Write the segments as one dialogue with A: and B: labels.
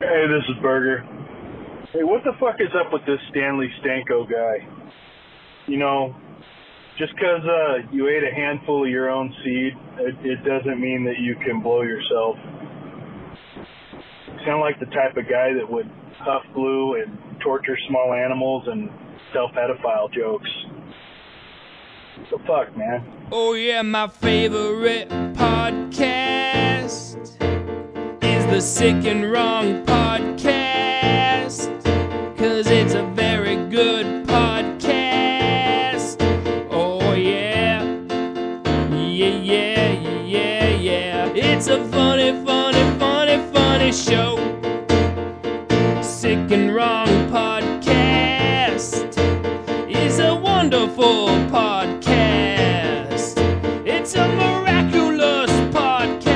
A: Hey, this is Berger. Hey, what the fuck is up with this Stanley Stanko guy? You know, just 'cause uh, you ate a handful of your own seed, it, it doesn't mean that you can blow yourself. Sound like the type of guy that would huff glue and torture small animals and tell pedophile jokes. So fuck, man.
B: Oh yeah, my favorite podcast is the Sick and Wrong podcast. Cause it's a very good podcast. Oh yeah. Yeah, yeah, yeah, yeah. It's a funny, funny, funny, funny show. Sick and Wrong podcast is a wonderful podcast. It's a miraculous podcast.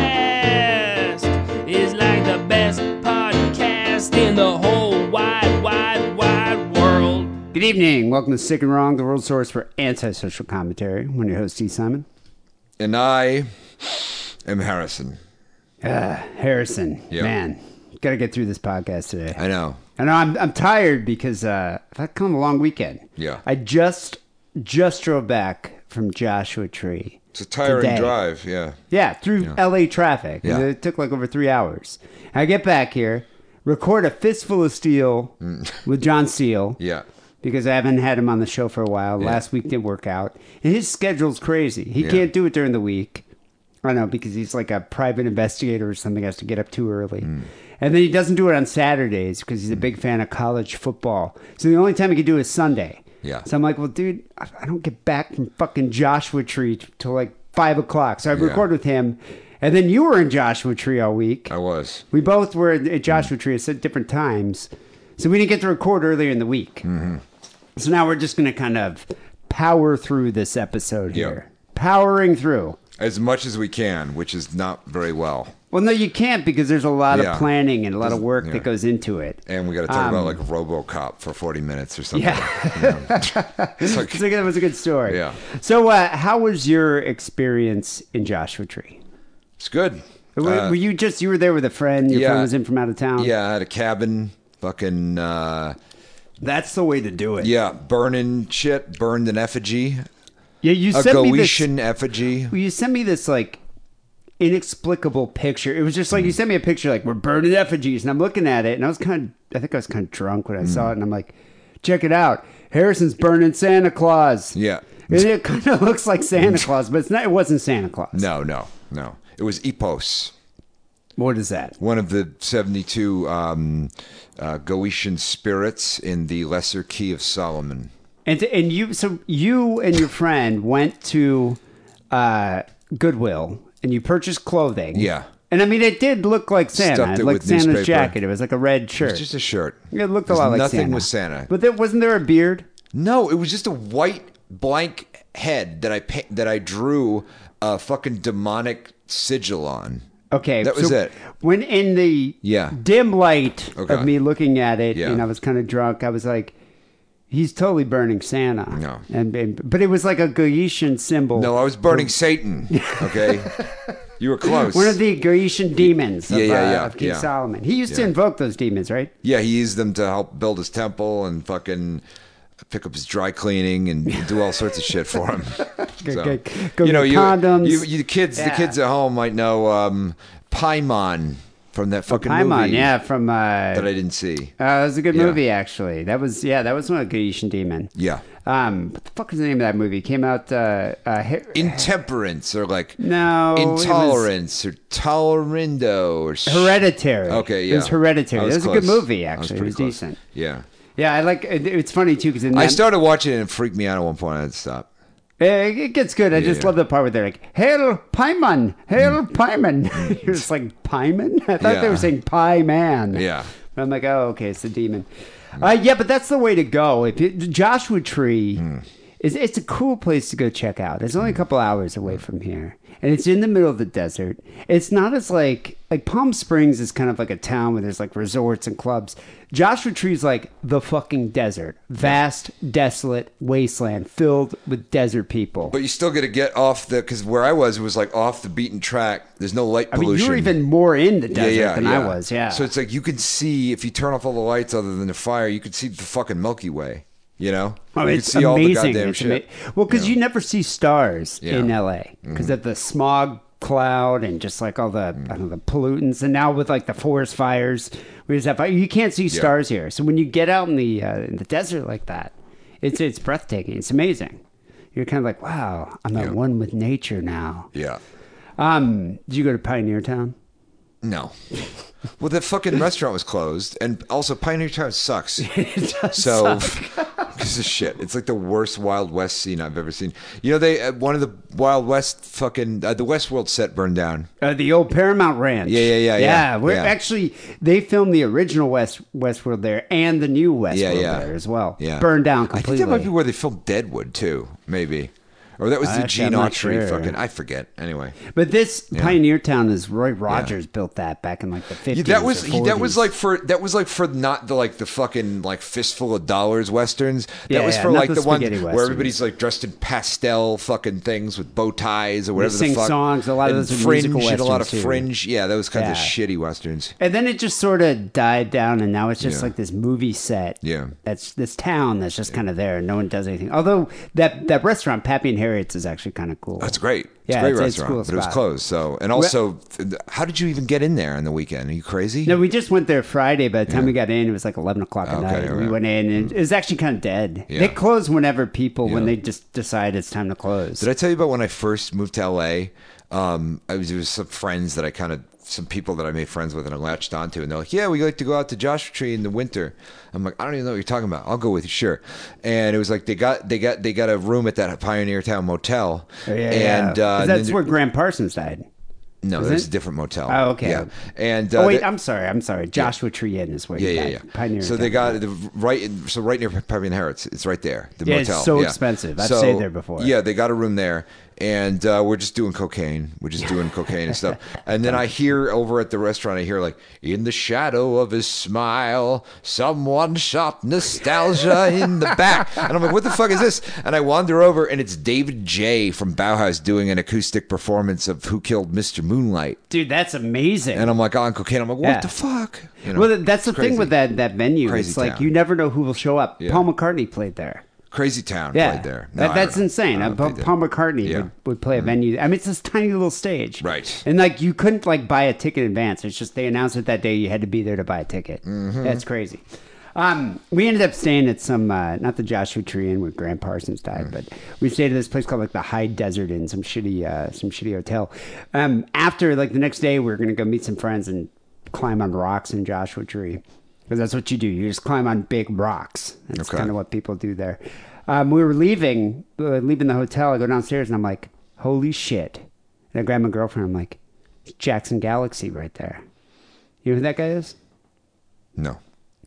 B: It's like the best podcast in the whole wide, wide, wide world.
C: Good evening. Welcome to Sick and Wrong, the world source for antisocial commentary. I'm your host, D. Simon.
D: And I am Harrison.
C: Harrison,
D: Yep.
C: man, got to get through this podcast today.
D: I know.
C: I know I'm, I'm tired because uh, I've had kind of a long weekend.
D: Yeah.
C: I just just drove back from Joshua Tree.
D: It's a tiring
C: Today.
D: drive, yeah.
C: Yeah, through LA traffic.
D: Yeah.
C: It took like over three hours. I get back here, record a fistful of steel with John Steele.
D: Mm. Yeah.
C: because I haven't had him on the show for a while. Last week didn't work out. And his schedule's crazy. He
D: Yeah.
C: can't do it during the week. I don't know because he's like a private investigator or something. Has to get up too early,
D: Hmm.
C: and then he doesn't do it on Saturdays because he's a big fan of college football. So the only time he could do is Sunday.
D: Yeah.
C: So I'm like, well, dude, I I don't get back from fucking Joshua Tree t- till like five o'clock. So I record with him, and then you were in Joshua Tree all week.
D: I was.
C: We both were at Joshua
D: Mm.
C: Tree at different times, so we didn't get to record earlier in the week.
D: Mm-hmm.
C: So now we're just going to kind of power through this episode
D: Yeah.
C: here, powering through.
D: As much as we can, which is not very well.
C: Well, no, you can't because there's a lot
D: Yeah.
C: of planning and a lot of work
D: yeah.
C: that goes into it.
D: And we got to talk about like Robocop for 40 minutes or something.
C: Um, Yeah.
D: you know? it's like,
C: So that was a good story.
D: Yeah.
C: So, uh, how was your experience in Joshua Tree?
D: it's good.
C: Were,
D: Uh,
C: were you just you were there with a friend? Your
D: yeah.
C: friend was in from out of town.
D: Uh, yeah, I had a cabin, fucking, uh,
C: that's the way to do it.
D: yeah, burning shit, burned an effigy,
C: yeah. You
D: a
C: sent me this.
D: Goetian effigy.
C: Well, you sent me this like inexplicable picture. It was just
D: Hmm.
C: like you sent me a picture like we're burning effigies, and I'm looking at it, and I was kind of, I think I was kind of drunk when I
D: Hmm.
C: saw it, and I'm like, check it out, Harrison's burning Santa Claus.
D: Yeah.
C: and it kind of looks like Santa Claus, but it's not. It wasn't Santa Claus.
D: No, no, no. It was Epos.
C: What is that?
D: one of the 72 um, uh, Goetian spirits in the Lesser Key of Solomon.
C: And and you so you and your friend went to uh, Goodwill and you purchased clothing.
D: Yeah.
C: And I mean, it did look like Santa,
D: Stuffed it
C: like
D: with
C: Santa's
D: newspaper.
C: jacket. It was like a red shirt.
D: It's just a shirt.
C: It looked a
D: There's
C: lot like
D: nothing
C: Santa.
D: was Santa.
C: But there, wasn't there a beard?
D: no, it was just a white blank head that I pa- that I drew a fucking demonic sigil on.
C: Okay,
D: That was
C: so
D: it.
C: When in the
D: Yeah.
C: dim light of
D: Okay.
C: me looking at it,
D: Yeah.
C: and I was kind of drunk, I was like, "He's totally burning Santa."
D: No.
C: and, and- but it was like a Goetian symbol.
D: No, I was burning Satan. Okay, you were close.
C: one of the Goetian demons. Of,
D: Yeah, yeah,
C: uh,
D: yeah,
C: of King
D: yeah.
C: Solomon. He used to
D: Yeah.
C: invoke those demons, right?
D: yeah, he used them to help build his temple and fucking pick up his dry cleaning and do all sorts of shit for him.
C: Go-
D: So,
C: go- go get condoms.
D: You, you, the kids, the
C: Yeah.
D: kids at home might know um, Paimon from that fucking
C: Oh, Paimon,
D: movie
C: yeah, from uh,
D: that I didn't see.
C: uh, that was a good
D: Yeah.
C: movie actually. That was yeah, that was one of the Goetian demon.
D: Yeah,
C: Um, what the fuck is the name of that movie? It came out. Uh, uh, Har-
D: intemperance or like
C: No, it was-
D: intolerance or tolerando or sh-
C: Hereditary.
D: Okay, yeah,
C: It was Hereditary.
D: I
C: That was a good
D: close.
C: movie,
D: I
C: actually. It
D: pretty
C: was
D: close.
C: decent.
D: Yeah,
C: Yeah, I like. It, it's funny too because
D: I started watching it and it freaked me out at one point. I had to stop.
C: eh, it, it gets good. I just
D: yeah.
C: love the part where they're like, "Hail Paimon, hail Paimon." You're just like Paimon. I thought they
D: Yeah.
C: were saying Pie Man.
D: Yeah.
C: But I'm like, oh, okay, it's the demon. Uh, yeah, but that's the way to go. If you, Joshua Tree
D: Hmm.
C: is, it's a cool place to go check out. It's only a couple hours away from here, and it's in the middle of the desert. It's not as like like Palm Springs is kind of like a town where there's like resorts and clubs. Joshua Tree's like the fucking desert, vast, desolate wasteland filled with desert people.
D: But you still got to get off the because where I was it was like off the beaten track. There's no light
C: I mean,
D: pollution.
C: you were even more in the desert than I was. Yeah.
D: So it's like you can see if you turn off all the lights other than the fire, you could see the fucking Milky Way. You know,
C: Oh,
D: you
C: it's
D: could see
C: amazing.
D: all the goddamn
C: It's
D: shit.
C: ama- well, because you never see stars
D: Yeah. Mm-hmm.
C: in LA because of the smog cloud and just like all the I don't know, the pollutants. And now with like the forest fires, we just have fire. you can't see stars here. So when you get out in the uh, in the desert like that, it's it's breathtaking. It's amazing. You're kind of like, wow, I'm at one with nature now.
D: Yeah.
C: Um, did you go to Pioneer Town?
D: No. well, that fucking restaurant was closed, and also Pioneer Town sucks. it does so, this is shit. It's like the worst Wild West scene I've ever seen. You know, they uh, one of the Wild West fucking uh, the Westworld set burned down.
C: Uh, the old Paramount Ranch.
D: Yeah, yeah, yeah,
C: Yeah,
D: yeah,
C: we're
D: yeah.
C: actually they filmed the original West Westworld there and the new Westworld
D: Yeah, yeah.
C: there as well.
D: Yeah,
C: burned down completely.
D: I think that might be where they filmed Deadwood too, maybe, or that was the
C: Actually,
D: Gene
C: I'm not
D: Autry
C: sure.
D: fucking. I forget. Anyway,
C: But this Pioneer Town is Roy Rogers built that back in like the
D: Yeah,
C: fifties.
D: that was that was like for that was like for not the like the fucking like fistful of dollars westerns. That
C: Yeah,
D: was
C: yeah,
D: for
C: not
D: like
C: the
D: the ones
C: spaghetti
D: where
C: westerns.
D: everybody's like dressed in pastel fucking things with bow ties or whatever.
C: sing
D: the fuck.
C: songs, a lot of
D: And
C: those are
D: fringe
C: musical
D: and a lot of
C: westerns, too.
D: fringe. Yeah, those kinds of
C: Yeah.
D: shitty westerns.
C: and then it just sort of died down, and now it's just
D: Yeah.
C: like this movie set.
D: Yeah.
C: that's this town that's just kind of there, and no one does anything. Although that that restaurant, Pappy and Harriet's, is actually kind of cool.
D: That's great. It's
C: Yeah,
D: a great
C: it's- it's a
D: restaurant,
C: cool
D: but it was
C: spot.
D: closed. So, and also, how did you even get in there on the weekend? Are you crazy?
C: No, we just went there Friday. By the time we got in, it was like eleven o'clock at
D: Okay,
C: night. and We
D: right.
C: went in, and it was actually kind of dead.
D: Yeah.
C: They close whenever people when
D: Yeah.
C: they just decide it's time to close.
D: Did I tell you about when I first moved to LA? Um, I was there was some friends that I kind of some people that I made friends with and I latched onto, and they're like, "Yeah, we like to go out to Joshua Tree in the winter." I'm like, "I don't even know what you're talking about. I'll go with you, sure." And it was like they got they got they got a room at that Pioneer Town Motel,
C: Oh, yeah,
D: and
C: yeah. 'Cause
D: Uh,
C: that's
D: then-
C: where Graham Parsons died.
D: no,
C: was
D: there's
C: it?
D: a different motel.
C: Oh, okay.
D: yeah, and uh,
C: oh wait,
D: they-
C: I'm sorry, I'm sorry. Joshua Tree Inn is where he
D: yeah, yeah,
C: died.
D: yeah.
C: Pioneer
D: so they
C: Town.
D: got the right, in, so right near Pavilion Harrods. It's right there. The
C: Yeah, it's
D: motel.
C: so
D: yeah.
C: expensive. I've
D: So,
C: stayed there before.
D: Yeah, they got a room there, and uh, we're just doing cocaine. We're just doing cocaine and stuff. And then I hear over at the restaurant, I hear like, "In the shadow of his smile, someone shot nostalgia in the back." And I'm like, "What the fuck is this?" And I wander over, and it's David J from Bauhaus doing an acoustic performance of "Who Killed Mr. Moonlight."
C: Dude, that's amazing.
D: And I'm like "Ah, on cocaine. I'm like, "What
C: Yeah.
D: the fuck?" You
C: well, that's the
D: crazy.
C: thing with that that venue.
D: Crazy
C: it's like
D: town.
C: you never know who will show up.
D: Yeah.
C: Paul McCartney played there.
D: Crazy Town
C: Yeah,
D: played there. No,
C: that,
D: I
C: that's
D: don't know.
C: insane.
D: I
C: Uh,
D: don't
C: Paul,
D: think they-
C: Paul McCartney
D: Yeah. Mm-hmm.
C: would, would play a venue. I mean, it's this tiny little stage,
D: Right.
C: And like you couldn't like buy a ticket in advance. It's just they announced it that day. You had to be there to buy a ticket.
D: Mm-hmm.
C: That's crazy. Um, we ended up staying at some uh, not the Joshua Tree Inn where Grant Parsons died,
D: Mm.
C: but we stayed at this place called like the High Desert Inn, some shitty uh, some shitty hotel. Um, after like the next day, we were gonna go meet some friends and climb on rocks in Joshua Tree. Because that's what you do. You just climb on big rocks. That's
D: Okay.
C: kind of what people do there. Um, we were leaving, uh, leaving the hotel. I go downstairs and I'm like, holy shit. And I grab my girlfriend. I'm like, it's Jackson Galaxy right there. You know who that guy is?
D: No.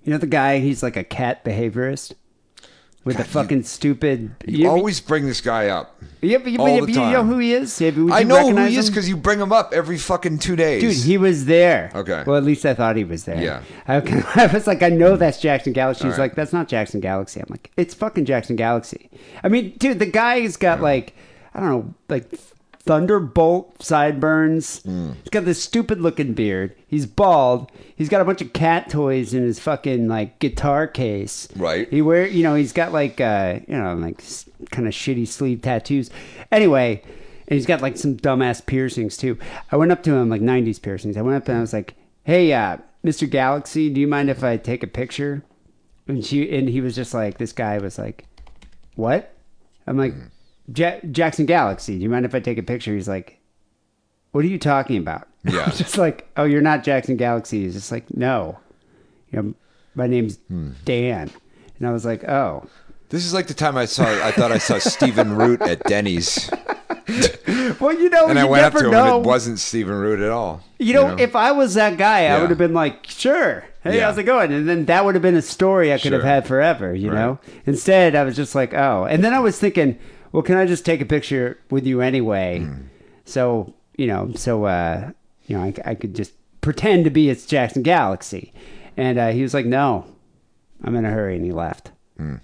C: You know the guy, he's like a cat behaviorist with the
D: God, you-
C: fucking stupid.
D: You always bring this guy up.
C: yeah, but you,
D: all
C: but
D: the
C: you know
D: time.
C: who he is? Yeah, but would
D: I
C: you
D: know who
C: recognize
D: he is
C: him?
D: because you bring him up every fucking two days.
C: Dude, he was there.
D: Okay.
C: Well, at least I thought he was there.
D: Yeah.
C: I, I was like, I know that's Jackson Galaxy. He's
D: right.
C: like, that's not Jackson Galaxy. I'm like, it's fucking Jackson Galaxy. I mean, dude, the guy's got like, I don't know, like thunderbolt sideburns.
D: Hmm.
C: He's got this stupid looking beard. He's bald. He's got a bunch of cat toys in his fucking like guitar case.
D: Right.
C: He wear, you know, he's got like, uh, you know, like kind of shitty sleeve tattoos. Anyway, and he's got like some dumbass piercings too. I went up to him like '90s piercings. I went up and I was like, "Hey, uh, Mr. Galaxy, do you mind if I take a picture?" And she and he was just like, "This guy was like, what?" I'm like,
D: Hmm.
C: ja- "Jackson Galaxy, do you mind if I take a picture?" He's like, "What are you talking about?"
D: Yeah.
C: I'm just like, "Oh, you're not Jackson Galaxy." He's just like, "No, you know, my name's
D: Hmm.
C: Dan." And I was like, "Oh."
D: This is like the time I saw. I thought I saw Stephen Root at Denny's,
C: Well, you know,
D: and I
C: Oh, you
D: went up
C: never
D: to him,
C: know.
D: and it wasn't Stephen Root at all.
C: You know, if I was that guy, I
D: Yeah.
C: would have been like, sure. Hey,
D: Yeah.
C: how's it going? And then that would have been a story I could have
D: Sure.
C: had forever, you
D: Right.
C: know? Instead, I was just like, oh. And then I was thinking, well, can I just take a
D: Hmm.
C: picture with you anyway? So, you know, so, uh, you know, I, I could just pretend to be it's Jackson Galaxy. And uh, he was like, no, I'm in a hurry. And he left.
D: Hmm.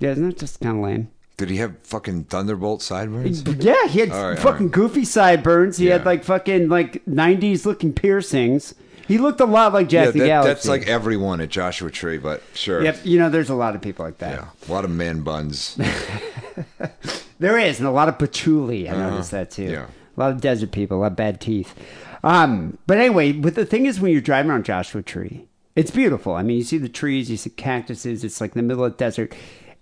C: Yeah, isn't that just kind of lame?
D: Did he have fucking thunderbolt sideburns?
C: Yeah, he had
D: All right, all
C: fucking goofy sideburns. He had
D: Yeah.
C: like fucking like 90s looking piercings. He looked a lot like
D: Yeah,
C: Jack the
D: that-
C: Galaxy.
D: that's like everyone at Joshua Tree, but sure.
C: Yep, you know, there's a lot of people like that.
D: Yeah, a lot of man buns.
C: There is, and a lot of patchouli. I noticed that too.
D: Uh-huh. Yeah.
C: A lot of desert people, a lot of bad teeth. Um, but anyway, but the thing is, when you're driving on Joshua Tree, it's beautiful. I mean, you see the trees, you see cactuses. It's like the middle of the desert.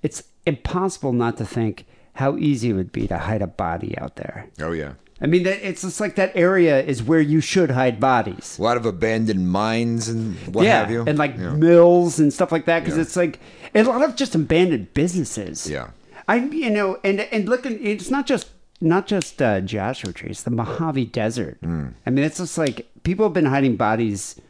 C: It's impossible not to think how easy it would be to hide a body out there.
D: Oh yeah,
C: I mean, that it's just like that area is where you should hide bodies.
D: a lot of abandoned mines and what
C: yeah,
D: have you,
C: and like
D: yeah.
C: mills and stuff like that, because
D: Yeah.
C: it's like and a lot of just abandoned businesses.
D: Yeah.
C: I you know, and and looking, it's not just not just uh, Joshua Tree; it's the Mojave Desert.
D: Mm.
C: I mean, it's just like people have been hiding bodies,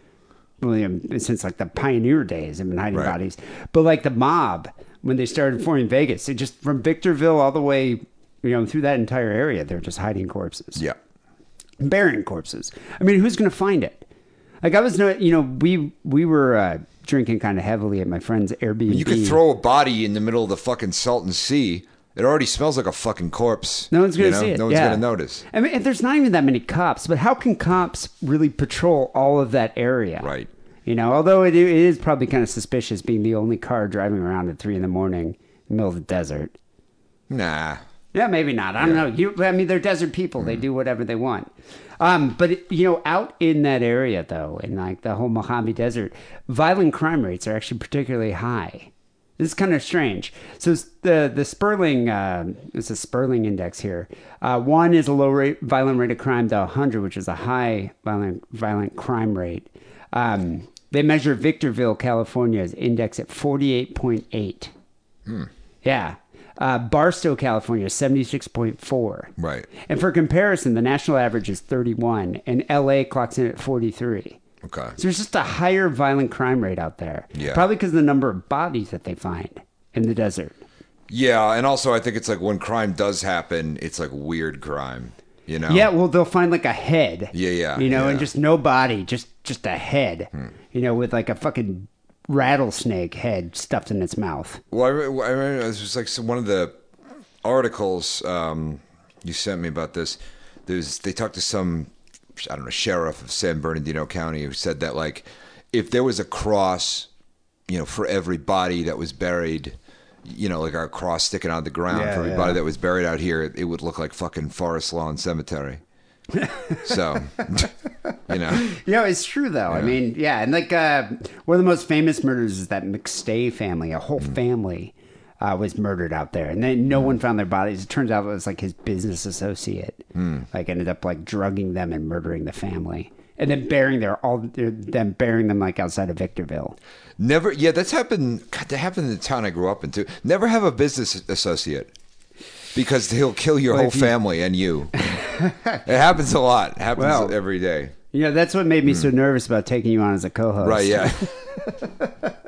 C: William, since like the pioneer days. Have been hiding
D: Right.
C: bodies, but like the mob when they started forming Vegas, it just from Victorville all the way, you know, through that entire area, they're just hiding corpses
D: yeah,
C: burying corpses. I mean, who's going to find it? Like I was, no, you know, we we were uh, drinking kind of heavily at my friend's Airbnb.
D: you could throw a body in the middle of the fucking Salton Sea. It already smells like a fucking corpse.
C: No one's
D: you
C: going to
D: know?
C: see it.
D: No one's
C: yeah.
D: gonna notice.
C: I mean, and there's not even that many cops, but how can cops really patrol all of that area?
D: Right.
C: You know, although it, it is probably kind of suspicious being the only car driving around at three in the morning, in the middle of the desert.
D: Nah.
C: Yeah, maybe not. I don't know. You, I mean, they're desert people. They do whatever they want. Um, but you know, out in that area though, in like the whole Mojave Desert, violent crime rates are actually particularly high. This is kind of strange. So s- the the Sperling, uh, it's a Sperling index here. Uh, one is a low rate violent rate of crime to 100, which is a high violent violent crime rate. Um, they measure Victorville, California's index at 48.8. Yeah. Uh, Barstow, California, 76.4.
D: Right.
C: And for comparison, the national average is 31, and LA clocks in at 43.
D: Okay.
C: So there's just a higher violent crime rate out there.
D: Yeah.
C: Probably because of the number of bodies that they find in the desert.
D: Yeah, and also I think it's like when crime does happen, it's like weird crime. You know.
C: Yeah, well, they'll find like a head.
D: Oh. Yeah, yeah,
C: You know, and
D: yeah. Hmm.
C: just no body, just just a head. You know, with like a fucking rattlesnake head stuffed in its mouth.
D: Well, I, re- I remember it was just like some, one of the articles um, you sent me about this. There's they talked to some I don't know sheriff of San Bernardino County who said that like if there was a cross, you know, for every body that was buried, you know, like a cross sticking out of the ground
C: Yeah,
D: for every
C: yeah.
D: body that was buried out here, it would look like fucking Forest Lawn Cemetery. so, you know,
C: You know, it's true though. I mean, yeah, and like uh, one of the most famous murders is that McStay family. A whole
D: Mm.
C: family uh, was murdered out there, and then no one found their bodies. It turns out it was like his business associate,
D: Mm.
C: like ended up like drugging them and murdering the family, and then burying their all their, them burying them like outside of Victorville.
D: never. Yeah, that's happened. God, that happened in the town I grew up in too. Never have a business associate because he'll kill your whole
C: if you-
D: family and you. it happens a lot. It happens
C: Well.
D: every day.
C: You know, that's what made me so nervous about taking you on as a co-host.
D: Mm. Right? Yeah.
C: But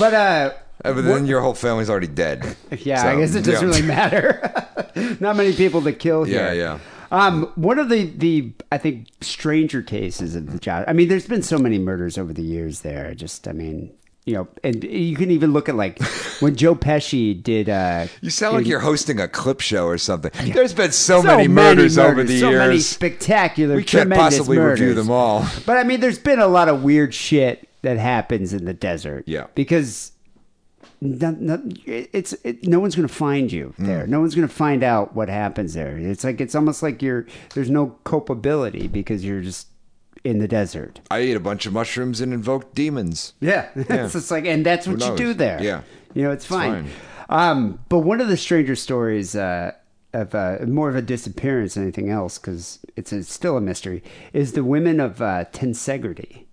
C: uh,
D: but then your whole family's already dead.
C: yeah, I
D: So,
C: guess it doesn't
D: yeah.
C: really matter. Not many people to kill here.
D: Yeah, yeah.
C: Um, one of the the I think stranger cases of
D: Mm-hmm.
C: the job. I mean, there's been so many murders over the years. There, just I mean, you know, and you can even look at like when Joe Pesci did. Uh,
D: You sound like
C: in-
D: you're hosting a clip show or something. There's been so,
C: so
D: many, murders over
C: murders,
D: the
C: so many
D: years.
C: spectacular.
D: we can't
C: tremendous
D: possibly review
C: murders.
D: them all.
C: But I mean, there's been a lot of weird shit that happens in the desert.
D: Yeah.
C: Because no, no, it's it, no one's going to find you there. No one's going to find out what happens there. It's like it's almost like you're there's no culpability because you're just in the desert.
D: I ate a bunch of mushrooms and invoked demons.
C: Yeah. it's just like, and that's what
D: Who
C: you do
D: knows?
C: there.
D: Yeah.
C: You know, it's fine.
D: fine.
C: Um, but one of the stranger stories uh, of uh, more of a disappearance than anything else, because it's, it's still a mystery, is the women of uh, Tensegrity,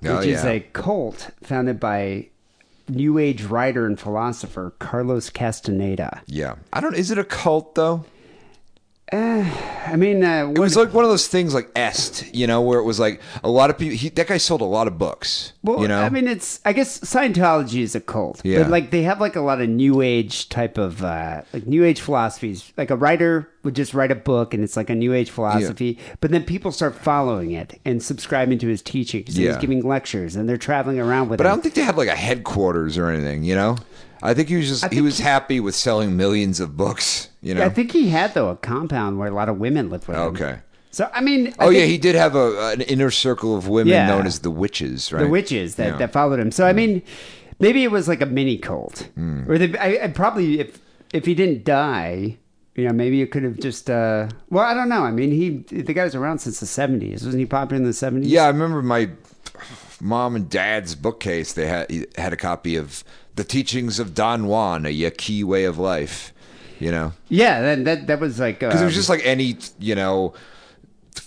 C: which
D: Oh,
C: is
D: yeah.
C: a cult founded by New Age writer and philosopher Carlos Castaneda.
D: Yeah. I don't. Is it a cult though?
C: I mean, uh,
D: It
C: what,
D: was like one of those things like Est, you know, where it was like a lot of people. He, that guy sold a lot of books.
C: well,
D: you know,
C: I mean, it's I guess Scientology is a cult,
D: Yeah.
C: but like they have like a lot of New Age type of uh, like New Age philosophies. Like a writer would just write a book, and it's like a New Age philosophy, but then people start following it and subscribing to his teachings. And
D: Yeah.
C: he's giving lectures, and they're traveling around with.
D: but I
C: him.
D: don't think they had like a headquarters or anything. You know, I think he was just he was happy with selling millions of books. You know,
C: I think he had though a compound where a lot of women lived with him.
D: okay.
C: So I mean, I
D: oh yeah,
C: think
D: he did have a an inner circle of women
C: Yeah.
D: known as the witches, right?
C: the witches that,
D: Yeah. Hmm.
C: that followed him. So I mean, maybe it was like a mini cult, or they, I, I probably if if he didn't die, you know, maybe it could have just. Uh, well, I don't know. I mean, he the guy was around since the seventies. Wasn't he popular in the seventies?
D: Yeah, I remember my mom and dad's bookcase. They had he had a copy of the teachings of Don Juan, a Yaqui way of life. You know,
C: yeah. That that, that was like
D: because it
C: um,
D: was just like any you know t-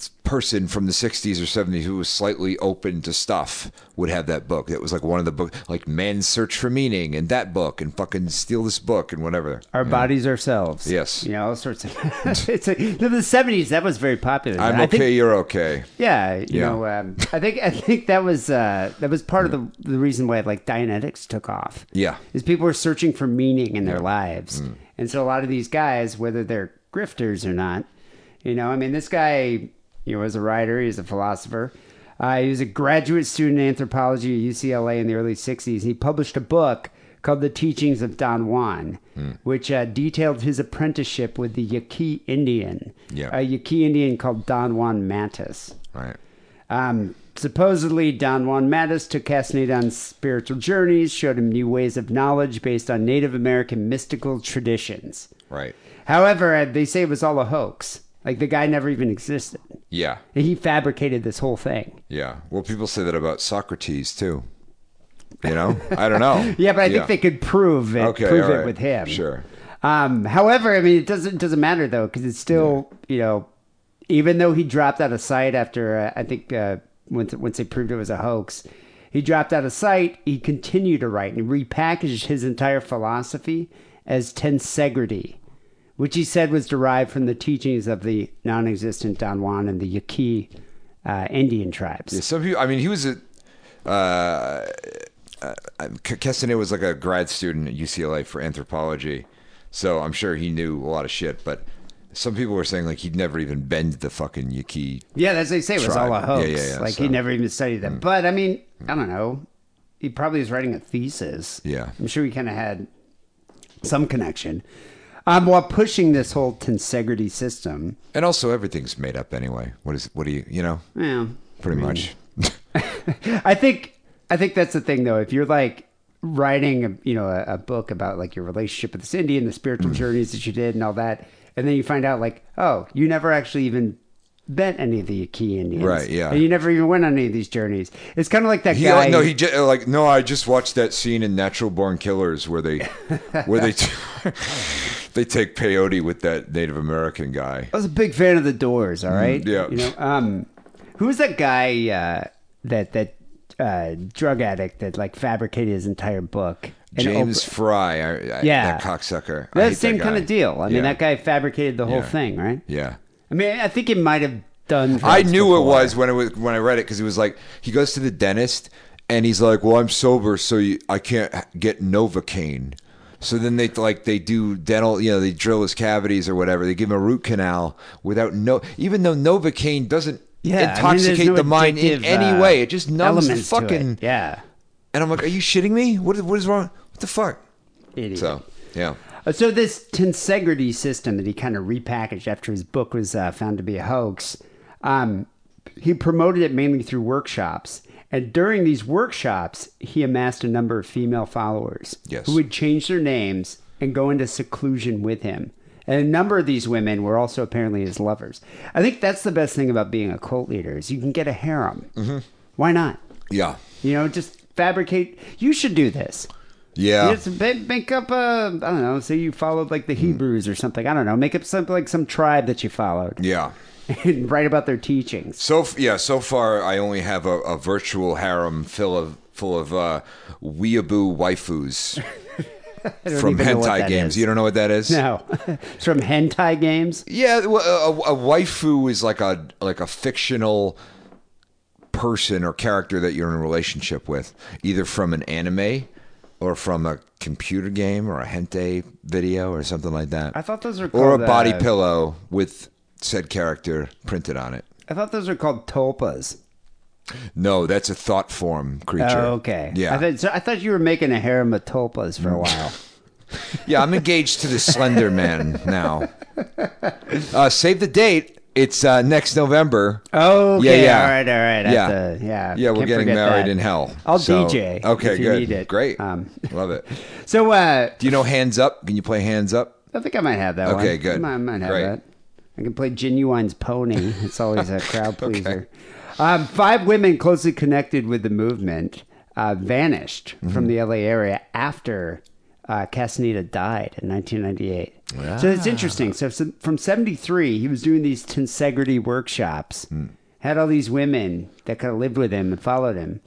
D: t- person from the 60s or 70s who was slightly open to stuff would have that book that was like one of the book like man's search for meaning and that book and fucking steal this book and whatever
C: our bodies ourselves.
D: Yes.
C: you know, all sorts of. it's like, the seventies that was very popular.
D: i'm
C: I
D: okay
C: think
D: you're okay
C: Yeah, you
D: Yeah.
C: know, um, I think I think that was uh, that was part of the the reason why like Dianetics took off.
D: Yeah. Mm.
C: is people were searching for meaning in their lives, and so a lot of these guys, whether they're grifters or not, you know, I mean, this guy, you know, was a writer, he was a philosopher. Uh, he was a graduate student in anthropology at UCLA in the early '60s. He published a book called "The Teachings of Don Juan,"
D: Mm.
C: which uh, detailed his apprenticeship with the Yaqui Indian,
D: Yeah.
C: a Yaqui Indian called Don Juan Mantis.
D: right
C: Um, supposedly, Don Juan Mattis took Castaneda on spiritual journeys, showed him new ways of knowledge based on Native American mystical traditions.
D: right
C: However, uh, they say it was all a hoax. Like the guy never even existed.
D: yeah
C: He fabricated this whole thing.
D: yeah well people say that about socrates too you know i don't know
C: Yeah, but I think they could prove it.
D: Okay,
C: prove
D: all
C: it
D: right.
C: with him.
D: Sure.
C: Um, however, I mean, it doesn't doesn't matter though, because it's still you know, even though he dropped out of sight after uh, I think uh, once once they proved it was a hoax, he dropped out of sight. He continued to write and repackaged his entire philosophy as tensegrity, which he said was derived from the teachings of the non-existent Don Juan and the Yaqui uh, Indian tribes.
D: Yeah, some people. I mean, he was a. Uh, uh, Castaneda was like a grad student at UCLA for anthropology, so I'm sure he knew a lot of shit. But some people were saying like he'd never even been to the fucking Yaqui.
C: Yeah, that's what they say. It was
D: tribe.
C: all a hoax.
D: Yeah, yeah, yeah,
C: like
D: so- Mm.
C: he never even studied them. But I mean, I don't know. He probably was writing a thesis.
D: Yeah.
C: I'm sure he kind of had some connection. Um, while pushing this whole tensegrity system,
D: And also, everything's made up anyway. What is? What do you? You know,
C: yeah,
D: pretty much.
C: I think I think that's the thing though. If you're like writing, a, you know, a, a book about like your relationship with this Indian, the
D: Mm.
C: spiritual journeys that you did, and all that, and then you find out like, oh, you never actually even met any of the Yaqui Indians,
D: Right, yeah.
C: and you never even went on any of these journeys. It's kind of like that
D: He
C: guy.
D: like no, he ju- uh, like no. I just watched that scene in Natural Born Killers where they, where they, t- they take peyote with that Native American guy.
C: I was a big fan of the Doors. All right.
D: Mm-hmm. yeah.
C: You know, um, who was that guy uh, that that uh, drug addict that like fabricated his entire book? And
D: James
C: op-
D: Fry, I, I,
C: Yeah.
D: that cocksucker. I hate
C: that
D: that
C: same kind
D: guy.
C: of deal. I
D: Yeah.
C: mean, that guy fabricated the whole
D: Yeah.
C: thing, right?
D: Yeah.
C: I mean, I think he might have done.
D: I
C: drugs
D: knew it
C: before.
D: was when it was when I read it because it was like he goes to the dentist and he's like, "Well, I'm sober, so you, I can't h- get Novocaine." So then they like they do dental, you know, they drill his cavities or whatever. They give him a root canal without no, even though Novocaine doesn't
C: Yeah, I mean, there's
D: intoxicate
C: no
D: the mind in
C: addictive,
D: any
C: uh,
D: way. It just numbs the
C: elements to it.
D: fucking.
C: Yeah,
D: And I'm like, "Are you shitting me? What what is wrong? What the fuck?"
C: idiot.
D: So yeah,
C: Uh, So this tensegrity system that he kind of repackaged after his book was uh, found to be a hoax, um, he promoted it mainly through workshops. And during these workshops, he amassed a number of female followers
D: Yes.
C: who would change their names and go into seclusion with him. And a number of these women were also apparently his lovers. I think that's the best thing about being a cult leader is you can get a harem. Why not?
D: yeah,
C: You know, just fabricate. You should do this.
D: yeah. Hmm.
C: You just make, make up a, I don't know, say you followed like the Hebrews or something. I don't know. Make up something like some tribe that you followed
D: yeah.
C: and write about their teachings.
D: So f- yeah, so far I only have a, a virtual harem full of full of uh, weeaboo waifus.
C: don't
D: from
C: even know what
D: hentai
C: that
D: games.
C: is.
D: You don't know what that is?
C: No, it's from hentai games.
D: Yeah, well, a, a waifu is like a like a fictional person or character that you're in a relationship with, either from an anime or from a computer game or a hentai video or something like that.
C: I thought those were
D: or a
C: called,
D: body
C: uh,
D: pillow with said character printed on it.
C: I thought those were called tulpas.
D: No, that's a thought form creature.
C: Oh, okay.
D: Yeah. Mm.
C: I thought, so I thought you were making a harem of tulpas for a while.
D: Yeah, I'm engaged to the Slender Man now. Uh, save the date. It's uh, next November.
C: Oh,
D: Yeah,
C: okay.
D: yeah.
C: All right, all right. I
D: Yeah.
C: have to- yeah.
D: Yeah, we're
C: can't
D: getting
C: forget
D: married
C: that.
D: in hell.
C: I'll
D: So-
C: DJ.
D: Okay,
C: if you
D: good.
C: need it.
D: Great.
C: Um,
D: Love it.
C: so uh,
D: Do you know Hands Up? Can you play Hands Up?
C: I think I might have that one.
D: Okay, good.
C: I might, I might have
D: Great.
C: that. I can play Genuine's Pony. It's always a crowd pleaser. um, five women closely connected with the movement uh, vanished
D: Mm-hmm.
C: from the LA area after uh, Castaneda died in 1998. So it's interesting. So s- from 73, he was doing these tensegrity workshops,
D: Hmm.
C: had all these women that kind of lived with him and followed him.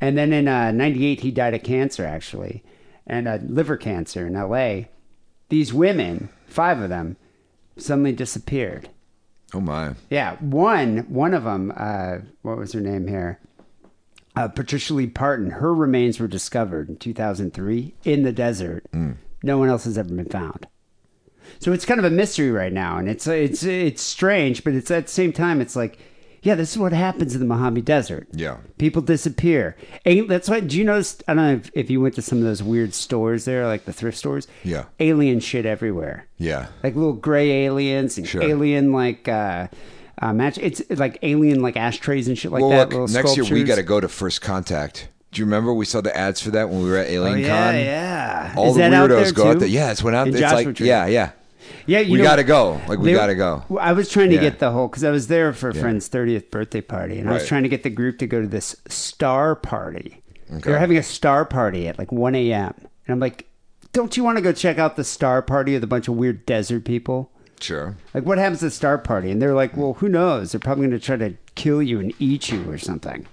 C: And then in uh, 98, he died of cancer, actually, and uh, liver cancer in LA these women, five of them, suddenly disappeared.
D: Oh my.
C: Yeah, one one of them, uh, what was her name here? Uh, Patricia Lee Parton. Her remains were discovered in 2003 in the desert.
D: Mm.
C: No one else has ever been found. So it's kind of a mystery right now, and it's it's it's strange, but it's at the same time, it's like, yeah, this is what happens in the Mojave Desert.
D: Yeah.
C: people disappear. And that's why. Do you notice? I don't know if, if you went to some of those weird stores there, like the thrift stores.
D: Yeah.
C: alien shit everywhere
D: Yeah.
C: like little gray aliens and
D: Sure.
C: alien like uh, uh match. It's like alien like ashtrays and shit like
D: well,
C: that.
D: look,
C: little
D: next year we
C: sculptures.
D: got to go to First Contact. Do you remember we saw the ads for that when we were at Alien
C: Oh, yeah,
D: Con?
C: yeah.
D: All
C: Is
D: the
C: that
D: weirdos
C: out there
D: go out
C: too?
D: there. Yeah, it's went out.
C: In
D: It's
C: Joshua
D: like
C: Tree.
D: yeah, yeah.
C: yeah. You
D: we
C: know,
D: gotta go. Like, we
C: they-
D: gotta go.
C: I was trying to
D: Yeah.
C: get the whole because I was there for a
D: Yeah.
C: friend's thirtieth birthday party, and I was
D: Right.
C: trying to get the group to go to this star party.
D: Okay.
C: They were having a star party at like one a.m. and I'm like, don't you want to go check out the star party with a bunch of weird desert people?
D: Sure.
C: Like, what happens at Star Party? And they're like, well, who knows? They're probably going to try to kill you and eat you or something.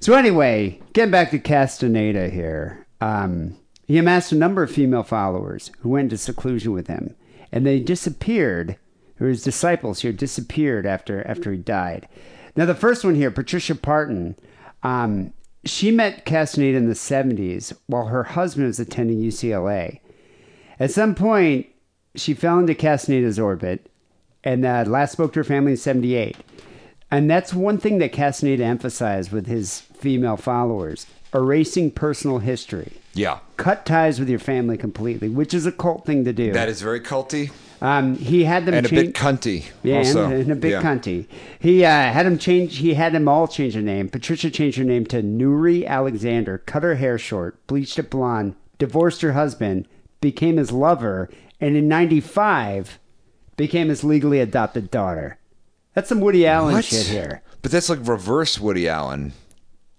C: So, anyway, getting back to Castaneda here, um, he amassed a number of female followers who went into seclusion with him, and they disappeared, or his disciples here disappeared after, after he died. Now, the first one here, Patricia Parton, um, she met Castaneda in the 70s while her husband was attending UCLA. At some point, she fell into Castaneda's orbit and uh, last spoke to her family in 78. And that's one thing that Castaneda emphasized with his female followers erasing personal history.
D: Yeah.
C: Cut ties with your family completely, which is a cult thing to do.
D: That is very culty
C: um, he had them
D: and a
C: change-
D: bit cunty.
C: yeah,
D: also.
C: and, and a big
D: Yeah.
C: cunty. He uh, had him change. He had them all change their name. Patricia changed her name to Nuri Alexander. Cut her hair short, bleached it blonde, divorced her husband, became his lover, and in '95 became his legally adopted daughter. That's some Woody Allen
D: What?
C: shit here.
D: But that's like reverse Woody Allen.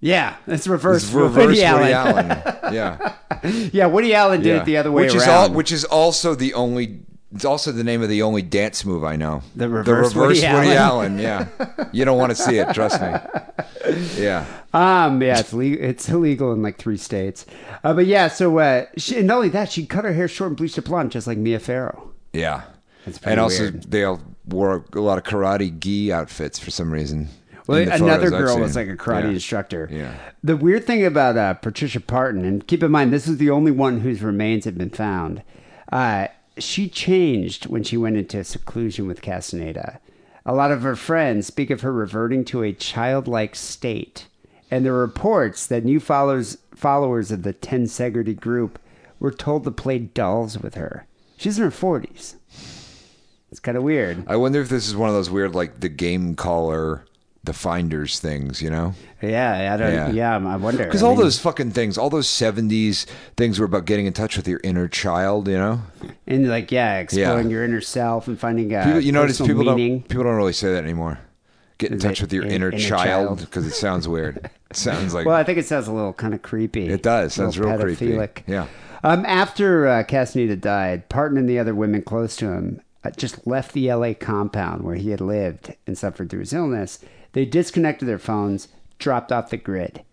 C: Yeah, that's reverse,
D: It's reverse Woody Allen. yeah.
C: yeah, Woody Allen did
D: yeah.
C: it the other way
D: which
C: around.
D: Is all, which is also the only. It's also the name of the only dance move I know.
C: The reverse Woody
D: Allen. Yeah, you don't want to see it. Trust me. Yeah,
C: Um, yeah, it's le- it's illegal in like three states. Uh, but yeah, so uh, she, and not only that, she cut her hair short and bleached it blonde, just like Mia Farrow.
D: yeah.
C: pretty
D: And also,
C: weird.
D: they all wore a lot of karate gi outfits for some reason.
C: Well,
D: in the
C: another
D: photos I've
C: girl
D: seen.
C: was like a karate
D: Yeah.
C: instructor.
D: Yeah.
C: The weird thing about uh, Patricia Parton, and keep in mind, this is the only one whose remains have been found. Uh, she changed when she went into seclusion with Castaneda. A lot of her friends speak of her reverting to a childlike state, and there are reports that new followers followers of the Ten Segrity group were told to play dolls with her. She's in her forties. It's kind of weird.
D: I wonder if this is one of those weird, like the game caller, the finders things. You know.
C: Yeah, I don't.
D: Yeah.
C: Yeah, I wonder.
D: Because
C: I
D: all
C: mean-
D: those fucking things, all those '70s things were about getting in touch with your inner child, you know.
C: and like yeah, exploring
D: Yeah.
C: your inner self and finding uh,
D: People, you notice
C: personal
D: people
C: meaning.
D: don't people don't really say that anymore. Get in
C: Is
D: touch
C: it
D: with your
C: in-
D: inner,
C: inner
D: child
C: child?
D: because it sounds weird. It sounds like
C: Well, I think it sounds a little kind of creepy.
D: it does.
C: A
D: Sounds real
C: little
D: creepy.
C: pedophilic.
D: Yeah.
C: Um, after uh, Castaneda died, Parton and the other women close to him uh, just left the LA compound where he had lived and suffered through his illness. They disconnected their phones, dropped off the grid.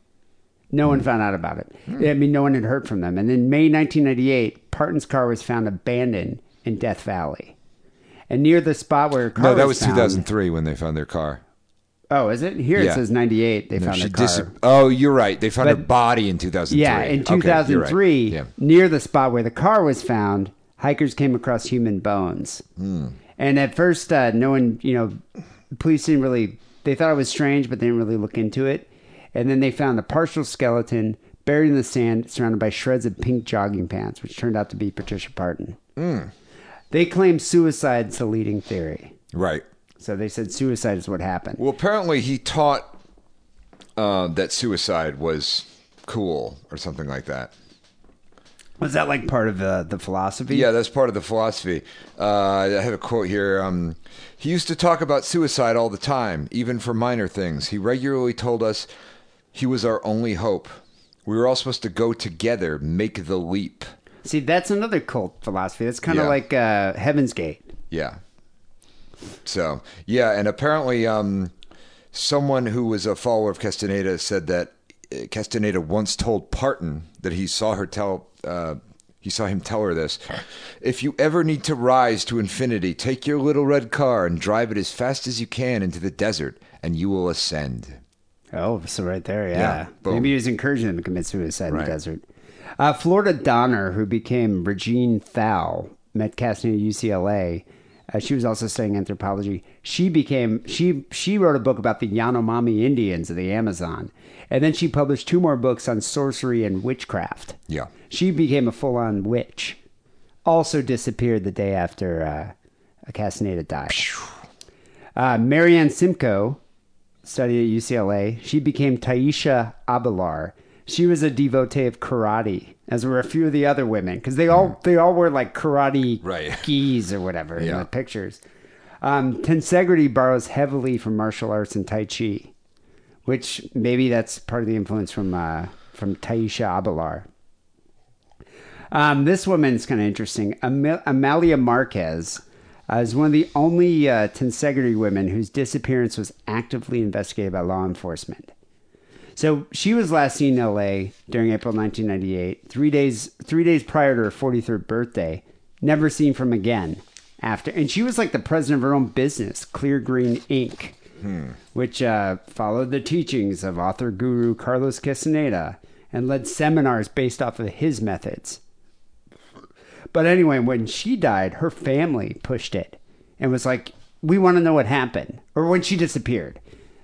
C: No one found out about it.
D: Hmm.
C: I mean, no one had heard from them. And in May 1998, Parton's car was found abandoned in Death Valley. And near the spot where her car
D: No, that was
C: found-
D: 2003 when they found their car.
C: Oh, is it? Here
D: Yeah.
C: it says 98. They found
D: She
C: her car.
D: dis- oh, you're right. They found her
C: But-
D: body in 2003.
C: Yeah, in
D: Okay, you're right.
C: 2003,
D: Yeah.
C: near the spot where the car was found, hikers came across human bones.
D: Hmm.
C: And at first, uh, no one, you know, police didn't really, they thought it was strange, but they didn't really look into it. And then they found a partial skeleton buried in the sand, surrounded by shreds of pink jogging pants, which turned out to be Patricia Parton.
D: Hmm.
C: They claim suicide's the leading theory.
D: Right.
C: So they said suicide is what happened.
D: Well, apparently he taught uh, that suicide was cool or something like that.
C: Was that like part of the, the philosophy?
D: Yeah, that's part of the philosophy. Uh, I have a quote here. Um, he used to talk about suicide all the time, even for minor things. He regularly told us he was our only hope. We were all supposed to go together, make the leap.
C: See, that's another cult philosophy. That's kind of
D: Yeah.
C: like uh, Heaven's Gate.
D: Yeah. So yeah, and apparently, um, someone who was a follower of Castaneda said that uh, Castaneda once told Parton that he saw her tell. Uh, he saw him tell her this. If you ever need to rise to infinity, take your little red car and drive it as fast as you can into the desert, and you will ascend.
C: Oh, so right there,
D: Yeah,
C: yeah.
D: boom.
C: Maybe he was encouraging them to commit suicide in
D: Right.
C: the desert. Uh, Florida Donner, who became Regine Thau, met Castaneda at UCLA. Uh, she was also studying anthropology. She became she she wrote a book about the Yanomami Indians of the Amazon, and then she published two more books on sorcery and witchcraft.
D: Yeah.
C: she became a full-on witch. Also disappeared the day after uh, Castaneda died. Uh, Marianne Simcoe studied at UCLA. She became Taisha Abelar. She was a devotee of karate, as were a few of the other women, because they all they all were like karate
D: Right.
C: skis or whatever in
D: Yeah.
C: the pictures. Um, tensegrity borrows heavily from martial arts and tai chi, which maybe that's part of the influence from uh, from Taisha Abelar. Um, this woman's kind of interesting. Am- Amalia Marquez uh, is one of the only uh, tensegrity women whose disappearance was actively investigated by law enforcement. So she was last seen in L.A. during April 1998, three days three days prior to her 43rd birthday. Never seen from again after, and she was like the president of her own business, Clear Green Inc., which uh, followed the teachings of author guru Carlos Castaneda and led seminars based off of his methods. But anyway, when she died, her family pushed it and was like, "We want to know what happened," or when she disappeared.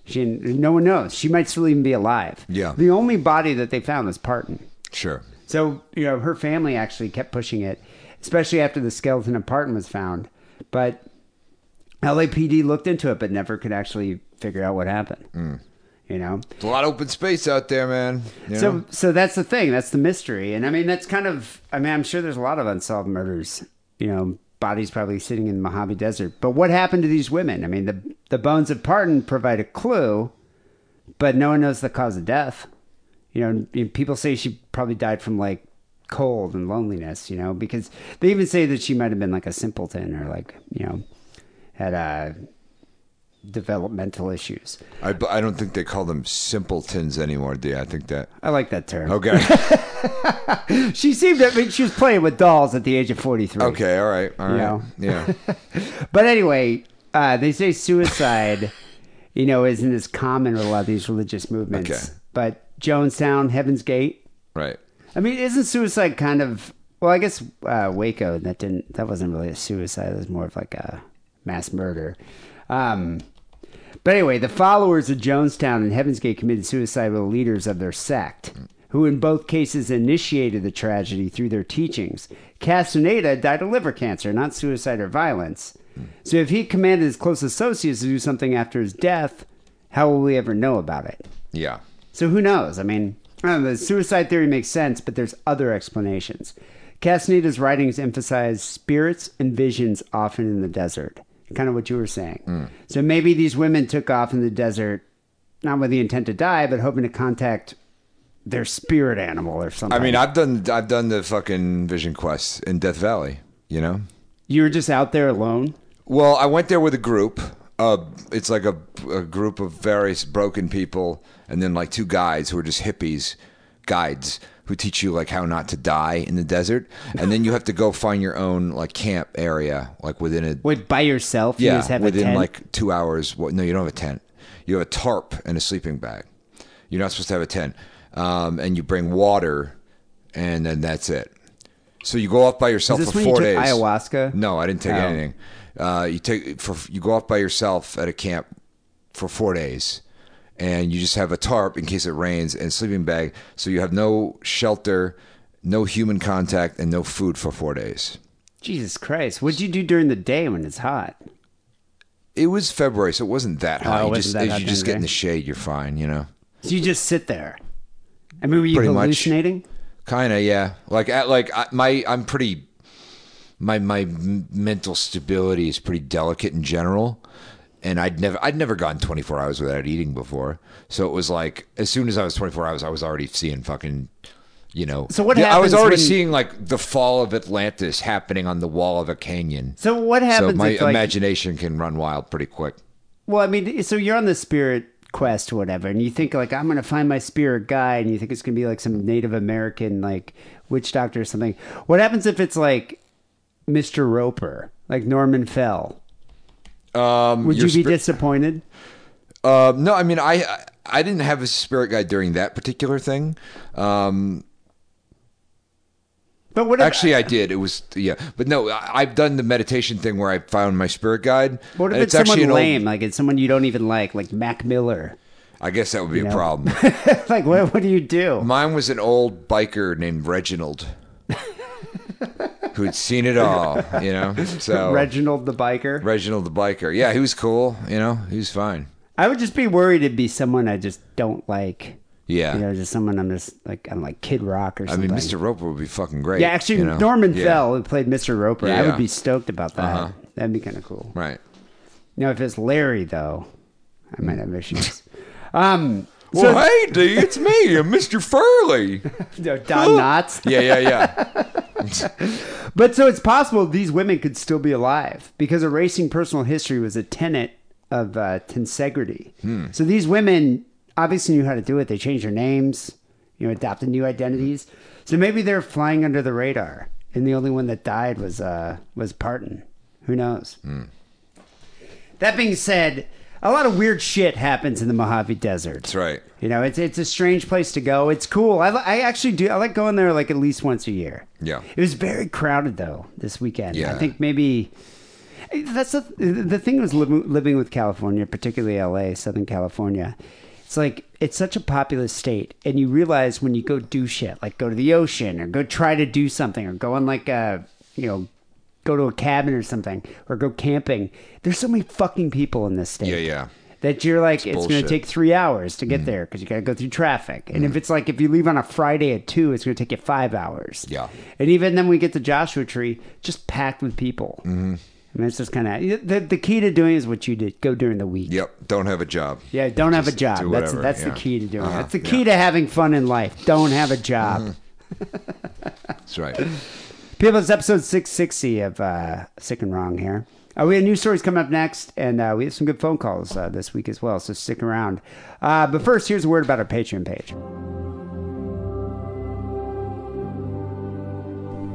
C: She no one knows. She might still even be alive.
D: Yeah.
C: The only body that they found was Parton.
D: Sure.
C: So you know, her family actually kept pushing it, especially after the skeleton of Parton was found. But LAPD looked into it, but never could actually figure out what happened. You know,
D: There's a lot of open space out there, man. You know?
C: so so that's the thing. That's the mystery. And I mean, that's kind of. I mean, I'm sure there's a lot of unsolved murders. You know, bodies probably sitting in the Mojave Desert. But what happened to these women? I mean, the the bones of Parton provide a clue, but no one knows the cause of death. You know, you- people say she probably died from like cold and loneliness. You know, because they even say that she might have been like a simpleton or like you know had uh, developmental issues.
D: I, I don't think they call them simpletons anymore, do you? I think that.
C: I like that term.
D: Okay.
C: She seemed I mean, she was playing with dolls at the age of 43.
D: okay. All right. All right.
C: Yeah.
D: Yeah.
C: But anyway, uh, they say suicide, you know, isn't as common with a lot of these religious movements.
D: Okay.
C: But Jonestown, Heaven's Gate.
D: Right.
C: I mean, isn't suicide kind of well, I guess uh, Waco that didn't that wasn't really a suicide, it was more of like a mass murder. Um but anyway, the followers of Jonestown and Heaven's Gate committed suicide with the leaders of their sect, who in both cases initiated the tragedy through their teachings. Castaneda died of liver cancer, not suicide or violence. So if he commanded his close associates to do something after his death, how will we ever know about it?
D: Yeah.
C: So who knows? I mean, I don't know, the suicide theory makes sense, but there's other explanations. Castaneda's writings emphasize spirits and visions often in the desert, kind of what you were saying.
D: Mm.
C: So maybe these women took off in the desert, not with the intent to die, but hoping to contact their spirit animal or something.
D: I mean, I've done I've done the fucking Vision Quest in Death Valley. You know.
C: you were just out there alone.
D: Well, I went there with a group. Uh, it's like a, a group of various broken people, and then like two guys who are just hippies guides who teach you like how not to die in the desert, and then you have to go find your own like camp area, like within a
C: Wait, by yourself? you just
D: yeah,
C: have a
D: within
C: tent?
D: like two hours. Well, no, you don't have a tent. You have a tarp and a sleeping bag. You're not supposed to have a tent. Um, and you bring water, and then that's it. So you go off by yourself
C: Is this
D: for
C: when you
D: four
C: took
D: days.
C: ayahuasca?
D: No, I didn't take
C: Oh.
D: anything. Uh, you take for you go off by yourself at a camp for four days, and you just have a tarp in case it rains and sleeping bag, so you have no shelter, no human contact, and no food for four days.
C: Jesus Christ. What'd you do during the day when it's hot?
D: It was February, so it wasn't that hot.
C: Oh, it
D: you
C: wasn't
D: just,
C: that
D: if
C: hot
D: you just
C: then,
D: get in
C: okay.
D: the shade, you're fine, you know.
C: So you just sit there. I mean, were you
D: Pretty much.
C: hallucinating?
D: Kinda, yeah. Like, at, like I, my, I'm pretty. My my m- mental stability is pretty delicate in general, and I'd never I'd never gone 24 hours without eating before. So it was like as soon as I was 24 hours, I was already seeing fucking. You know,
C: So what
D: Yeah, I was
C: happens
D: already
C: when-
D: seeing like the fall of Atlantis happening on the wall of a canyon.
C: So what
D: So
C: happens
D: my
C: if like
D: imagination can run wild pretty quick.
C: Well, I mean, so you're on the spirit quest, whatever, and you think like I'm gonna find my spirit guide, and you think it's gonna be like some Native American like witch doctor or something. What happens if it's like Mr. Roper, like Norman Fell?
D: Um,
C: Would
D: your
C: you be
D: spir-
C: disappointed?
D: Um, no, I mean, I I- I didn't have a spirit guide during that particular thing. Um,
C: But what if,
D: actually, I did. It was yeah, but no, I, I've done the meditation thing where I found my spirit guide.
C: what if
D: and
C: it's, someone
D: an old-
C: lame, like it's someone you don't even like, like Mac Miller?
D: I guess that would be a
C: know?
D: problem.
C: like what? What do you do?
D: Mine was an old biker named Reginald, who'd seen it all. You know, so
C: Reginald the biker.
D: Reginald the biker. Yeah, he was cool. You know, he was fine.
C: I would just be worried it'd be someone I just don't like.
D: Yeah.
C: You know, just someone I'm just like I'm like Kid Rock or
D: I
C: something.
D: mean, Mr. Roper would be fucking great.
C: Yeah, actually,
D: you know?
C: Norman
D: Yeah.
C: Fell, who played Mr. Roper, I
D: Yeah. Uh-huh.
C: would be stoked about that. That'd be kind of cool.
D: Right.
C: Now, if it's Larry, though, I might have issues. um,
D: well, hey, D, it's me, I'm Mr. Furley.
C: no, Don Knotts.
D: Yeah, yeah, yeah.
C: But so it's possible these women could still be alive because erasing personal history was a tenet of uh, tensegrity. So these women obviously knew how to do it. They changed their names, you know, adopted new identities. So maybe they're flying under the radar, and the only one that died was uh, was Parton. Who knows? That being said, a lot of weird shit happens in the Mojave Desert.
D: That's right.
C: You know, it's it's a strange place to go. It's cool. I, li- I actually do. I like going there like at least once a year.
D: Yeah.
C: It was very crowded though this weekend. I
D: Yeah.
C: think maybe that's the the thing was living, living with California, particularly L.A., Southern California. It's like it's such a populous state, and you realize when you go do shit, like go to the ocean or go try to do something or go on like a you know go to a cabin or something or go camping. There's so many fucking people in this state
D: Yeah, yeah.
C: that you're like it's, going to
D: bullshit. Mm.
C: take three hours to get there because you got to go through traffic and if it's like if you leave on a friday at two it's going to take you five hours
D: Yeah.
C: and even then we get to joshua tree just packed with people mm-hmm. i mean it's just kind of the, the key to doing is what you did go during the week
D: Yep. Don't have a job.
C: yeah don't have a
D: Just
C: job
D: do
C: that's
D: whatever,
C: that's
D: yeah.
C: the key to doing it
D: Uh-huh,
C: that's the
D: yeah. Mm-hmm.
C: key to having fun in life don't have a job
D: That's right.
C: People, it's episode 660 of uh, Sick and Wrong here. Uh, we have new stories coming up next, and uh, we have some good phone calls uh, this week as well, so stick around. Uh, but first, here's a word about our Patreon page.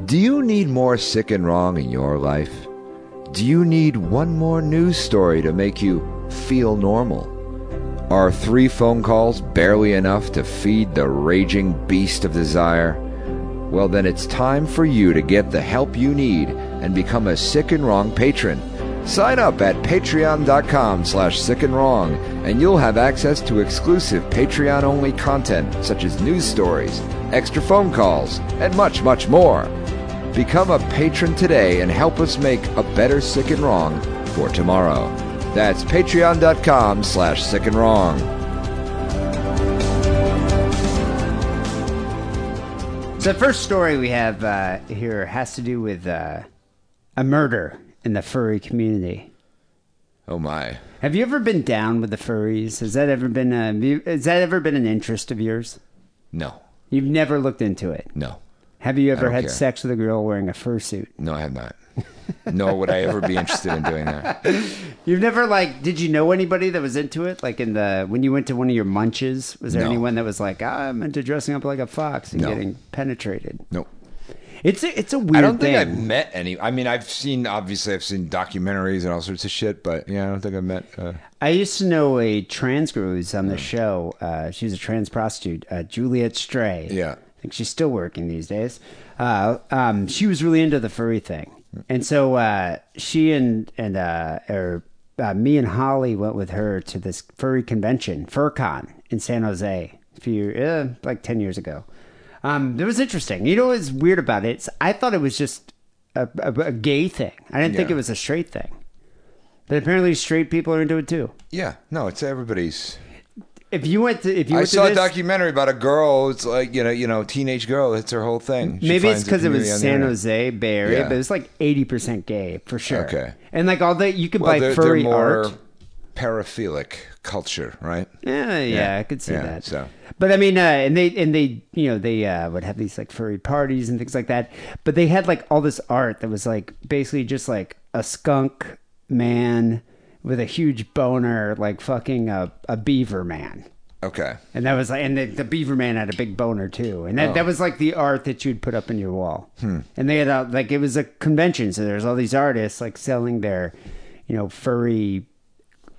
D: Do you need more sick and wrong in your life? Do you need one more news story to make you feel normal? Are three phone calls barely enough to feed the raging beast of desire? Well, then it's time for you to get the help you need and become a Sick and Wrong patron. Sign up at patreon.com slash sick and wrong, and you'll have access to exclusive Patreon only content such as news stories, extra phone calls, and much, much more. Become a patron today and help us make a better Sick and Wrong for tomorrow. That's patreon.com slash sick and wrong.
C: The first story we have uh, here has to do with uh, a murder in the furry community.
D: Oh my.
C: Have you ever been down with the furries? Has that ever been a, has that ever been an interest of yours?
D: No.
C: You've never looked into it.
D: No.
C: Have you ever
D: don't
C: had
D: care.
C: sex with a girl wearing a fursuit?
D: No, I have not. nor would I ever be interested in doing that.
C: You've never like, did you know anybody that was into it? Like in the when you went to one of your munches, was there
D: No.
C: anyone that was like, "Ah, I'm into dressing up like a fox and
D: No.
C: getting penetrated?
D: Nope.
C: It's a, it's a weird
D: I don't
C: thing.
D: think I've met any. I mean, I've seen obviously I've seen documentaries and all sorts of shit, but yeah, I don't think I've met. Uh,
C: I used to know a trans girl who was on the
D: Hmm.
C: show. Uh, she was a trans prostitute, uh, Juliet Stray.
D: Yeah.
C: I think she's still working these days. Uh, um, she was really into the furry thing, and so uh, she and and uh, or uh, me and Holly went with her to this furry convention, FurCon, in San Jose, a few uh, like ten years ago. Um, it was interesting. You know what's weird about it? It's- I thought it was just a, a, a gay thing. I didn't think
D: Yeah.
C: it was a straight thing. But apparently, straight people are into it too.
D: yeah, no, it's everybody's.
C: If you went to, if you
D: I
C: went
D: saw
C: to
D: a
C: this,
D: documentary about a girl. It's like you know, you know, teenage girl. It's her whole thing. She
C: maybe it's
D: finds a
C: because it
D: community
C: was
D: on the
C: San
D: internet.
C: Jose Bay Area,
D: Yeah.
C: but it's like eighty percent gay for sure.
D: Okay.
C: and like all the you could
D: Well,
C: buy
D: they're,
C: furry
D: they're more
C: art.
D: paraphilic culture, right?
C: Yeah, yeah,
D: Yeah.
C: I could see
D: Yeah,
C: that.
D: so.
C: But I mean, uh, and they and they, you know, they uh, would have these like furry parties and things like that. But they had like all this art that was like basically just like a skunk man with a huge boner, like fucking a, a beaver man.
D: Okay.
C: And that was like, and the, the Beaver Man had a big boner too, and
D: Oh.
C: that, that was like the art that you'd put up in your wall.
D: Hmm.
C: And they had a, like it was a convention, so there's all these artists like selling their, you know, furry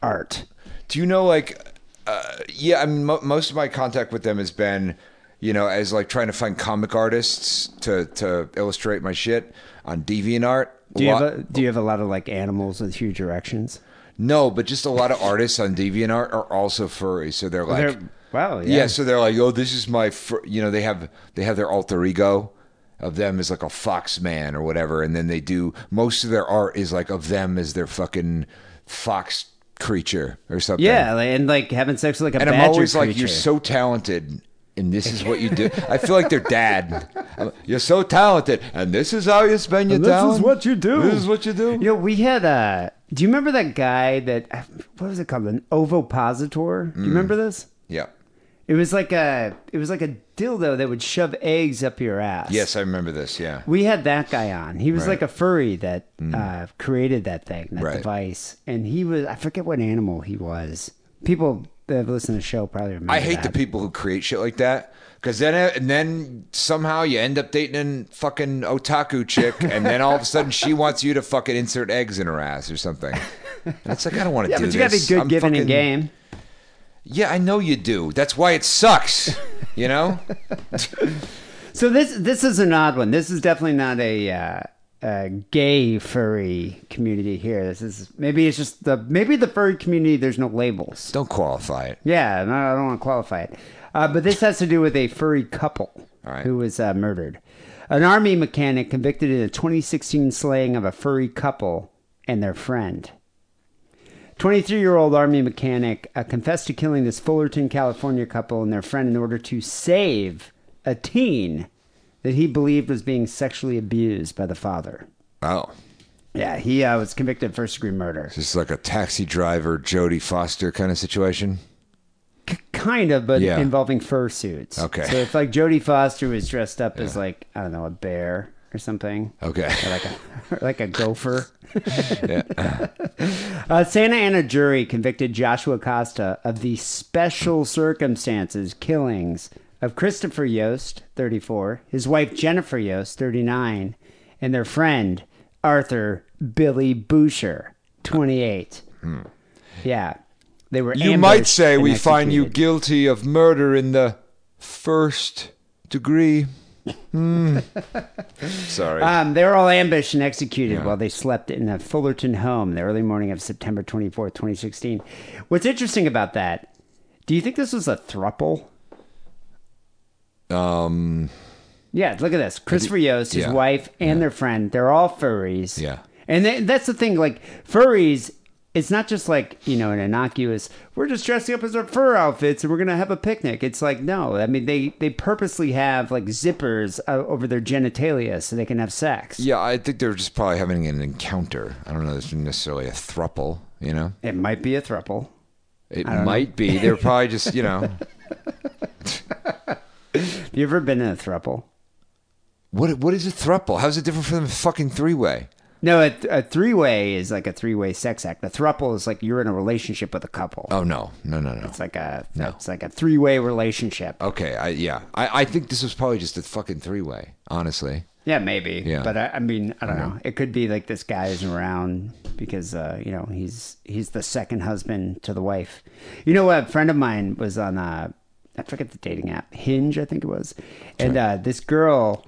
C: art.
D: Do you know like, uh, yeah? I mean, mo- most of my contact with them has been, you know, as like trying to find comic artists to to illustrate my shit on DeviantArt.
C: Do you
D: Lot-
C: have a, do you have a lot of like animals with huge erections?
D: no, but just a lot of artists on DeviantArt are also furry, so they're like,
C: They're- wow, yeah.
D: yeah. so they're like, oh, this is my, fur-, you know, they have they have their alter ego of them as like a fox man or whatever, and then they do most of their art is like of them as their fucking fox creature or something.
C: Yeah, like, and like having sex with like a
D: And I'm
C: badger
D: always like,
C: creature.
D: you're so talented, and this is what you do. I feel like their dad. I'm- You're so talented, and this is how you spend your
C: And this
D: talent.
C: is what you do.
D: This is what you do.
C: You know, we had uh Do you remember that guy that uh, what was it called? An ovipositor?
D: Hmm.
C: Do you remember this?
D: yeah.
C: It was like a it was like a dildo that would shove eggs up your ass.
D: Yes, I remember this. Yeah.
C: We had that guy on. He was
D: Right. Mm.
C: like a furry that uh, created that thing, that
D: Right.
C: device. And he was, I forget what animal he was. People that have listened to the show probably remember.
D: I hate the
C: that.
D: people who create shit like that. Cause then, uh, and then somehow you end up dating a fucking otaku chick, and then all of a sudden she wants you to fucking insert eggs in her ass or something. And it's like I don't want to
C: Yeah,
D: do
C: but
D: this.
C: you gotta be good
D: I'm
C: giving
D: fucking-
C: and game.
D: Yeah, I know you do. That's why it sucks. You know?
C: So this this is an odd one. This is definitely not a, uh, a gay furry community here. This is maybe it's just the maybe the furry community. There's no labels.
D: don't qualify it.
C: Yeah, no, I don't want to qualify it. Uh, but this has to do with a furry couple
D: All right.
C: who was uh, murdered. An army mechanic convicted in a 2016 slaying of a furry couple and their friend. 23 year old Army mechanic uh, confessed to killing this Fullerton, California couple and their friend in order to save a teen that he believed was being sexually abused by the father.
D: Oh.
C: Yeah, he uh, was convicted of first degree murder.
D: Just like a taxi driver, Jodie Foster kind of situation.
C: K- kind of, but
D: Yeah.
C: involving fursuits.
D: Okay.
C: So if like Jodie Foster was dressed up as like I don't know a bear or something,
D: Okay.
C: like a or like a gopher.
D: Yeah.
C: A Santa Ana jury convicted Joshua Costa of the special circumstances killings of Christopher Yost, 34, his wife Jennifer Yost, 39, and their friend Arthur Billy Boucher, 28. Yeah. They were
D: Hmm. You might
C: ambushed
D: say
C: and
D: we find you
C: executed.
D: guilty of murder in the first degree. Hmm. Sorry.
C: Um, they were all ambushed and executed while they slept in a Fullerton home the early morning of September 24th, 2016. What's interesting about that, do you think this was a thruple?
D: um,
C: Yeah, look at this. Christopher Yost, his
D: yeah.
C: wife, and their friend, they're all furries.
D: Yeah.
C: And they, that's the thing, like, furries, it's not just like, you know, an innocuous, we're just dressing up as our fur outfits and we're going to have a picnic. It's like, no, I mean, they, they purposely have, like, zippers uh, over their genitalia so they can have sex.
D: yeah, I think they're just probably having an encounter. I don't know. This is necessarily a thruple. You know,
C: It might be a thruple.
D: it might be. They're probably just you know.
C: Have you ever been in a thruple?
D: What what is a thruple? How's it different from a fucking three way?
C: No, a, a three way is like a three way sex act. A thruple is like you're in a relationship with a couple.
D: Oh no, no, no, no.
C: It's like a it's like a three way relationship.
D: Okay, I yeah, I, I think this was probably just a fucking three way. Honestly,
C: Yeah, maybe.
D: Yeah.
C: But I, I mean, I don't know. It could be like this guy isn't around because uh, you know he's he's the second husband to the wife. You know what? A friend of mine was on uh, I forget the dating app, Hinge, I think it was, and uh, this girl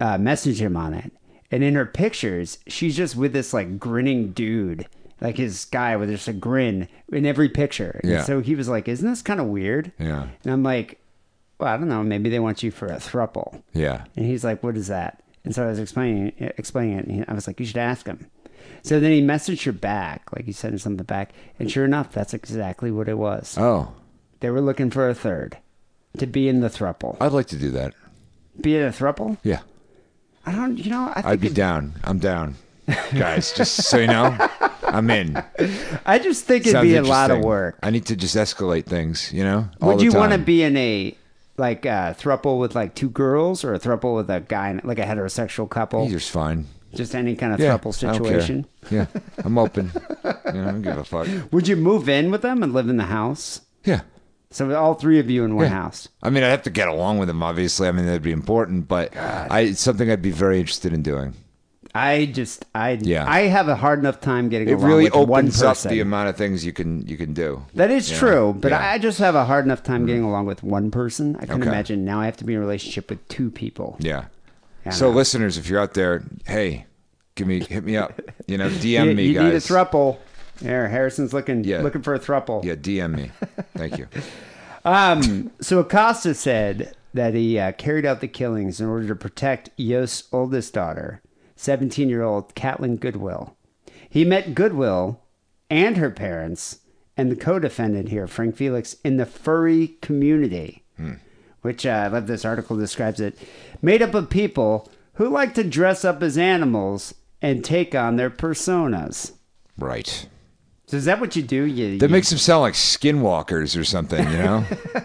C: uh, messaged him on it, and in her pictures, she's just with this like grinning dude. Like his guy with just a grin in every picture. And
D: Yeah.
C: so he was like, Isn't this kind of weird?
D: Yeah.
C: And I'm like, Well, I don't know. Maybe they want you for a thruple.
D: yeah,
C: And he's like, "What is that?" And so I was explaining explaining it, and he- I was like, "You should ask him." So then he messaged her back, like he sent something back, and sure enough, that's exactly what it was.
D: oh,
C: They were looking for a third to be in the thruple.
D: I'd like to do that.
C: Be in a thruple?
D: Yeah,
C: I don't, you know, I think
D: I'd be
C: it-
D: down. I'm down, guys. Just so you know, I'm in.
C: I just think it'd
D: Sounds
C: be a lot of
D: interesting.
C: work.
D: I need to just escalate things. You know, all
C: Would
D: the
C: you want to
D: time.
C: be in a like a thruple with like two girls or a thruple with a guy, and- like a heterosexual couple?
D: Either's fine.
C: Just any kind of
D: Yeah,
C: thruple
D: I don't care.
C: situation.
D: Yeah, I'm open. You know, I don't give a fuck.
C: Would you move in with them and live in the house?
D: Yeah.
C: So all three of you in one
D: Yeah.
C: house.
D: I mean, I'd have to get along with them, obviously. I mean, that'd be important, but I, it's something I'd be very interested in doing.
C: I just I
D: Yeah.
C: I have a hard enough time getting
D: It
C: along
D: really
C: with one
D: opens up
C: person.
D: the amount of things you can you can do.
C: that is
D: Yeah.
C: true, but
D: Yeah. Mm-hmm.
C: I just have a hard enough time getting along with one person. I can
D: Okay.
C: imagine now I have to be in a relationship with two people.
D: Yeah.
C: Yeah,
D: so,
C: no.
D: listeners, if you're out there, hey, give me hit me up. You know, DM
C: you
D: me,
C: you
D: guys.
C: need a thruple. There, Harrison's looking
D: Yeah.
C: looking for a thruple.
D: Yeah, DM me. Thank you.
C: Um, so Acosta said that he uh, carried out the killings in order to protect Yost's oldest daughter, 17 year old Catlin Goodwill. He met Goodwill and her parents and the co defendant here, Frank Felix, in the furry community,
D: Hmm.
C: which uh, I love this article describes it, made up of people who like to dress up as animals and take on their personas.
D: Right.
C: So is that what you do? You,
D: That
C: you-
D: makes them sound like skinwalkers or something, you know?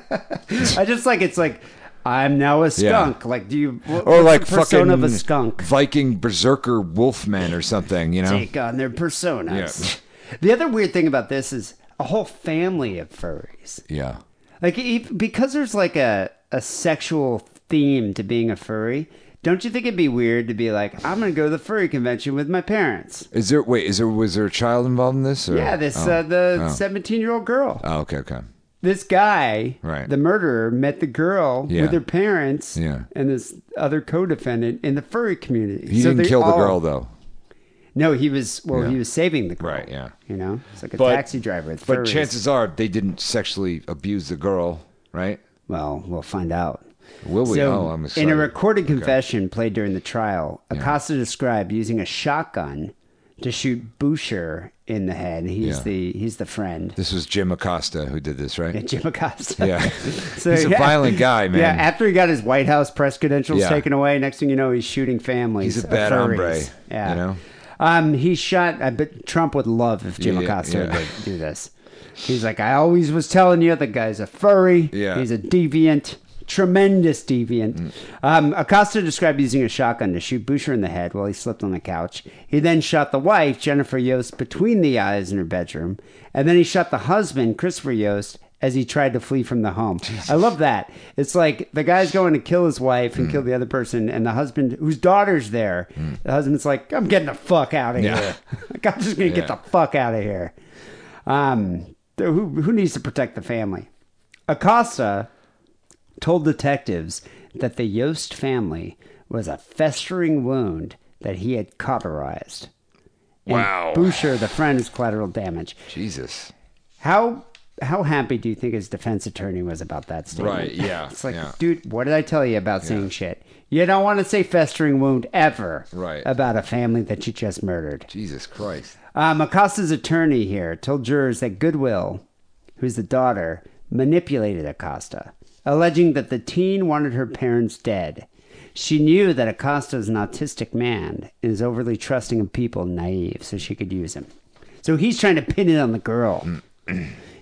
C: I just like it's like I'm now a skunk. Like, do you what,
D: or
C: what's
D: like
C: the persona
D: fucking
C: of a skunk
D: Viking berserker wolfman or something, you know?
C: take on their personas? The other weird thing about this is a whole family of furries.
D: Yeah.
C: Like, ev- because there's like a a sexual theme to being a furry. Don't you think it'd be weird to be like, I'm gonna go to the furry convention with my parents?
D: Is there wait, is there was there a child involved in this? Or?
C: Yeah, this
D: oh.
C: uh, the
D: Oh.
C: 17 year old girl.
D: Oh, okay, okay.
C: This guy,
D: Right.
C: the murderer, met the girl
D: Yeah.
C: with her parents
D: Yeah.
C: and this other co-defendant in the furry community.
D: He
C: So
D: didn't
C: they
D: kill the
C: all-
D: girl though.
C: No, he was well. He
D: Yeah.
C: was saving the girl.
D: Right, yeah.
C: You know, it's like a
D: But-
C: taxi driver. With
D: But
C: furries.
D: chances are they didn't sexually abuse the girl, right?
C: Well, we'll find out.
D: Will we?
C: So,
D: oh, I'm
C: in
D: excited.
C: a recorded confession played during the trial, Acosta described using a shotgun to shoot Boucher in the head. He's
D: Yeah.
C: the he's the friend.
D: This was Jim Acosta who did this, right?
C: Jim Acosta.
D: Yeah.
C: So,
D: He's a
C: yeah.
D: violent guy, man.
C: Yeah, after he got his White House press credentials
D: Yeah.
C: taken away, next thing you know, he's shooting families.
D: He's a
C: of
D: bad
C: furries.
D: hombre,
C: Yeah.
D: you know?
C: Um, he shot. I bet Trump would love if Jim
D: Yeah,
C: Acosta
D: yeah.
C: would do this. He's like, I always was telling you, the guy's a furry.
D: Yeah.
C: He's a deviant, tremendous deviant.
D: Mm.
C: Um, Acosta described using a shotgun to shoot Boucher in the head while he slept on the couch. He then shot the wife, Jennifer Yost, between the eyes in her bedroom, and then he shot the husband, Christopher Yost. As he tried to flee from the home, I love that. It's like the guy's going to kill his wife
D: Mm.
C: and kill the other person, and the husband, whose daughter's there, the husband's like, "I'm getting the fuck out of
D: Yeah.
C: here. Like, I'm just gonna get
D: Yeah.
C: the fuck out of here." Um, th- who who needs to protect the family? Acosta told detectives that the Yost family was a festering wound that he had cauterized. And
D: Wow.
C: Boucher, the friend, is collateral damage.
D: Jesus.
C: How how happy do you think his defense attorney was about that statement?
D: Right, yeah,
C: it's like,
D: yeah.
C: dude, what did I tell you about saying shit? You don't want to say festering wound ever
D: Right.
C: about a family that you just murdered.
D: Jesus Christ.
C: Um, Acosta's attorney here told jurors that Goodwill, who's the daughter, manipulated Acosta, alleging that the teen wanted her parents dead. She knew that Acosta is an autistic man and is overly trusting of people, and naive, so she could use him. So he's trying to pin it on the girl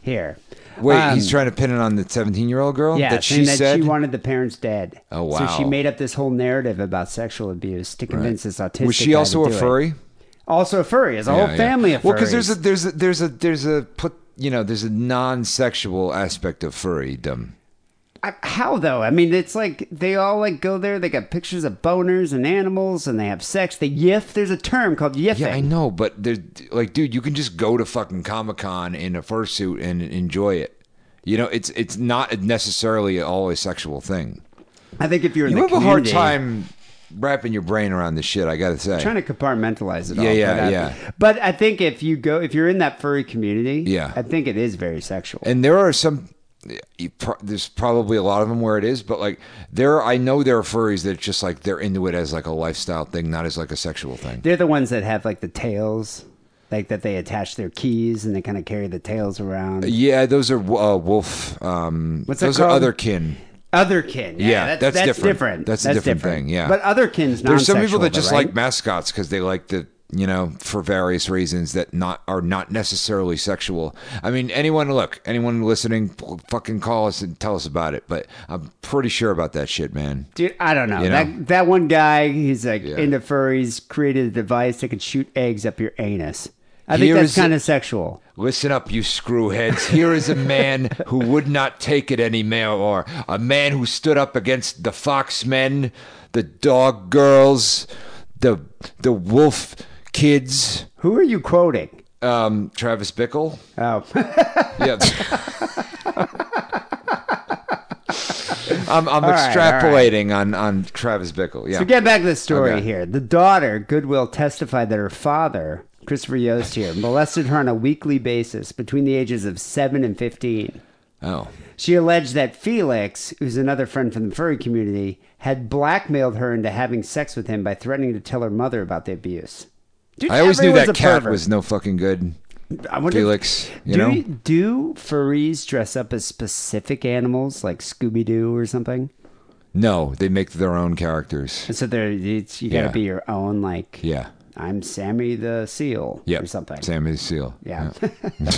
C: here.
D: Wait,
C: Um,
D: he's trying to pin it on the 17 year old girl
C: yeah,
D: that
C: saying
D: she
C: that
D: said.
C: she wanted the parents dead.
D: Oh,
C: So
D: wow.
C: she made up this whole narrative about sexual abuse to convince this autistic.
D: was she
C: guy
D: also
C: to
D: a
C: do it.
D: furry?
C: also a furry. It's a whole
D: Yeah, yeah.
C: family of furries.
D: Well, because there's a there's a there's a there's a put you know there's a non-sexual aspect of furrydom.
C: I, how though? I mean, it's like they all like go there. They got pictures of boners and animals, and they have sex. They yiff. There's a term called yiffing.
D: Yeah, I know, but there's like, dude, you can just go to fucking Comic Con in a fursuit and enjoy it. You know, it's it's not necessarily all a sexual thing.
C: I think if you're in
D: You
C: the
D: have a hard
C: community-
D: time wrapping your brain around this shit. I gotta say,
C: trying to compartmentalize it all.
D: Yeah, yeah,
C: but I-
D: yeah.
C: But I think if you go, if you're in that furry community,
D: Yeah.
C: I think it is very sexual.
D: and there are some. you pro- There's probably a lot of them where it is, but like there, I know there are furries that just like they're into it as like a lifestyle thing, not as like a sexual thing.
C: They're the ones that have like the tails, like that they attach their keys and they kind of carry the tails around.
D: Yeah, those are uh, wolf. Um,
C: What's that
D: those
C: called?
D: are other kin.
C: Otherkin, yeah,
D: Yeah,
C: that's,
D: that's
C: that's different.
D: different. That's a different thing, yeah.
C: but otherkin's
D: There's some
C: non-sexual,
D: people that just
C: though,
D: like
C: right?
D: mascots because they like the you know for various reasons that not are not necessarily sexual. I mean, anyone look, anyone listening, p- fucking call us and tell us about it. But I'm pretty sure about that shit, man.
C: Dude, I don't know.
D: You
C: that
D: know?
C: that one guy, he's like
D: Yeah.
C: into furries, created a device that can shoot eggs up your anus. I think
D: Here's-
C: that's kind of sexual.
D: Listen up, you screwheads. Here is a man who would not take it any more. A man who stood up against the fox men, the dog girls, the the wolf kids.
C: Who are you quoting?
D: Um, Travis Bickle.
C: Oh,
D: Yeah. I'm, I'm
C: right,
D: extrapolating on, on Travis Bickle. Yeah.
C: So get back to the story
D: Okay.
C: here. The daughter, Goodwill, testified that her father, Christopher Yost here, molested her on a weekly basis between the ages of 7 and 15.
D: oh.
C: She alleged that Felix, who's another friend from the furry community, had blackmailed her into having sex with him by threatening to tell her mother about the abuse. Dude,
D: I always knew
C: everyone's
D: that
C: a
D: cat
C: pervert.
D: was no fucking good.
C: I wonder if-
D: Felix, you
C: do,
D: know?
C: do furries dress up as specific animals like Scooby Doo or something?
D: No, they make their own characters.
C: And so there, it's, you got to
D: Yeah.
C: be your own like.
D: Yeah.
C: I'm Sammy the Seal
D: Yeah.
C: or something.
D: Sammy Seal.
C: Yeah. All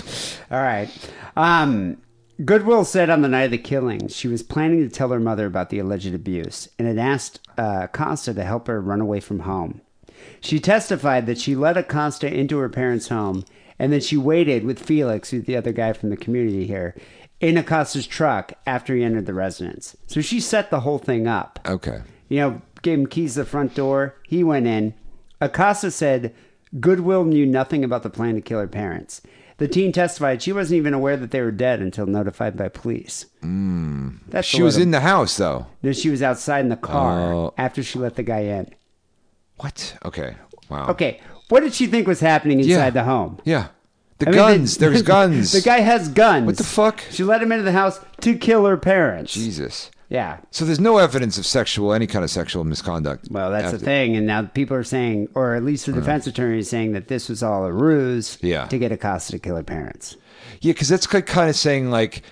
C: right. Um, Goodwill said on the night of the killing, she was planning to tell her mother about the alleged abuse and had asked uh, Costa to help her run away from home. She testified that she led Acosta into her parents' home and then she waited with Felix, who's the other guy from the community here, in Acosta's truck after he entered the residence. So she set the whole thing up
D: Okay.
C: you know, gave him keys to the front door. He went in. Acosta said Goodwill knew nothing about the plan to kill her parents. The teen testified she wasn't even aware that they were dead until notified by police. Mm. That's
D: Hmm. She was in the house, though.
C: No, she was outside in the car
D: Oh.
C: after she let the guy in.
D: What? Okay. Wow.
C: Okay, what did she think was happening inside
D: Yeah.
C: the home?
D: Yeah. The
C: I mean,
D: guns.
C: the-
D: There's guns.
C: the guy has guns.
D: What the fuck?
C: She let him into the house to kill her parents.
D: Jesus.
C: Yeah.
D: So there's no evidence of sexual, any kind of sexual misconduct.
C: Well, that's
D: after- Uh-huh.
C: the thing, and now people are saying, or at least the defense attorney is saying that this was all a ruse
D: Yeah.
C: to get Acosta to kill her parents.
D: Yeah, because that's kind of saying like,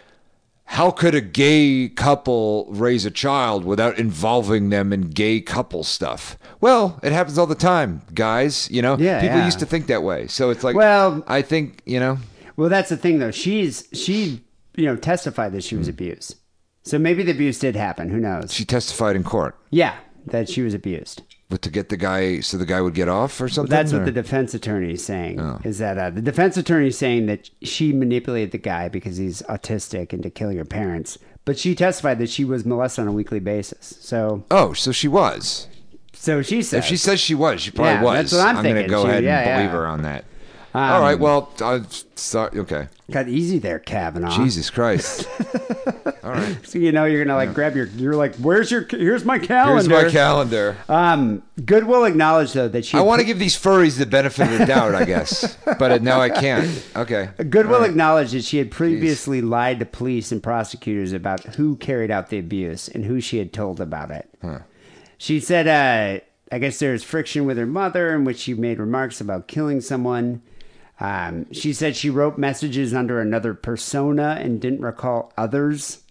D: how could a gay couple raise a child without involving them in gay couple stuff? Well, it happens all the time, guys. You know,
C: Yeah,
D: people
C: yeah.
D: used to think that way. So it's like,
C: Well-
D: I think you know,
C: Well, that's the thing, though. She's she, you know, testified that she was abused, so maybe the abuse did happen. Who knows?
D: Mm. she testified in court,
C: yeah, that she was abused.
D: but to get the guy so the guy would get off or something.
C: That's
D: or-
C: what the defense attorney is saying.
D: Oh.
C: Is that uh, the defense attorney is saying that she manipulated the guy because he's autistic and to kill your parents? But she testified that she was molested on a weekly basis. So,
D: Oh, so she was.
C: so she said
D: If she says she was, she probably
C: Yeah,
D: was.
C: that's what I'm
D: gonna
C: thinking,
D: go
C: too.
D: ahead
C: Yeah, Um,
D: and believe
C: yeah.
D: her on that. all right. Well, I'm sorry. Okay.
C: got easy there, Kavanaugh.
D: Jesus Christ. all right.
C: So you know you're gonna like grab your. You're like, where's your? Here's my
D: Here's
C: calendar.
D: my calendar.
C: um, Goodwill acknowledged though that she.
D: I want to give these furries the benefit of the doubt, I guess, but uh, now I can't. Okay.
C: Goodwill acknowledged that she had previously lied to police and prosecutors about who carried out the abuse and who she had told about it. She said, uh, I guess there was friction with her mother in which she made remarks about killing someone. Um, she said she wrote messages under another persona and didn't recall others.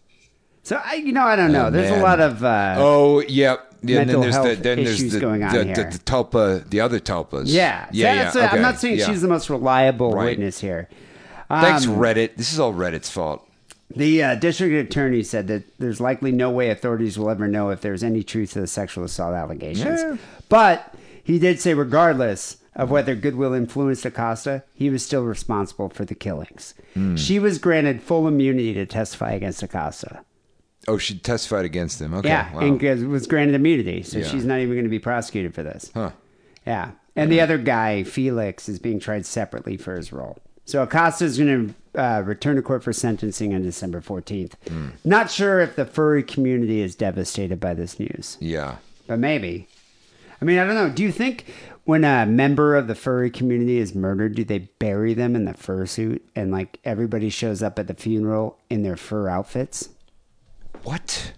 C: So I, you know, I don't know. There's a
D: Oh, man.
C: lot of uh,
D: Oh, yep. Yeah, and
C: Mental
D: then there's the
C: health
D: then
C: issues
D: there's the
C: going on
D: the,
C: here.
D: the, the tulpa, the other tulpas.
C: Yeah. So
D: yeah,
C: that's
D: yeah.
C: what- I'm
D: okay,
C: not saying
D: yeah.
C: she's um, the most reliable
D: Right.
C: witness here.
D: Thanks, Reddit. This is all Reddit's fault.
C: The uh, district attorney said that there's likely no way authorities will ever know if there's any truth to the sexual assault allegations. But he did say, regardless, of whether Goodwill influenced Acosta, he was still responsible for the killings.
D: Hmm.
C: She was granted full immunity to testify against Acosta.
D: Oh, she testified against him. Okay.
C: Yeah,
D: wow.
C: and g- was granted immunity, so
D: Yeah.
C: she's not even going to be prosecuted for this.
D: Huh.
C: Yeah, and the other guy, Felix, is being tried separately for his role. So Acosta is going to uh, return to court for sentencing on December fourteenth.
D: Hmm.
C: Not sure if the furry community is devastated by this news,
D: Yeah.
C: but maybe. I mean, I don't know. Do you think when a member of the furry community is murdered, do they bury them in the fursuit and like everybody shows up at the funeral in their fur outfits?
D: What?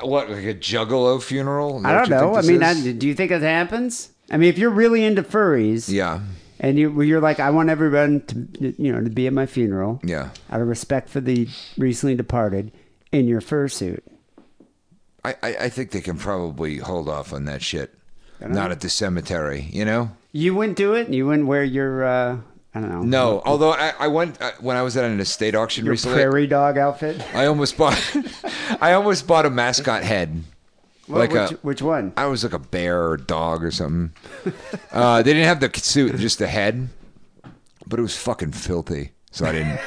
D: What like a juggalo funeral? Is
C: I
D: that
C: don't
D: what you think
C: know. I
D: this
C: mean,
D: is?
C: I, do you think that happens? I mean, if you're really into furries,
D: yeah,
C: and you, you're like, I want everyone to, you know, to be at my funeral,
D: yeah.
C: out of respect for the recently departed, in your fursuit.
D: I, I, I think they can probably hold off on that shit. Not at the cemetery, you know.
C: You wouldn't do it. You wouldn't wear your, uh, I don't know,
D: No, although I, I went I, when I was at an estate auction
C: your
D: recently.
C: prairie dog outfit.
D: I almost bought, I almost bought a mascot head,
C: What-
D: like
C: which,
D: a
C: which one?
D: I was like a bear or dog or something. uh, they didn't have the suit, just the head, but it was fucking filthy, so I didn't.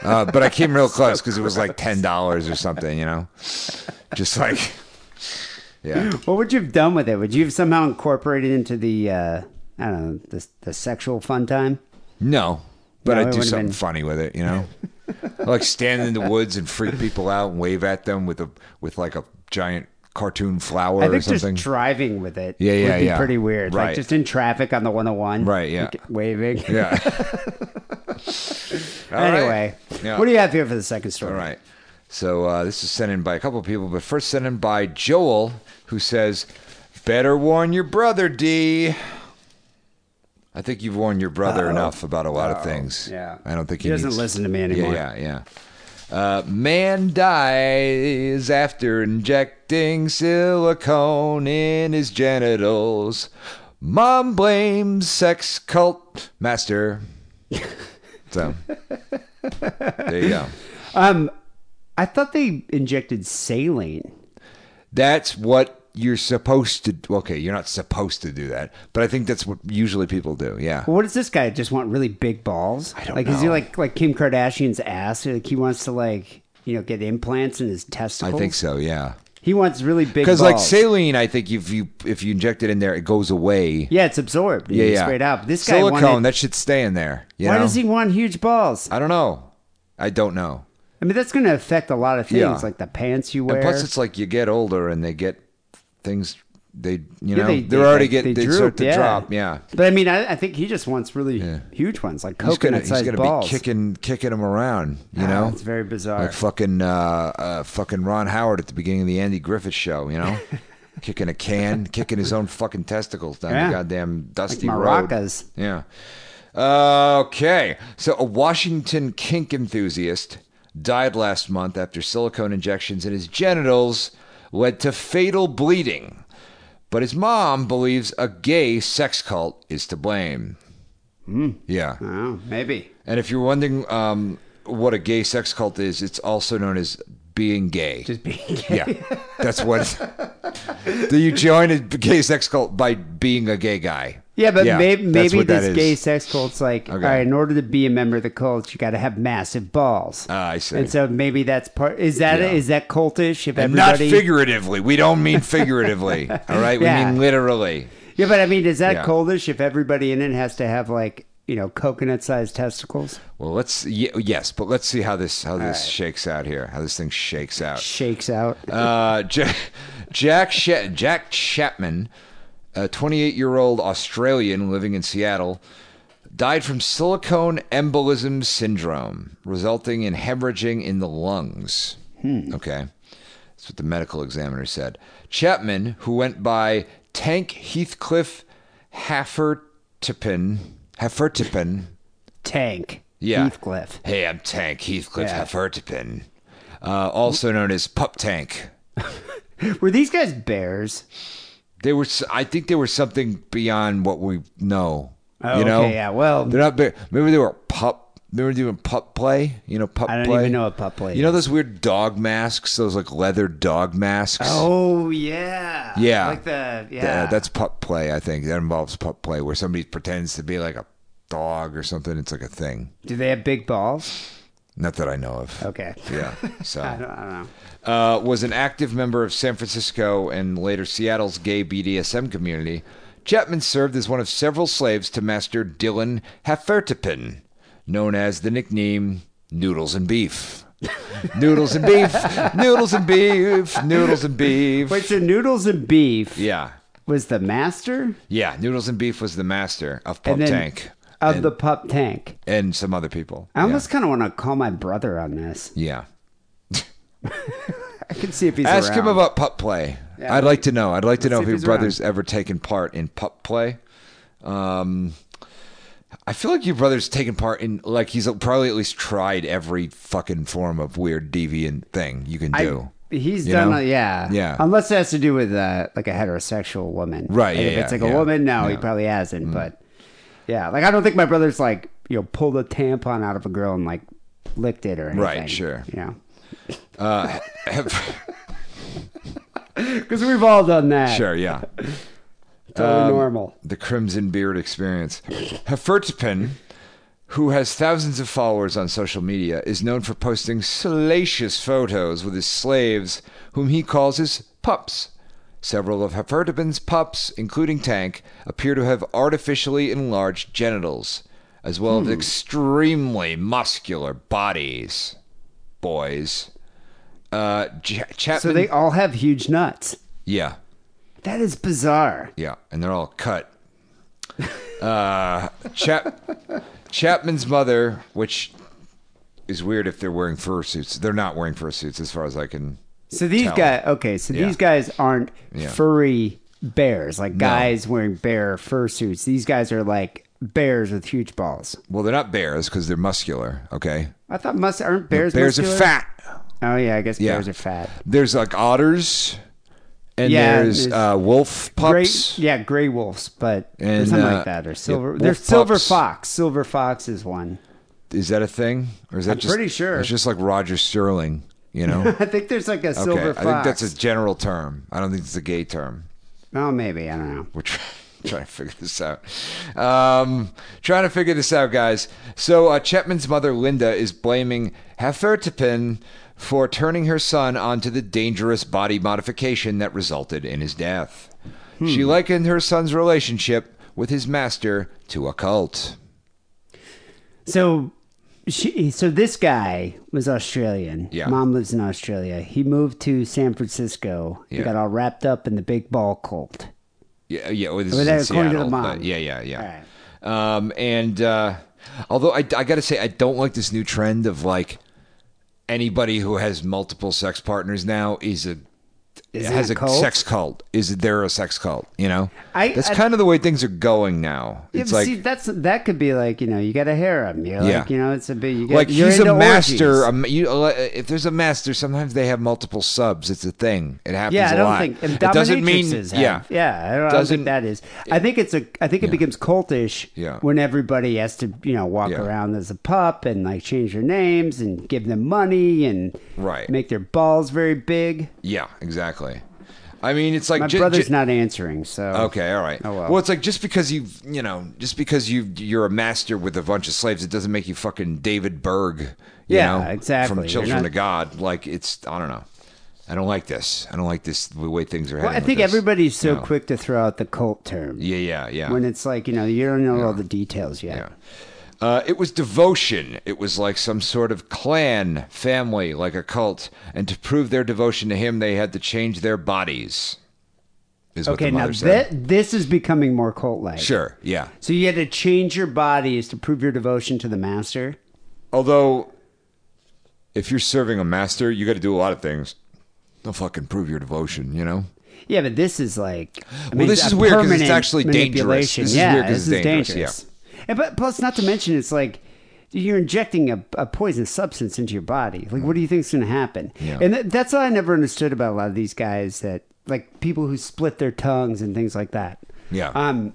D: Uh, but I came real close because it was like ten dollars or something, you know, just like yeah.
C: What would you have done with it? Would you have somehow incorporated it into the, uh, I don't know, the, the sexual fun time?
D: No, but
C: No, it
D: I do
C: would've
D: something
C: been-
D: funny with it, you know. I like stand in the woods and freak people out and wave at them with a with like a giant cartoon flower
C: I
D: or
C: think
D: something.
C: just driving with it
D: Yeah, yeah,
C: would be
D: yeah.
C: pretty weird. Like
D: Right.
C: just in traffic on the 101.
D: Right, yeah.
C: like, waving.
D: yeah. All right.
C: anyway,
D: Yeah.
C: what do you have here for the second story?
D: All right. So uh, this is sent in by a couple of people, but first sent in by Joel, who says, "Better warn your brother, D." I think you've warned your brother enough about a lot of things.
C: yeah.
D: I don't think
C: He
D: he,
C: doesn't
D: needs-
C: listen to me
D: Yeah,
C: anymore.
D: Yeah, yeah. Uh, man dies after injecting silicone in his genitals. Mom blames sex cult master. So there you go.
C: I thought they injected saline.
D: That's what you're supposed to. Okay, you're not supposed to do that, but I think that's what usually people do. Yeah.
C: What does this guy just want? Really big balls? I
D: don't
C: like, is he
D: know.
C: like like Kim Kardashian's ass? Like he wants to like you know get implants in his
D: I
C: testicles.
D: think so. Yeah.
C: He wants really big
D: Because
C: balls.
D: like saline, I think if you if you inject it in there, it goes away.
C: yeah, it's absorbed.
D: Yeah,
C: Yeah,
D: yeah.
C: Straight out. But This guy
D: silicone
C: wanted-
D: that should stay in there. You
C: why
D: know?
C: does he want huge balls?
D: I don't know. I don't know.
C: I mean, that's going to affect a lot of things,
D: Yeah.
C: like the pants you wear.
D: And plus, it's like you get older and they get things. They you know
C: Yeah, they-
D: they, are
C: they-
D: already
C: they-
D: getting
C: they
D: they,
C: droop,
D: start to
C: yeah.
D: drop. Yeah.
C: but I mean, I, I think he just wants really
D: Yeah.
C: huge ones, like
D: He's gonna,
C: coconut
D: he's
C: sized
D: gonna
C: balls.
D: be kicking kicking them around, you
C: Ah,
D: know.
C: it's very bizarre.
D: like fucking uh, uh, fucking Ron Howard at the beginning of the Andy Griffith show, you know, kicking a can, kicking his own fucking testicles down
C: Yeah.
D: the goddamn dusty road.
C: maracas.
D: Yeah. Uh, Okay. So a Washington kink enthusiast died last month after silicone injections in his genitals led to fatal bleeding. But his mom believes a gay sex cult is to blame. Yeah.
C: Oh, maybe.
D: And if you're wondering um, what a gay sex cult is, it's also known as being gay.
C: Just being
D: yeah, that's what. it's- Do you join a gay sex cult by being a gay guy?
C: Yeah, but maybe,
D: that's
C: maybe
D: what that
C: this
D: is.
C: gay sex cult's like, all right, in order to be a member of the cult, you got to have massive balls.
D: Ah, I see.
C: And so maybe that's part. Is that is
D: Yeah.
C: that cultish? If
D: And
C: everybody,
D: not figuratively. We don't mean figuratively. all right, we
C: Yeah.
D: mean literally.
C: yeah, but I mean, is that
D: Yeah.
C: cultish if everybody in it has to have like you know coconut-sized testicles?
D: Well, let's ye- yes, but let's see how this how this shakes out here. How this thing shakes out.
C: Shakes out.
D: Uh, Jack Jack, Sha- Jack Chapman, a 28-year-old Australian living in Seattle, died from silicone embolism syndrome, resulting in hemorrhaging in the lungs. Okay, that's what the medical examiner said. Chapman, who went by Tank Heathcliff Haffertippin, Haffertippin.
C: Tank.
D: Yeah.
C: Heathcliff.
D: Hey, I'm Tank Heathcliff
C: Yeah.
D: Haffertippin, uh, also known as Pup Tank.
C: Were these guys bears?
D: They were. s- I think they were something beyond what we know.
C: Oh,
D: you know.
C: okay, yeah, well-
D: they're not big. Maybe they were pup. Remember doing pup play? You know, pup
C: I don't
D: play.
C: even know what pup play
D: You know
C: is.
D: those weird dog masks, those like leather dog masks.
C: Oh yeah.
D: Yeah.
C: Like the yeah.
D: Th- that's pup play. I think that involves pup play, where somebody pretends to be like a dog or something. It's like a thing.
C: Do they have big balls?
D: Not that I know of.
C: Okay.
D: Yeah.
C: I
D: So
C: don't, I don't know.
D: uh, was an active member of San Francisco and later Seattle's gay BDSM community. Chapman served as one of several slaves to Master Dylan Hafertepin, known as the nickname Noodles and Beef. noodles and beef, noodles and beef, noodles and beef.
C: Wait, so noodles and beef
D: Yeah.
C: was the master
D: Yeah. Noodles and beef was the master of Pump
C: and then
D: Tank
C: of
D: and,
C: the pup tank.
D: and some other people.
C: I
D: Yeah.
C: almost kind of want to call my brother on this.
D: yeah.
C: I can see if he's
D: Ask
C: around.
D: him about pup play. I'd like to know. I'd like to know
C: see if
D: if your
C: he's around.
D: brother's ever taken part in pup play. Um, I feel like your brother's taken part in like he's probably at least tried every fucking form of weird deviant thing you can
C: I-
D: do.
C: He's
D: you
C: done,
D: know?
C: a, yeah,
D: Yeah.
C: Unless it has to do with uh, like a heterosexual woman,
D: Right,
C: Like,
D: yeah,
C: if it's
D: yeah,
C: like
D: yeah,
C: a woman, no, he
D: yeah. Mm.
C: probably hasn't. But yeah, like I don't think my brother's like you know pulled a tampon out of a girl and like licked it or anything.
D: Right, sure.
C: You know,
D: Have-
C: because we've all done that.
D: sure, Um, yeah.
C: totally normal.
D: The Crimson Beard Experience. Hafertepin, who has thousands of followers on social media, is known for posting salacious photos with his slaves, whom he calls his pups. Several of Hafertepin's pups, including Tank, appear to have artificially enlarged genitals, as well
C: Hmm.
D: as extremely muscular bodies. Boys. Uh, Ch- Chapman.
C: So they all have huge nuts.
D: yeah.
C: That is bizarre.
D: Yeah, and they're all cut. Uh, Chap- Chapman's mother, which is weird if they're wearing fursuits. They're not wearing fursuits, as far as I can.
C: So these
D: Tell.
C: guys, okay, so
D: Yeah.
C: these guys aren't
D: Yeah.
C: furry bears, like guys wearing bear fursuits. These guys are like bears with huge balls.
D: Well, they're not bears because they're muscular. Okay,
C: I thought must aren't bears.
D: bears
C: muscular?
D: are fat.
C: Oh yeah, I guess
D: Yeah.
C: bears are fat.
D: There's like otters, and
C: Yeah,
D: there's,
C: there's
D: uh, wolf
C: Gray,
D: pups.
C: yeah, gray wolves, but or
D: And,
C: something
D: uh,
C: like that, or silver.
D: yeah,
C: there's
D: wolf
C: silver
D: pups.
C: fox. Silver fox is one.
D: Is that a thing, or is that
C: I'm
D: just
C: pretty sure.
D: It's just like Roger Sterling, you know.
C: I think there's like a
D: okay,
C: silver fox.
D: I think that's a general term. I don't think it's a gay term.
C: oh, maybe I don't know.
D: We're try- trying to figure this out. Um, trying to figure this out, guys. So uh, Chapman's mother, Linda, is blaming Hafertepin for turning her son onto the dangerous body modification that resulted in his death. She likened her son's relationship with his master to a cult.
C: So she, so this guy was Australian.
D: Yeah.
C: Mom lives in Australia. He moved to San Francisco. He
D: Yeah.
C: got all wrapped up in the big ball cult.
D: Yeah, uh, yeah. Well, this
C: Well,
D: is
C: that
D: in
C: according to the
D: Seattle,
C: mom.
D: but yeah, yeah, yeah. Um, and uh, although I, I got to say, I don't like this new trend of like anybody who has multiple sex partners now is a
C: Is
D: has
C: it
D: a
C: a cult?
D: sex cult. Is there a sex cult? You know,
C: I-
D: that's
C: I-
D: kind of the way things are going now.
C: Yeah,
D: It's
C: but
D: like
C: see, that's that could be like you know you got a harem. You're
D: Yeah.
C: like you know it's a big. You get,
D: like
C: you're
D: he's a
C: into
D: master.
C: orgies.
D: um, you- uh, if there's a master, sometimes they have multiple subs. It's a thing. It happens.
C: Yeah, I
D: a
C: don't
D: lot.
C: think and
D: it doesn't mean
C: dominatrixes have-
D: yeah.
C: yeah. I don't, I don't
D: Doesn't-
C: think that is. I think it's a. I think it becomes cultish.
D: Yeah.
C: When everybody has to you know walk
D: Yeah.
C: around as a pup and like change their names and give them money and
D: Right.
C: make their balls very big.
D: Yeah, exactly. I mean, it's like
C: My
D: ju-
C: brother's
D: ju-
C: not answering, so
D: Okay, all right.
C: Oh, well.
D: Well, it's like just because you've you know just because you you're a master with a bunch of slaves, it doesn't make you fucking David Berg. You
C: Yeah,
D: know,
C: exactly.
D: From
C: You're
D: Children
C: not-
D: to God, like it's I don't know. I don't like this. I don't like this the way things are.
C: Well,
D: heading
C: I
D: with
C: think
D: this,
C: everybody's
D: you
C: so
D: know.
C: quick to throw out the cult term
D: Yeah, yeah, yeah.
C: when it's like you know you don't know all the details yet.
D: yeah. Uh, it was devotion. It was like some sort of clan, family, like a cult. And to prove their devotion to him, they had to change their bodies. Is what
C: Okay,
D: the
C: now
D: mother said.
C: thi- this is becoming more cult-like.
D: Sure, yeah.
C: So you had to change your bodies to prove your devotion to the master.
D: Although, if you're serving a master, you got to do a lot of things. They'll fucking prove your devotion, you know.
C: Yeah, but this is like I
D: Well, this
C: a
D: is weird 'cause it's
C: permanent
D: actually dangerous.
C: manipulation.
D: This is
C: yeah,
D: weird 'cause
C: this
D: it's
C: is
D: dangerous,
C: dangerous. And but plus, not to mention, it's like you're injecting a, a poisonous substance into your body. Like, what do you think's going to happen?
D: Yeah.
C: And th- that's what I never understood about a lot of these guys that like people who split their tongues and things like that.
D: Yeah.
C: Um,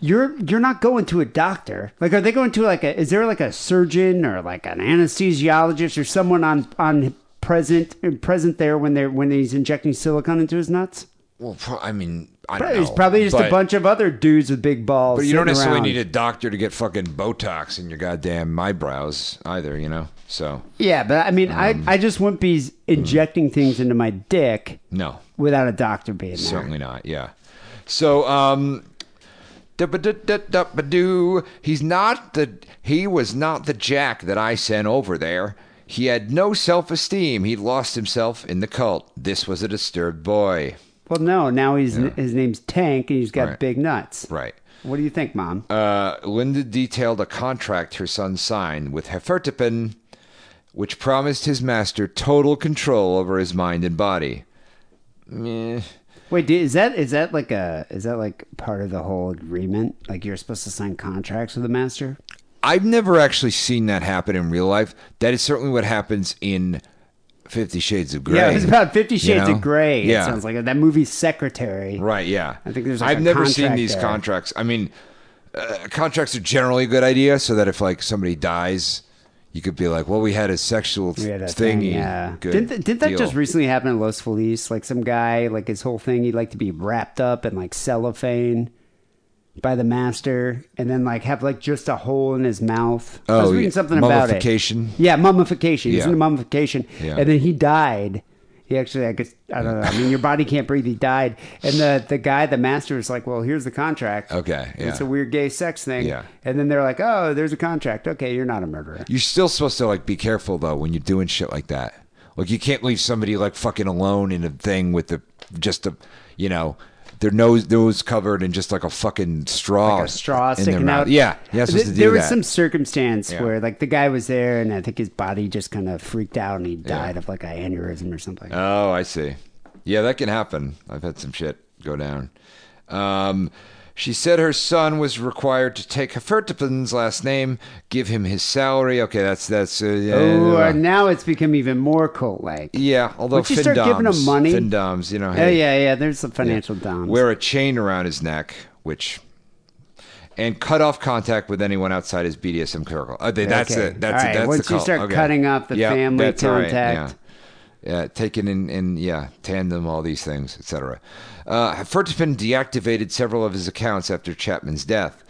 C: you're you're not going to a doctor. Like, are they going to like a? Is there like a surgeon or like an anesthesiologist or someone on on present present there when they're when he's injecting silicone into his nuts?
D: Well, pro- I mean, I don't
C: Probably, it's
D: know,
C: probably just a
D: but-
C: bunch of other dudes with big balls.
D: But you don't
C: sitting
D: necessarily
C: around.
D: need a doctor to get fucking Botox in your goddamn eyebrows either, you know. So
C: Yeah, but I mean,
D: Mm.
C: I I just wouldn't be injecting things into my dick
D: no,
C: without a doctor being there.
D: certainly not. Yeah. So um, da-ba-da-da-da-ba-doo. he's not the he was not the jack that I sent over there. He had no self-esteem. He lost himself in the cult. This was a disturbed boy.
C: Well, no, now he's his name's Tank and he's got
D: Right.
C: big nuts.
D: Right.
C: What do you think, Mom?
D: Uh, Linda detailed a contract her son signed with Hefertipen, which promised his master total control over his mind and body. Meh.
C: Wait, do- is that is that like a is that like part of the whole agreement? Like you're supposed to sign contracts with the master?
D: I've never actually seen that happen in real life. That is certainly what happens in Fifty Shades of Grey.
C: Yeah, it was about Fifty
D: you
C: Shades
D: know?
C: of Grey.
D: Yeah,
C: It sounds like that movie Secretary.
D: right. Yeah,
C: I think there's, like,
D: I've
C: a
D: never seen
C: contract
D: these
C: there.
D: contracts. I mean, uh, contracts are generally a good idea, so that if like somebody dies, you could be like, "Well, we had a sexual
C: Yeah, that
D: thingy."
C: thing, yeah.
D: Good
C: Didn't th- didn't that
D: deal.
C: just recently happen in Los Feliz? Like some guy, like his whole thing, he'd like to be wrapped up in like cellophane by the master, and then like have like just a hole in his mouth. I was
D: Oh,
C: reading
D: yeah.
C: something about it.
D: Mummification?
C: Yeah, mummification. He's
D: Yeah.
C: in mummification,
D: Yeah.
C: and then he died. He actually, I guess, I don't know. I mean, your body can't breathe. He died, and the the guy, the master, was like, "Well, here's the contract.
D: Okay, yeah.
C: it's a weird gay sex thing.
D: Yeah.
C: and then they're like, "Oh, there's a contract. Okay, you're not a murderer."
D: You're still supposed to like be careful though when you're doing shit like that. Like you can't leave somebody like fucking alone in a thing with the just a you know their nose nose covered and just like a fucking straw,
C: like a straw
D: in their
C: sticking
D: mouth.
C: out.
D: Yeah, you're not supposed to do
C: there was
D: that.
C: some circumstance
D: Yeah.
C: where like the guy was there, and I think his body just kind of freaked out, and he died of like an aneurysm or something.
D: Oh, I see. Yeah, that can happen. I've had some shit go down. Um, she said her son was required to take Hefertipen's last name, give him his salary. Okay, that's that's. Uh,
C: oh,
D: yeah,
C: and now it's become even more cult like.
D: yeah. Although
C: Would you start
D: Findoms-
C: giving him money?
D: Findoms, you know.
C: Oh
D: hey,
C: yeah, yeah. There's some financial doms.
D: wear a chain around his neck, which, and cut off contact with anyone outside his BDSM circle. Uh, they, that's
C: Okay.
D: it. That's
C: All
D: it.
C: right.
D: That's
C: Once
D: the
C: you
D: cult.
C: start
D: Okay.
C: cutting off the
D: Yep,
C: family
D: that's all right.
C: contact.
D: Yeah. yeah, taken in, in yeah tandem, all these things, etc. Uh, Fertipin deactivated several of his accounts after Chapman's death.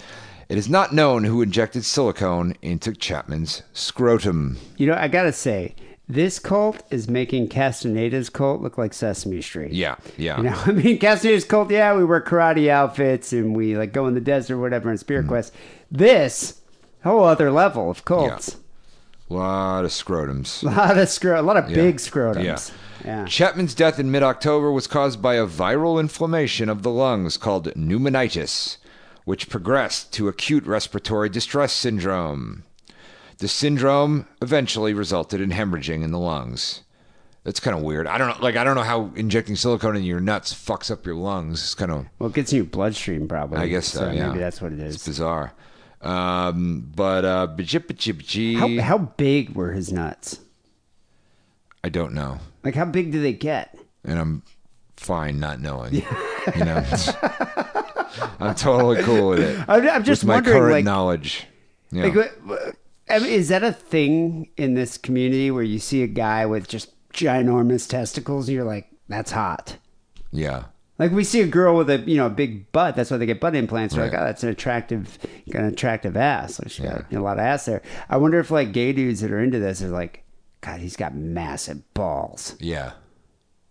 D: It is not known who injected silicone into Chapman's scrotum.
C: You know, I gotta say, this cult is making Castaneda's cult look like Sesame Street.
D: Yeah, yeah.
C: You know, I mean, Castaneda's cult, yeah, we wear karate outfits and we like go in the desert or whatever in
D: Mm-hmm.
C: Spirit Quest. This whole other level of cults.
D: lot of scrotums.
C: A lot of scro- a lot of
D: Yeah.
C: big scrotums.
D: Yeah.
C: Yeah.
D: Chapman's death in mid October was caused by a viral inflammation of the lungs called pneumonitis, which progressed to acute respiratory distress syndrome. The syndrome eventually resulted in hemorrhaging in the lungs. That's kind of weird. I don't know. Like I don't know how injecting silicone in your nuts fucks up your lungs. It's kind of
C: Well, it gets in your bloodstream probably.
D: I guess so, yeah.
C: Maybe that's what it is.
D: bizarre. Um, but uh, bajip-bajip-gee,
C: How, how big were his nuts?
D: I don't know,
C: Like, how big do they get?
D: and I'm fine not knowing. you know, I'm totally cool with it.
C: I'm, I'm just
D: with my
C: wondering,
D: current
C: like,
D: knowledge. Yeah.
C: Like, what- what- I mean, is that a thing in this community where you see a guy with just ginormous testicles and you're like, that's hot?
D: yeah.
C: Like we see a girl with a you know a big butt. That's why they get butt implants. We're
D: Right.
C: like, oh, that's an attractive, got an attractive ass. Like she got a lot of ass there. I wonder if like gay dudes that are into this are like, God, he's got massive balls.
D: Yeah.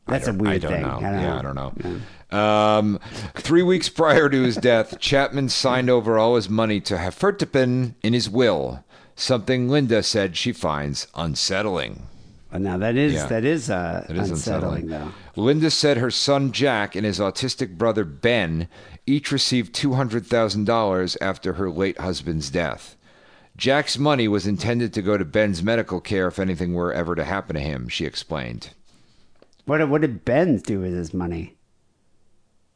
C: That's a
D: I
C: weird
D: don't
C: thing.
D: know. yeah, I don't know. Um, three weeks prior to his death, Chapman signed over all his money to Hefertipen in his will, something Linda said she finds unsettling.
C: But now that is
D: Yeah.
C: that is uh,
D: It is
C: unsettling,
D: unsettling.
C: though.
D: Linda said her son Jack and his autistic brother Ben each received $200,000 after her late husband's death. Jack's money was intended to go to Ben's medical care if anything were ever to happen to him, she explained.
C: What did- what did Ben do with his money?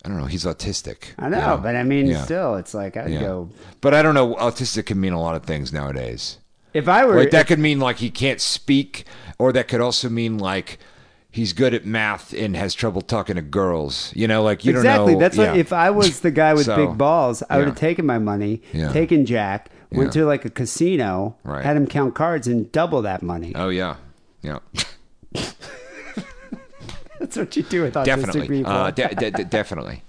D: I don't know. He's autistic.
C: I know,
D: you
C: but I mean,
D: Yeah.
C: still, it's like I'd
D: Yeah.
C: go
D: But I don't know. Autistic can mean a lot of things nowadays.
C: if I were
D: Like that could mean like he can't speak, or that could also mean like he's good at math and has trouble talking to girls. You know, like you
C: exactly.
D: don't know.
C: That's
D: yeah.
C: what, if I was the guy with
D: So,
C: big balls, I would
D: yeah.
C: have taken my money,
D: Yeah.
C: taken Jack, went
D: Yeah.
C: to like a casino,
D: Right.
C: had him count cards, and double that money.
D: Oh yeah, yeah,
C: That's what you do with autistic
D: definitely,
C: people.
D: uh, de- de- de- definitely,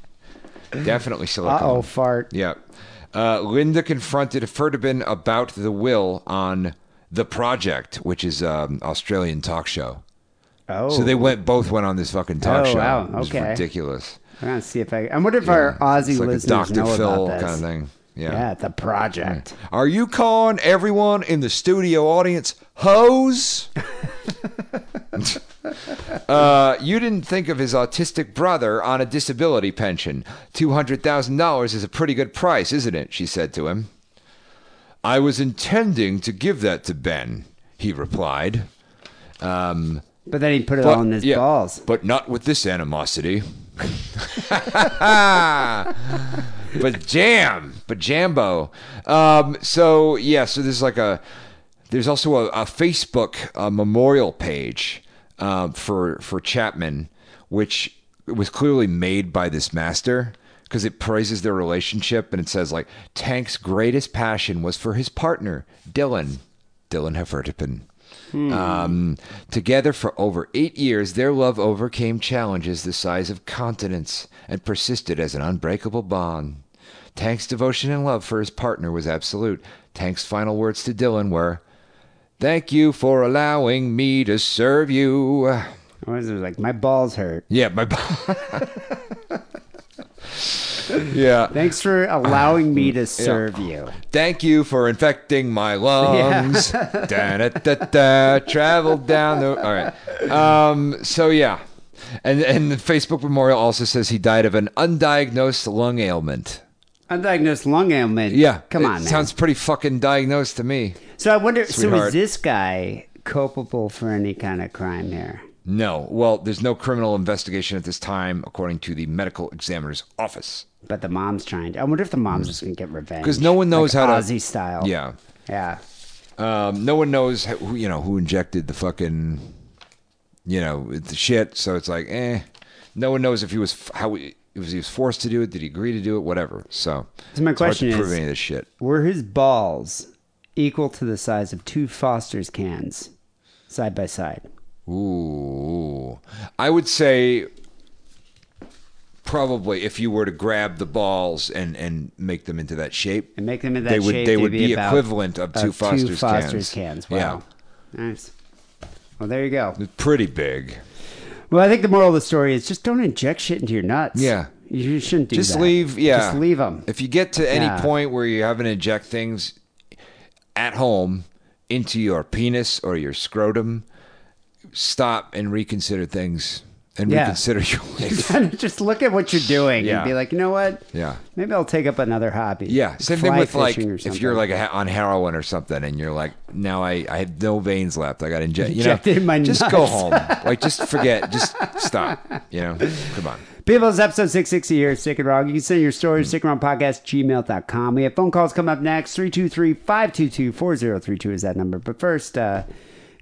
D: definitely
C: Uh
D: silicone.
C: oh, fart.
D: Yeah. Uh, Linda confronted Ferdinand about the will on The Project, which is um, Australian talk show.
C: Oh,
D: So they went both went on this fucking talk
C: Oh,
D: show.
C: wow.
D: It was
C: Okay.
D: ridiculous.
C: I'm gonna see if I. I wonder if our Aussie
D: it's like
C: listeners
D: a Dr.
C: know
D: Phil
C: about this.
D: kind of thing. Yeah. Mm.
C: Yeah, the project.
D: Are you calling everyone in the studio audience hoes? uh, you didn't think of his autistic brother on a disability pension. $200,000 is a pretty good price, isn't it? She said to him. I was intending to give that to Ben, he replied. Um,
C: But then he put it all in his
D: yeah,
C: balls.
D: But not with this animosity. but jam, but jambo. Um, so yeah, so there's like a there's also a, a Facebook uh memorial page um, for for Chapman, which was clearly made by this master because it praises their relationship and it says like Tank's greatest passion was for his partner Dylan, Dylan Heffertipen. Um, together for over eight years, their love overcame challenges the size of continents and persisted as an unbreakable bond. Tank's devotion and love for his partner was absolute. Tank's final words to Dylan were, Thank you for allowing me to serve you.
C: I was like, my balls hurt.
D: Yeah, my. yeah.
C: Thanks for allowing me to serve you.
D: Thank you for infecting my lungs. da, da, da, da, traveled down the. All right. Um, so yeah, and and the Facebook memorial also says he died of an undiagnosed lung ailment.
C: Undiagnosed lung ailment.
D: Yeah,
C: come
D: it
C: on. man.
D: Sounds pretty fucking diagnosed to me.
C: so I wonder. So
D: Sweetheart.
C: is this guy culpable for any kind of crime here?
D: No, well, there's no criminal investigation at this time, according to the medical examiner's office,
C: But the mom's trying. To, I wonder if the mom's just gonna get revenge.
D: because no one knows
C: like
D: how
C: Aussie
D: to
C: style.
D: Yeah,
C: yeah.
D: um, no one knows who you know who injected the fucking you know the shit. So it's like, eh, no one knows if he was how he, if he was forced to do it. Did he agree to do it? Whatever. So,
C: So my
D: it's hard
C: question
D: to prove
C: is-
D: any of this shit.
C: Were his balls equal to the size of two Foster's cans, side by side?
D: Ooh, I would say probably if you were to grab the balls and and make them into that shape,
C: And make them in that
D: they would
C: shape.
D: they
C: they'd
D: would be,
C: about-
D: equivalent of
C: of
D: two Foster's,
C: two Foster's cans. Wow.
D: Yeah.
C: Nice. Well, there you go.
D: Pretty big.
C: Well, I think the moral of the story is just don't inject shit into your nuts.
D: Yeah.
C: You shouldn't do
D: just
C: that.
D: leave yeah
C: Just leave them.
D: if you get to any
C: Yeah.
D: point where you haven't inject things at home into your penis or your scrotum stop and reconsider things and
C: Yeah.
D: reconsider your life
C: just look at what you're doing
D: Yeah.
C: and be like, you know what?
D: yeah
C: Maybe I'll take up another hobby.
D: yeah same thing
C: Fly
D: with like
C: fishing or
D: if you're
C: something.
D: like a, on heroin or something and you're like now i i have no veins left i got injected you know
C: Injected in my
D: just go
C: nuts.
D: home like just forget just stop you know come on
C: People, it's episode 660 here, at Sick and Wrong. You can send your stories,
D: Hmm.
C: sickandwrongpodcast.gmail.com. We have phone calls coming up next, 323-522-4032 is that number. But first, uh,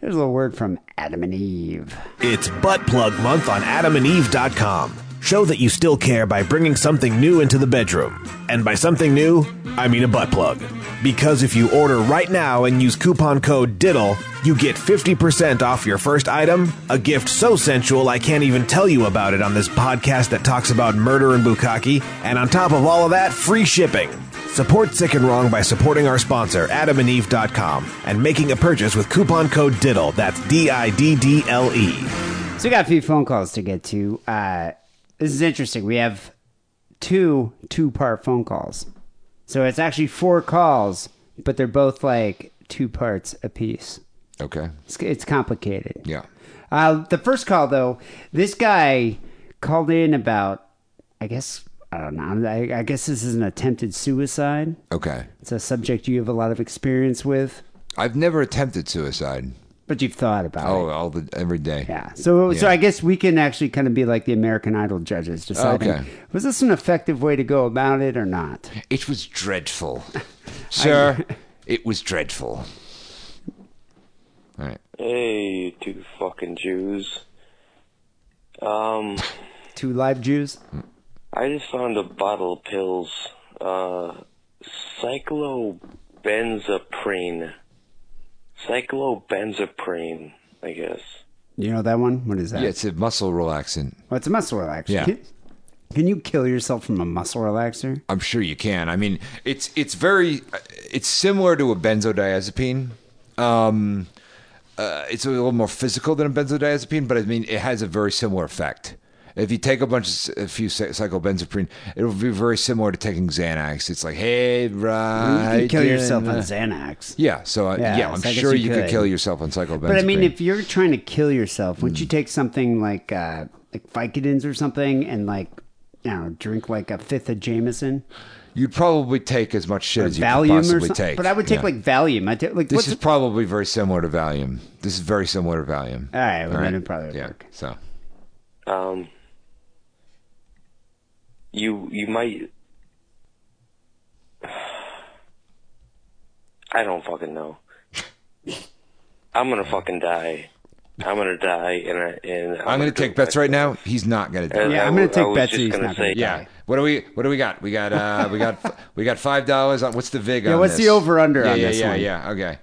C: here's a little word from Adam and Eve.
E: It's Butt Plug Month on adamandeve.com. Show that you still care by bringing something new into the bedroom. And by something new, I mean a butt plug. Because if you order right now and use coupon code DIDDLE, you get 50% off your first item, a gift so sensual I can't even tell you about it on this podcast that talks about murder and bukkake, and on top of all of that, free shipping. Support Sick and Wrong by supporting our sponsor, adamandeve.com, and making a purchase with coupon code DIDDLE. That's D I D D L E.
C: So we got a few phone calls to get to. Uh, this is interesting. We have two two-part phone calls. So it's actually four calls, but they're both like two parts apiece.
D: okay
C: It's, it's complicated.
D: yeah
C: Uh, the first call, though, this guy called in about, I guess, I don't know, I, I guess this is an attempted suicide.
D: okay
C: It's a subject you have a lot of experience with,
D: i've never attempted suicide
C: but you've thought about
D: oh
C: it.
D: all the every day
C: Yeah. So, so
D: Yeah.
C: I guess we can actually kind of be like the American Idol judges, deciding
D: Okay.
C: was this an effective way to go about it or not?
D: It was dreadful. Sir, it was dreadful. All right.
F: Hey, two fucking Jews.
G: Um,
C: Two live Jews.
G: I just found a bottle of pills. Uh, cyclobenzaprine. Cyclobenzaprine, I guess.
C: You know that one? What is that?
D: Yeah, it's a muscle relaxant.
C: Well, it's a muscle relaxer.
D: Yeah.
C: Can, can you kill yourself from a muscle relaxer?
D: I'm sure you can. I mean, it's it's very it's similar to a benzodiazepine. Um, uh, it's a little more physical than a benzodiazepine, but I mean, it has a very similar effect. If you take a bunch of s- a few cy- cyclobenzaprine, it'll be very similar to taking Xanax. It's like, hey,
C: You
D: right,
C: can kill yourself
D: then,
C: on
D: uh,
C: Xanax.
D: Yeah, so uh,
C: Yeah,
D: yeah,
C: so
D: I'm
C: I guess
D: sure
C: you
D: you could.
C: could.
D: kill yourself on cyclobenzaprine.
C: But I mean, if you're trying to kill yourself, wouldn't you
D: Mm.
C: take something like uh, like Vicodins or something and like, you know, drink like a fifth of Jameson
D: you'd probably take as much shit
C: or
D: as you could
C: Valium or
D: possibly
C: something?
D: take.
C: But I would take
D: Yeah.
C: like Valium. I take like
D: This
C: what's
D: is probably very similar to Valium. This is very similar to Valium.
C: All right, well, then it probably would
D: yeah.
C: work.
D: So
G: Um, you you might. I don't fucking know. I'm gonna fucking die. I'm gonna die, and I, and
D: I'm gonna take bets right now. He's not gonna do. it.
G: And
C: Yeah,
G: I
C: I'm gonna
G: w-
C: take
G: I was
C: bets
G: just
C: that he's
G: gonna
C: not gonna
G: say-
C: die.
D: Yeah. What do we What do we got? We got uh we got we got five dollars on what's the vig
C: Yeah,
D: on
C: what's
D: this?
C: the over-under
D: yeah,
C: on
D: yeah,
C: this
D: yeah,
C: one?
D: Yeah, Okay.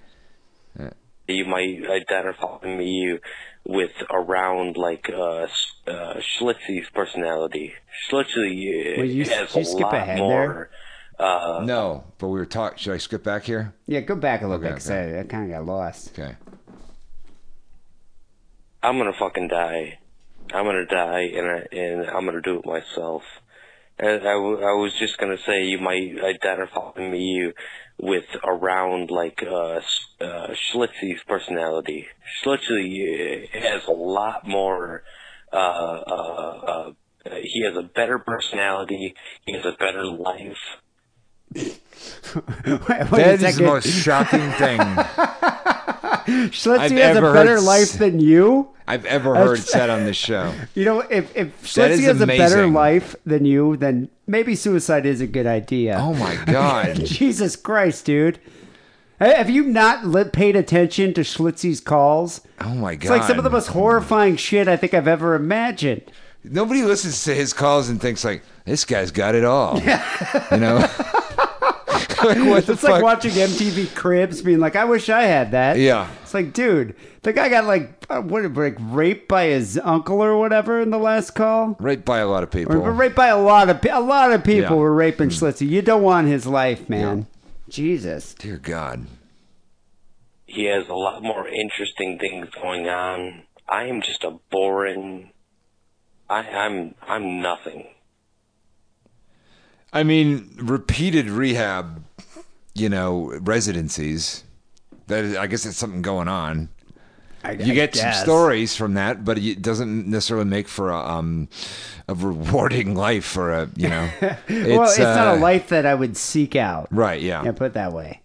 G: you might identify me with around like uh, S- uh Schlitzy's personality. Schlitzy uh,
C: Well, you-
G: has
C: you
G: a
C: skip
G: lot
C: ahead
G: more. Uh,
D: no, but we were talking. Should I skip back here?
C: Yeah, go back a little bit
D: Okay,
C: 'cause bit because I, kind of got lost.
D: Okay.
G: I'm gonna fucking die. I'm gonna die, and I, and I'm gonna do it myself. And I, w- I was just gonna say you might identify me with around like uh, S- uh Schlitzy's personality. Schlitzy uh, has a lot more. Uh, uh, uh, he has a better personality. He has a better life.
C: Wait a
D: That is the
C: second.
D: most shocking thing
C: Schlitzy has
D: I've
C: a
D: ever
C: better
D: heard
C: life
D: s-
C: than you.
D: I've ever heard said on this show.
C: You know, if if
D: That is
C: Schlitzy has a better
D: amazing.
C: life than you, then maybe suicide is a good idea.
D: Oh my god.
C: Jesus Christ, dude. Hey, Have you not li- paid attention to Schlitzy's calls?
D: Oh my god.
C: It's like some of the most horrifying shit I think I've ever imagined.
D: Nobody listens to his calls and thinks like this guy's got it all. you know. like, what the
C: It's
D: fuck?
C: like watching MTV Cribs, being like, "I wish I had that."
D: Yeah.
C: it's like, dude, the guy got like uh, what, like raped by his uncle or whatever in the last call.
D: right by a lot of people.
C: Or, but raped by a lot of pe- a lot of people
D: Yeah. Hmm.
C: were raping Schlitzy. You don't want his life, man. Jesus.
D: Dear God.
G: he has a lot more interesting things going on. I am just a boring. I, I'm I'm nothing.
D: I mean, repeated rehab, you know, residencies. That is, I guess it's something going on.
C: I,
D: You
C: I
D: get
C: guess.
D: some stories from that, but it doesn't necessarily make for a, um, a rewarding life or a, you know.
C: Well, it's not a
D: uh,
C: life that I would seek out.
D: Right, yeah.
C: Yeah, put it that way.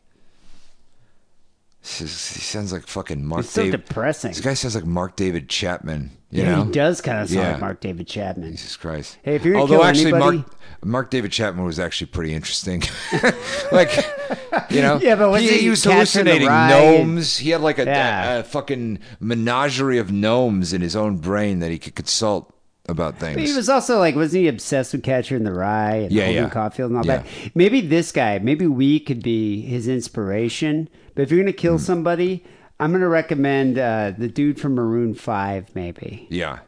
D: S- s- He sounds like fucking Mark
C: It's so
D: Dav-
C: depressing.
D: This guy sounds like Mark David Chapman, you
C: Yeah,
D: know?
C: he does kind of sound
D: Yeah.
C: like Mark David Chapman.
D: Jesus Christ.
C: Hey, if you're gonna
D: Although
C: kill
D: actually
C: anybody-
D: Mark Mark David Chapman was actually pretty interesting. like you know
C: Yeah, but was
D: he,
C: he
D: was
C: Catcher in the
D: hallucinating
C: Rye?
D: gnomes. He had like a,
C: Yeah.
D: a, a fucking menagerie of gnomes in his own brain that he could consult about things.
C: But he was also like, wasn't he obsessed with Catcher in the Rye and
D: Yeah,
C: Holden
D: yeah.
C: Caulfield and all
D: Yeah.
C: that? Maybe this guy, maybe we could be his inspiration. But if you're gonna
D: Hmm.
C: kill somebody, I'm gonna recommend uh, the dude from Maroon Five, maybe,
D: yeah.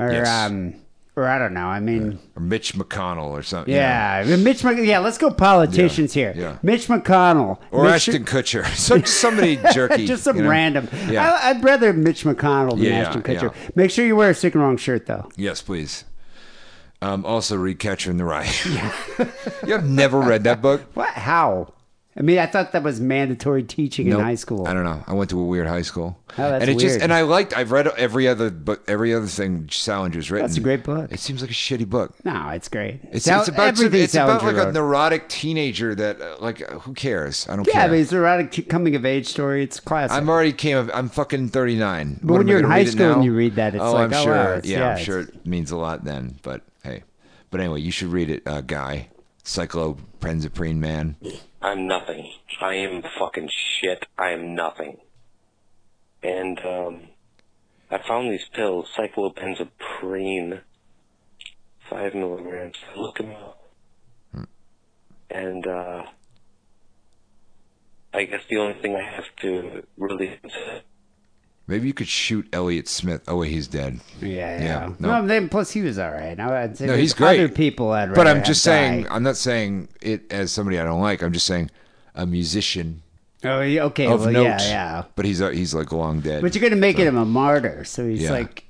C: or
D: Yes.
C: um, or I don't know. I mean,
D: Or Mitch McConnell or something. you know.
C: yeah, Mitch. Mc- yeah, let's go politicians
D: Yeah,
C: here.
D: yeah.
C: Mitch McConnell
D: Or
C: Mitch-
D: Ashton Kutcher. Some somebody jerky.
C: Just some
D: you know?
C: random.
D: Yeah.
C: I, I'd rather Mitch McConnell than
D: Yeah, yeah,
C: Ashton Kutcher.
D: yeah.
C: Make sure you wear a sick and wrong shirt, though.
D: Yes, please. Um, also read Catcher in the Rye. you have never read that book?
C: What? How? I mean, I thought that was mandatory teaching in
D: Nope.
C: high school.
D: I don't know. I went to a weird high school.
C: Oh, that's
D: and it
C: weird.
D: just and I liked I've read every other book every other thing Salinger's written.
C: That's a great book.
D: It seems like a shitty book.
C: No, it's great.
D: It's,
C: Sal-
D: it's about some-
C: everything
D: it's about
C: Salinger
D: like a
C: wrote.
D: neurotic teenager that uh, like uh, who cares? I don't
C: Yeah,
D: care.
C: but it's an erotic coming of age story. It's classic.
D: I'm already came of I'm fucking 39. But
C: when you're in high school and you read that, it's
D: oh,
C: like,
D: I'm
C: oh, wow,
D: sure.
C: it's-
D: yeah,
C: yeah,
D: I'm
C: it's-
D: sure it means a lot then, but hey. But anyway, you should read it, uh, guy. Cyclopenzaprine man.
G: I'm nothing. I am fucking shit. I am nothing. And um, I found these pills, cyclobenzaprine, five milligrams. I look them up, and uh, I guess the only thing I have to really
D: Maybe you could shoot Elliot Smith. Oh wait, he's dead.
C: Yeah, yeah.
D: Yeah,
C: no.
D: no.
C: then plus he was all right. Now I'd say
D: No,
C: there's
D: he's great.
C: Other people I'd
D: But
C: rather
D: I'm
C: have
D: just saying,
C: die.
D: I'm not saying it as somebody I don't like. I'm just saying a musician
C: Oh, yeah, okay.
D: of
C: well,
D: note.
C: yeah, yeah.
D: But he's uh, he's like long dead.
C: But you're gonna make him a martyr, so he's
D: Yeah.
C: like,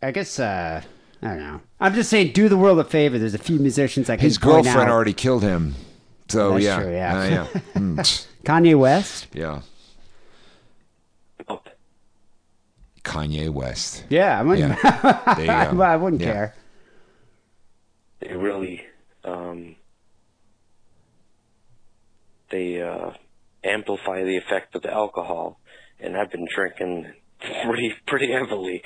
C: I guess. uh I don't know. I'm just saying, do the world a favor. There's a few musicians I can
D: His
C: point
D: girlfriend
C: out.
D: already killed him. So
C: That's
D: yeah,
C: true, yeah.
D: Uh, yeah, Mm, tch,
C: Kanye West.
D: yeah.
G: up.
D: Kanye West.
C: Yeah, I wouldn't.
D: Yeah, there you
C: I,
D: go.
C: I wouldn't
D: Yeah.
C: care.
G: They really, um, they uh, amplify the effect of the alcohol, and I've been drinking pretty pretty heavily.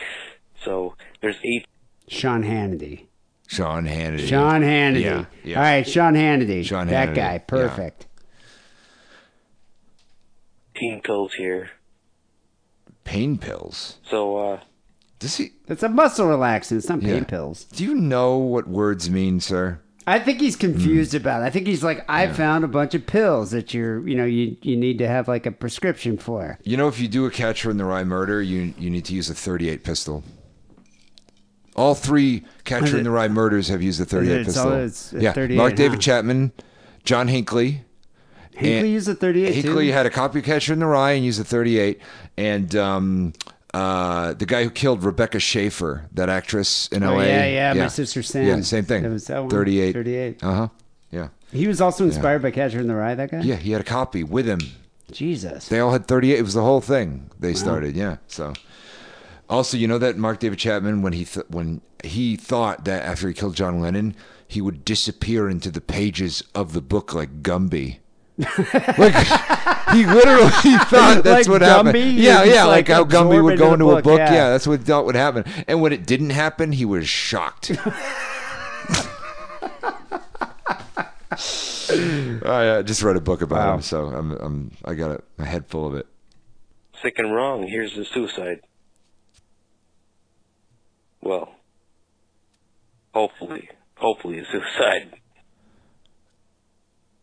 G: So there's eight
C: Sean Hannity.
D: Sean Hannity.
C: Sean Hannity.
D: Yeah, yeah.
C: All right, Sean Hannity.
D: Sean
C: that
D: Hannity,
C: guy,
D: yeah.
C: perfect.
G: pain pills here.
D: Pain pills.
G: So uh,
D: Does he?
C: It's a muscle relaxant. It's not pain
D: Yeah.
C: pills.
D: Do you know what words mean, sir?
C: I think he's confused about. it. I think he's like, I found a bunch of pills that you're, you know, you you need to have like a prescription for.
D: You know, if you do a catcher in the rye murder, you you need to use a 38 pistol. All three catcher in the rye murders have used a 38
C: It's all-
D: pistol.
C: it's a
D: yeah,
C: 38,
D: Mark David
C: huh?
D: Chapman, John Hinckley.
C: Hinkley used a 38 too?
D: Hinkley had a copy catcher in the rye and used a 38. And um, uh, the guy who killed Rebecca Schaefer, that actress in
C: Oh,
D: L.A.
C: yeah, yeah, my sister Sam.
D: Yeah, same thing.
C: That was that one,
D: 38.
C: 38.
D: Uh huh. Yeah.
C: He was also inspired by Catcher in the Rye. That guy.
D: Yeah, he had a copy with him.
C: Jesus.
D: They all had 38. It was the whole thing they started. Yeah. So, also, you know that Mark David Chapman when he th- when he thought that after he killed John Lennon, he would disappear into the pages of the book like Gumby. like he literally thought that's
C: Like
D: what
C: Gumby?
D: happened. Yeah,
C: He's
D: yeah,
C: like
D: like, how Gumby
C: absorbed
D: would go
C: into
D: into
C: the
D: a book.
C: book,
D: Yeah.
C: yeah.
D: that's what he thought would happen. And when it didn't happen, he was shocked. I uh, just read a book about him, so I'm, I'm I got a, a head full of it.
G: sick and wrong. Here's the suicide. Well, hopefully, hopefully a suicide.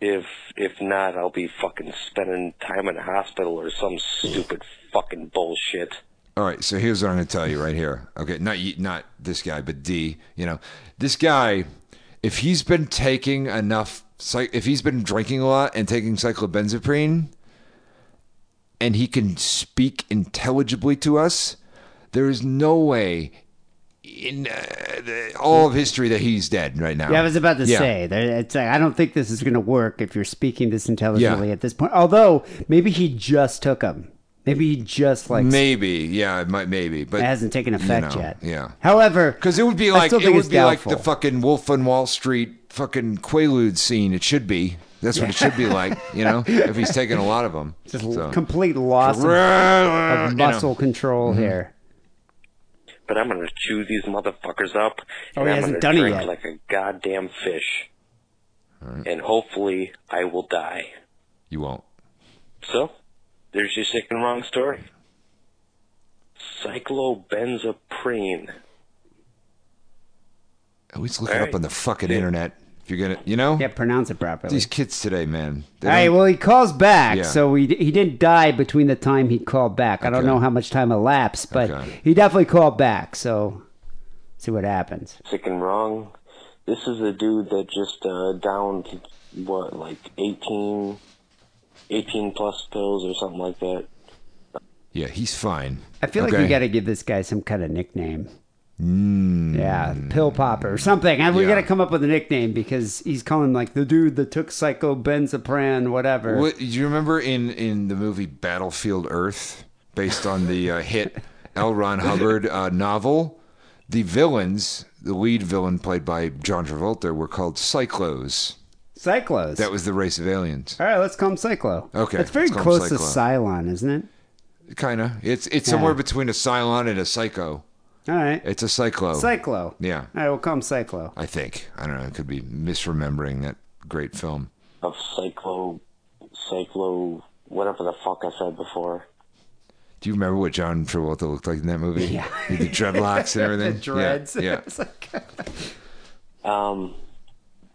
G: If if not, I'll be fucking spending time in a hospital or some stupid fucking bullshit.
D: All right, so here's what I'm going to tell you right here. Okay, not you, not this guy, but D. You know, this guy, if he's been taking enough, psy- if he's been drinking a lot and taking cyclobenzaprine, and he can speak intelligibly to us, there is no way in uh, the, all of history that he's dead right now.
C: Yeah, I was about to
D: Yeah.
C: say. There- It's like, I don't think this is going to work if you're speaking this intelligently
D: Yeah.
C: at this point. Although maybe he just took them. Maybe he just like it
D: Maybe, yeah, it might maybe, but
C: hasn't taken effect
D: know,
C: yet.
D: yeah.
C: However,
D: Because it would be
C: I
D: like
C: still
D: it
C: think it's
D: would be like the
C: doubtful.
D: fucking Wolf on Wall Street fucking Quaalude scene. It should be. That's what it should be like. You know, if he's taking a lot of them.
C: Just
D: So-
C: complete loss of, of
D: You know.
C: muscle control
D: Mm-hmm.
C: here.
G: But I'm gonna chew these motherfuckers up,
C: Oh,
G: and
C: he
G: I'm
C: hasn't
G: gonna
C: done it
G: drink
C: yet.
G: like a goddamn fish. And hopefully, I will die.
D: You won't.
G: So, there's your sick and wrong story. Cyclobenzaprine.
D: Always look it
G: Alright.
D: up on the fucking internet. If you're gonna, you know,
C: Yeah, pronounce it properly.
D: these kids today, man. They
C: All right.
D: don't-
C: Well, he calls back,
D: Yeah.
C: so he he didn't die between the time he called back. I don't
D: Okay.
C: know how much time elapsed, but
D: Okay.
C: he definitely called back. So see what happens.
G: sick and wrong. This is a dude that just uh, downed what like 18, 18 plus pills or something like that.
D: yeah, he's fine.
C: I feel like
D: Okay?
C: we got to give this guy some kind of nickname. Yeah, pill popper or something. And We
D: Mm. Yeah.
C: got to come up with a nickname because he's calling like the dude that took psychobenzapran, whatever.
D: What, do you remember in in the movie Battlefield Earth, based on the uh, hit L. Ron Hubbard uh, novel? The villains, the lead villain played by John Travolta, were called Cyclos.
C: Cyclos.
D: That was the race of aliens.
C: All right, let's call him Cyclo.
D: Okay,
C: that's very
D: let's call him
C: close to
D: Cyclo.
C: Cylon, isn't it?
D: Kinda. It's it's somewhere between a Cylon and a Psycho.
C: All right,
D: It's a Cyclo.
C: Cyclo.
D: Yeah.
C: All right, we'll call him Cyclo.
D: I think. I don't know. I could be misremembering that great film.
G: Of cyclo, cyclo, whatever the fuck I said before.
D: Do you remember what John Travolta looked like in that movie? Yeah. With the dreadlocks and everything.
C: The dreads.
D: Yeah. yeah.
C: It's like-
G: Um,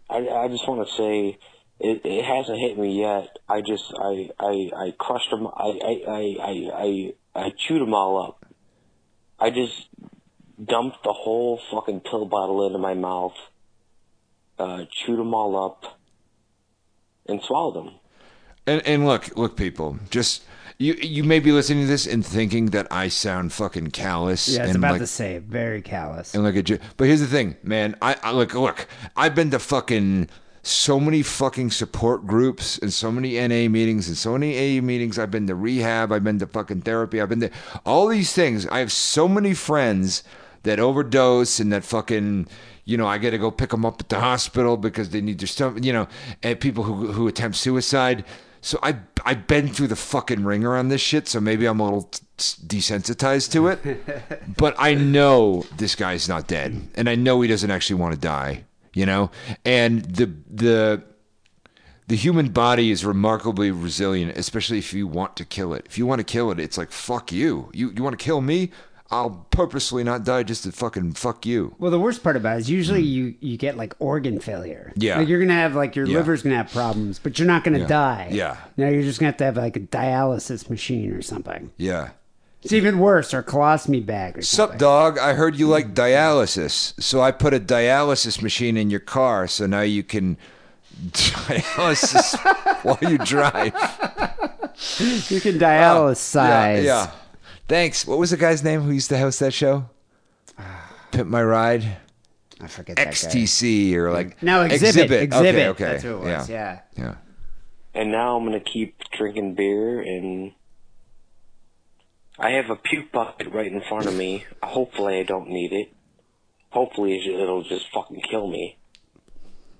G: I, I just want to say it, it hasn't hit me yet. I just I I, I crushed them. I I, I I I I chewed them all up. I just dumped the whole fucking pill bottle into my mouth, uh, chewed them all up, and swallowed them.
D: And and look, look, people, just you you may be listening to this and thinking that I sound fucking callous.
C: yeah, it's
D: and
C: about
D: like,
C: the same. Very callous.
D: and like a. Ju- but here's the thing, man. I, I look, look. I've been to fucking so many fucking support groups and so many NA meetings and so many AA meetings. I've been to rehab. I've been to fucking therapy. I've been to all these things. I have so many friends that overdose and that fucking. You know, I got to go pick them up at the hospital because they need their stuff. You know, and people who who attempt suicide. So I I've been through the fucking ringer on this shit. So maybe I'm a little t- t- desensitized to it. but I know this guy's not dead, and I know he doesn't actually want to die. You know, and the the the human body is remarkably resilient, especially if you want to kill it. If you want to kill it, it's like fuck you. You you want to kill me? I'll purposely not die just to fucking fuck you.
C: Well, the worst part about it is usually you, you get like organ failure.
D: Mm. Yeah.
C: Like you're going to have like your
D: Yeah.
C: liver's going to have problems, but you're not going to die.
D: Yeah.
C: Now you're just going to have to have like a dialysis machine or something.
D: Yeah.
C: It's even worse, or a colostomy bag or
D: Sup,
C: something.
D: dog? I heard you like dialysis, so I put a dialysis machine in your car, so now you can dialysis while you drive.
C: You can dialysis.
D: Yeah, Oh, yeah. Thanks. What was the guy's name who used to host that show? Pimp My Ride,
C: I forget Ah. that guy. Mm.
D: XTC, or like
C: No, exhibit. Exhibit.
D: Okay, okay.
C: That's who it was. Yeah.
D: yeah.
G: And now I'm gonna keep drinking beer and. I have a puke bucket right in front of me. Hopefully I don't need it. Hopefully it'll just fucking kill me.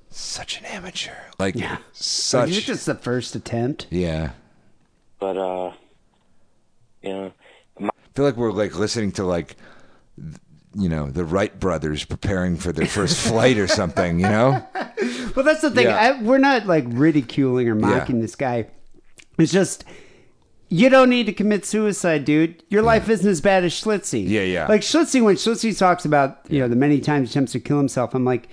D: Such an amateur. Like
C: Yeah.
D: such.
C: Is it just the first attempt?
D: yeah.
G: But uh, you know,
D: I feel like we're like listening to like th- you know the Wright brothers preparing for their first flight or something. You know.
C: Well, that's the thing.
D: Yeah.
C: I, we're not like ridiculing or mocking this guy. It's just you don't need to commit suicide, dude. Your life isn't as bad as Schlitzy.
D: Yeah, yeah.
C: Like Schlitzy, when Schlitzy talks about you know the many times he attempts to kill himself, I'm like,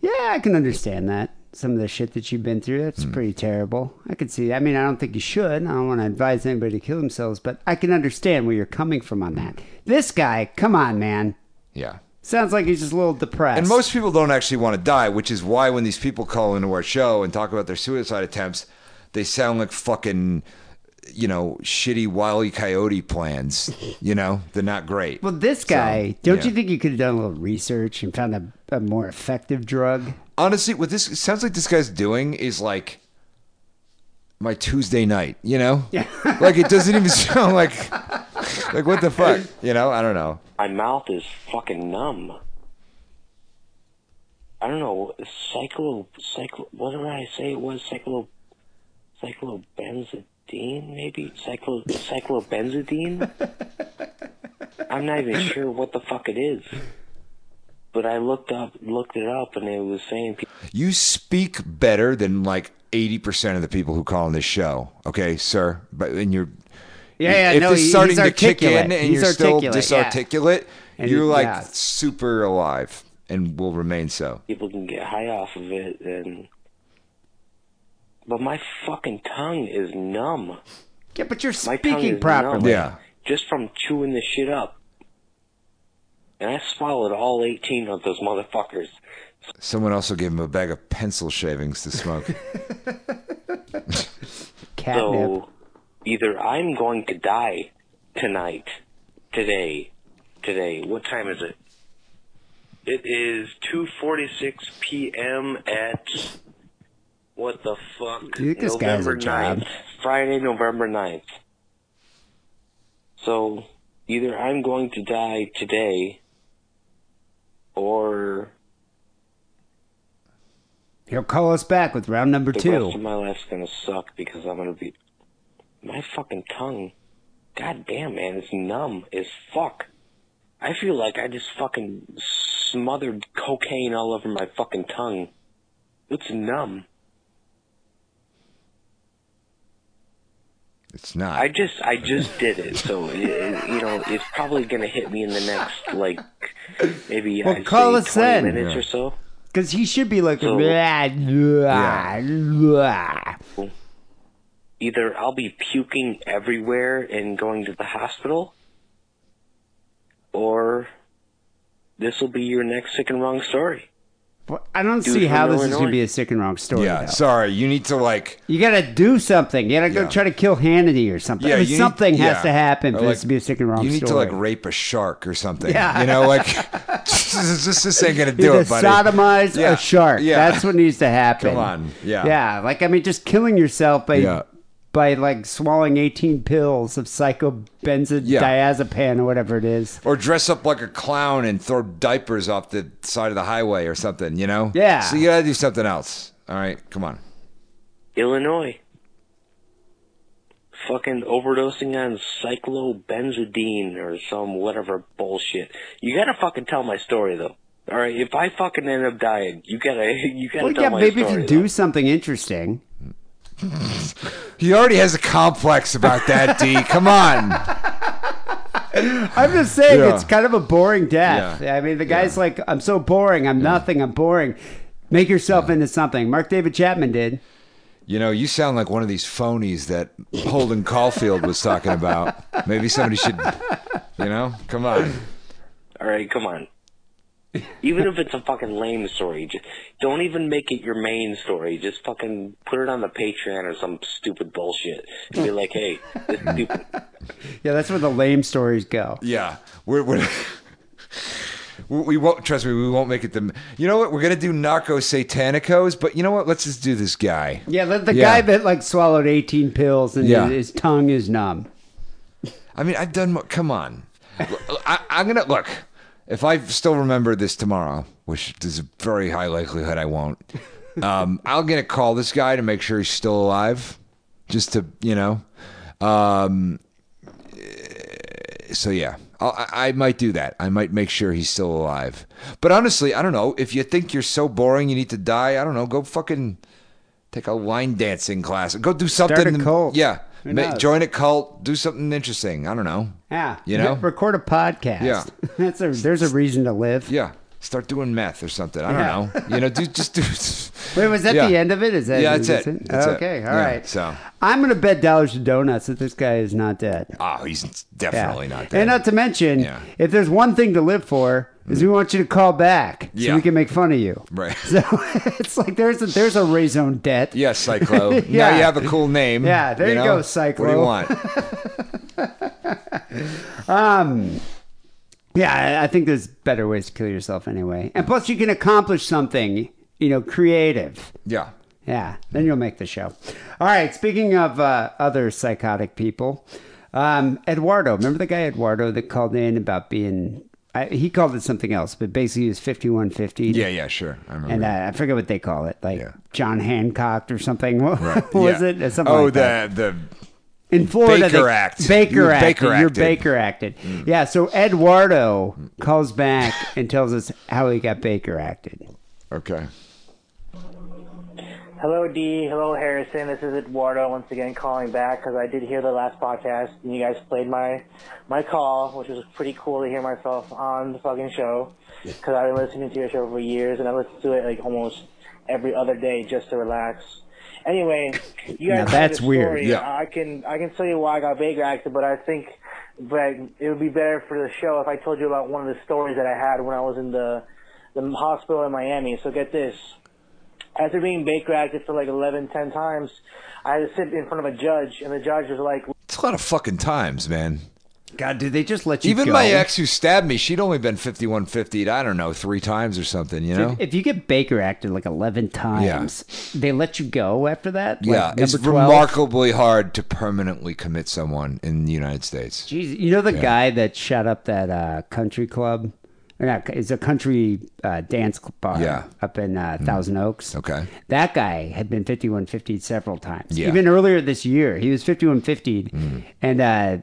C: yeah, I can understand that. Some of the shit that you've been through,
D: Hmm.
C: that's pretty terrible. I could see. I mean, I don't think you should. I don't want to advise anybody to kill themselves, but I can understand where you're coming from on that. This guy, come on, man.
D: Yeah.
C: Sounds like he's just a little depressed.
D: And most people don't actually want to die, which is why when these people call into our show and talk about their suicide attempts, they sound like fucking, you know, shitty wily coyote plans. You know, they're not great.
C: Well, this guy, don't
D: yeah.
C: you think you could have done a little research and found a, a more effective drug?
D: Honestly, what this it sounds like this guy's doing is like my Tuesday night. You know, yeah. like it doesn't even sound like like what the fuck. You know, I don't know.
G: my mouth is fucking numb. I don't know, cyclo, cyclo, what did I say it was? Cyclo, cyclobenzidine, maybe? Cyclo, cyclobenzidine? I'm not even sure what the fuck it is. But I looked up, looked it up, and it was saying people.
D: You speak better than like eighty percent of the people who call on this show. Okay, sir, but and you're
C: Yeah, yeah,
D: if
C: no,
D: it's
C: he-
D: starting
C: he's
D: to kick in
C: articulate.
D: and
C: He's
D: you're still
C: articulate, yeah.
D: disarticulate,
C: And
D: you're
C: he-
D: like
C: yeah.
D: super alive and will remain so.
G: people can get high off of it and but my fucking tongue is numb
C: Yeah, but you're
G: my tongue
C: speaking
G: is
C: properly.
G: numb.
D: Yeah.
G: just from chewing this shit up and i swallowed all 18 of those motherfuckers
D: Someone also gave him a bag of pencil shavings to smoke.
C: Catnip.
G: so either i'm going to die tonight today today what time is it it is 2.46 p.m at what the fuck
C: you think this guy has a
G: november
C: job?
G: 9th friday november 9th so either i'm going to die today or
C: He'll call us back with round number
G: the
C: two.
G: rest of my life's gonna suck because I'm gonna be my fucking tongue. God damn, man, it's numb as fuck. I feel like I just fucking smothered cocaine all over my fucking tongue. It's numb.
D: It's not.
F: I just I just did it, so it, it- you know it's probably gonna hit me in the next like maybe
C: Well,
F: I'd
C: call
F: say
C: us
F: 20
C: then.
F: minutes or so.
C: Because he should be like,
F: So-
C: "Blah, blah, blah."
F: Either I'll be puking everywhere and going to the hospital, or this will be your next sick and wrong story.
C: Well, I don't
F: Dude
C: see
F: from
C: how this is going to
F: Illinois.
C: be a sick and wrong story.
D: yeah,
C: though.
D: sorry. You need to like.
C: You gotta do something. You gotta go
D: Yeah.
C: try to kill Hannity or something. I
D: Yeah,
C: mean,
D: you need-
C: something has
D: yeah.
C: to happen for
D: Or,
C: this
D: like,
C: to be a sick and wrong
D: You need
C: story.
D: to like rape a shark or something.
C: Yeah.
D: You know, like this, this ain't gonna
C: Either
D: do it, buddy.
C: sodomize
D: Yeah,
C: a shark.
D: yeah.
C: That's what needs to happen.
D: Come on, yeah.
C: Yeah. Like I mean, just killing yourself by
D: Yeah.
C: by like swallowing eighteen pills of psychobenzodiazepine or whatever it is.
D: Or dress up like a clown and throw diapers off the side of the highway or something. You know.
C: Yeah.
D: So you gotta do something else. All right, come on.
F: Illinois, fucking overdosing on cyclobenzidine or some whatever bullshit. You gotta fucking tell my story though. All right, if I fucking end up dying, you gotta you gotta
C: Well,
F: tell
C: yeah,
F: my
C: maybe if
F: story.
C: you do
F: though.
C: something interesting.
D: He already has a complex about that, D. Come on.
C: I'm just saying
D: Yeah.
C: it's kind of a boring death.
D: Yeah.
C: I mean, the guy's like, I'm so boring. I'm nothing. I'm boring. Make yourself into something. Mark David Chapman did.
D: You know, you sound like one of these phonies that Holden Caulfield was talking about. Maybe somebody should, you know, come on.
F: All right, come on. Even if it's a fucking lame story, just don't even make it your main story. Just fucking put it on the Patreon or some stupid bullshit. And be like, hey, this is stupid.
C: Yeah, that's where the lame stories go.
D: Yeah, we're, we're we we won't trust me. We won't make it the. You know what? We're gonna do Narco Satanicos, but you know what? Let's just do this guy.
C: Yeah, the, the
D: Yeah.
C: guy that like swallowed 18 pills and
D: Yeah.
C: his, his tongue is numb.
D: I mean, I've done. mo- Come on, I, I'm gonna look. If I still remember this tomorrow, which there's a very high likelihood I won't, um, I'll gonna call this guy to make sure he's still alive, just to you know. Um, eh, so yeah, I'll, I, I might do that. I might make sure he's still alive. But honestly, I don't know. If you think you're so boring, you need to die. I don't know. Go fucking take a line dancing class. Go do something.
C: a cult.
D: Yeah.
C: Who
D: Ma-
C: knows?
D: join a cult. Do something interesting. I don't know.
C: Yeah.
D: You know?
C: record a podcast.
D: Yeah.
C: That's a, there's a reason to live.
D: Yeah. Start doing meth or something. I don't know. You know, do just do.
C: Wait, was that
D: Yeah.
C: the end of it? Is that
D: Yeah, that's
C: is
D: it. That's it.
C: okay, all
D: Yeah,
C: right.
D: so.
C: I'm gonna bet dollars to donuts that this guy is not dead.
D: Oh, he's definitely not
C: And
D: dead.
C: not to mention,
D: Yeah.
C: if there's one thing to live for, is we want you to call back so
D: Yeah.
C: we can make fun of you.
D: right.
C: So it's like there's a there's a raison debt.
D: Yeah, Cyclo.
C: Yeah.
D: Now you have a cool name.
C: Yeah, there you go, Cyclo.
D: What do you want?
C: Yeah, I, I think there's better ways to kill yourself anyway. And plus, you can accomplish something, you know, creative.
D: Yeah.
C: Yeah, then you'll make the show. All right. Speaking of uh, other psychotic people, um, Eduardo. Remember the guy Eduardo that called in about being. I, he called it something else, but basically he was 5150.
D: Yeah, yeah, sure. I remember.
C: and uh, I forget what they call it, like
D: Yeah.
C: John Hancock or something. What was
D: Yeah.
C: it? Uh, Something
D: oh,
C: like
D: the
C: that.
D: the
C: in Florida
D: Baker
C: they-
D: Act.
C: Baker
D: You
C: Act.
D: Baker
C: You're
D: acted. Mm.
C: Baker acted. Yeah. So Eduardo calls back and tells us how he got Baker acted.
D: okay.
G: Hello, D. Hello, Harrison. This is Eduardo once again calling back because I did hear the last podcast and you guys played my my call, which was pretty cool to hear myself on the fucking show because I've been listening to your show for years and I listen to it like almost every other day just to relax. Anyway, you guys.
C: Now
G: know
C: that's
G: the
C: weird.
G: story.
D: Yeah.
G: I can I can tell you why I got Baker acted, but I think but it would be better for the show if I told you about one of the stories that I had when I was in the the hospital in Miami. So get this after being Baker acted for like 11, 10 times, I had to sit in front of a judge, and the judge was like,
D: It's a lot of fucking times, man.
C: God, did they just let you
D: Even
C: go?
D: my ex who stabbed me, she'd only been 51 50 I don't know, three times or something, you know?
C: If, if you get Baker acted like eleven times, they let you go after that. Like,
D: yeah, it's
C: number 12?
D: remarkably hard to permanently commit someone in the United States.
C: Jeez, you know the guy that shut up that uh, country club? Or not, it's a country uh, dance cl- bar
D: Yeah. Hmm.
C: up in uh, Thousand Oaks.
D: Okay.
C: That guy had been 5150 several times.
D: Yeah. Hmm.
C: Even earlier this year, he was 5150 and uh,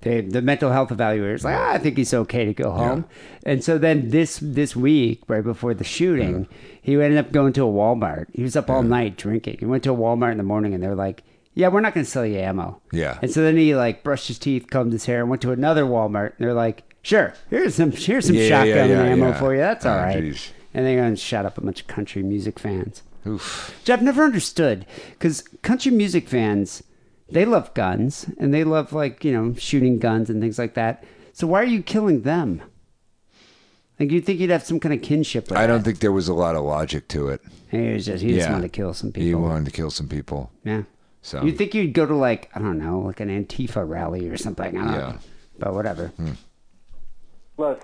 C: the, the mental health evaluator was like, ah, I think he's okay to go home. And so then this this week, right before the shooting, he ended up going to a Walmart. He was up all night drinking. He went to a Walmart in the morning and they're like, yeah, we're not going to sell you ammo.
D: Yeah.
C: And so then he like brushed his teeth, combed his hair, and went to another Walmart. And they're like, sure, here's some here's some
D: Yeah, yeah,
C: shotgun
D: yeah,
C: ammo
D: yeah.
C: for you. That's all
D: Oh,
C: right.
D: jeez.
C: And they're going to shut up a bunch of country music fans.
D: Oof.
C: Which I've never understood because country music fans, they love guns and they love like, you know, shooting guns and things like that. So why are you killing them? Like you'd think you'd have some kind of kinship with
D: I don't
C: that.
D: think there was a lot of logic to it.
C: He was just he just wanted to kill some
D: He
C: people.
D: wanted to kill some people.
C: yeah.
D: So
C: You'd think you'd go to like, I don't know, like an Antifa rally or something. I don't
D: Yeah. Hmm.
C: know. But whatever.
G: look,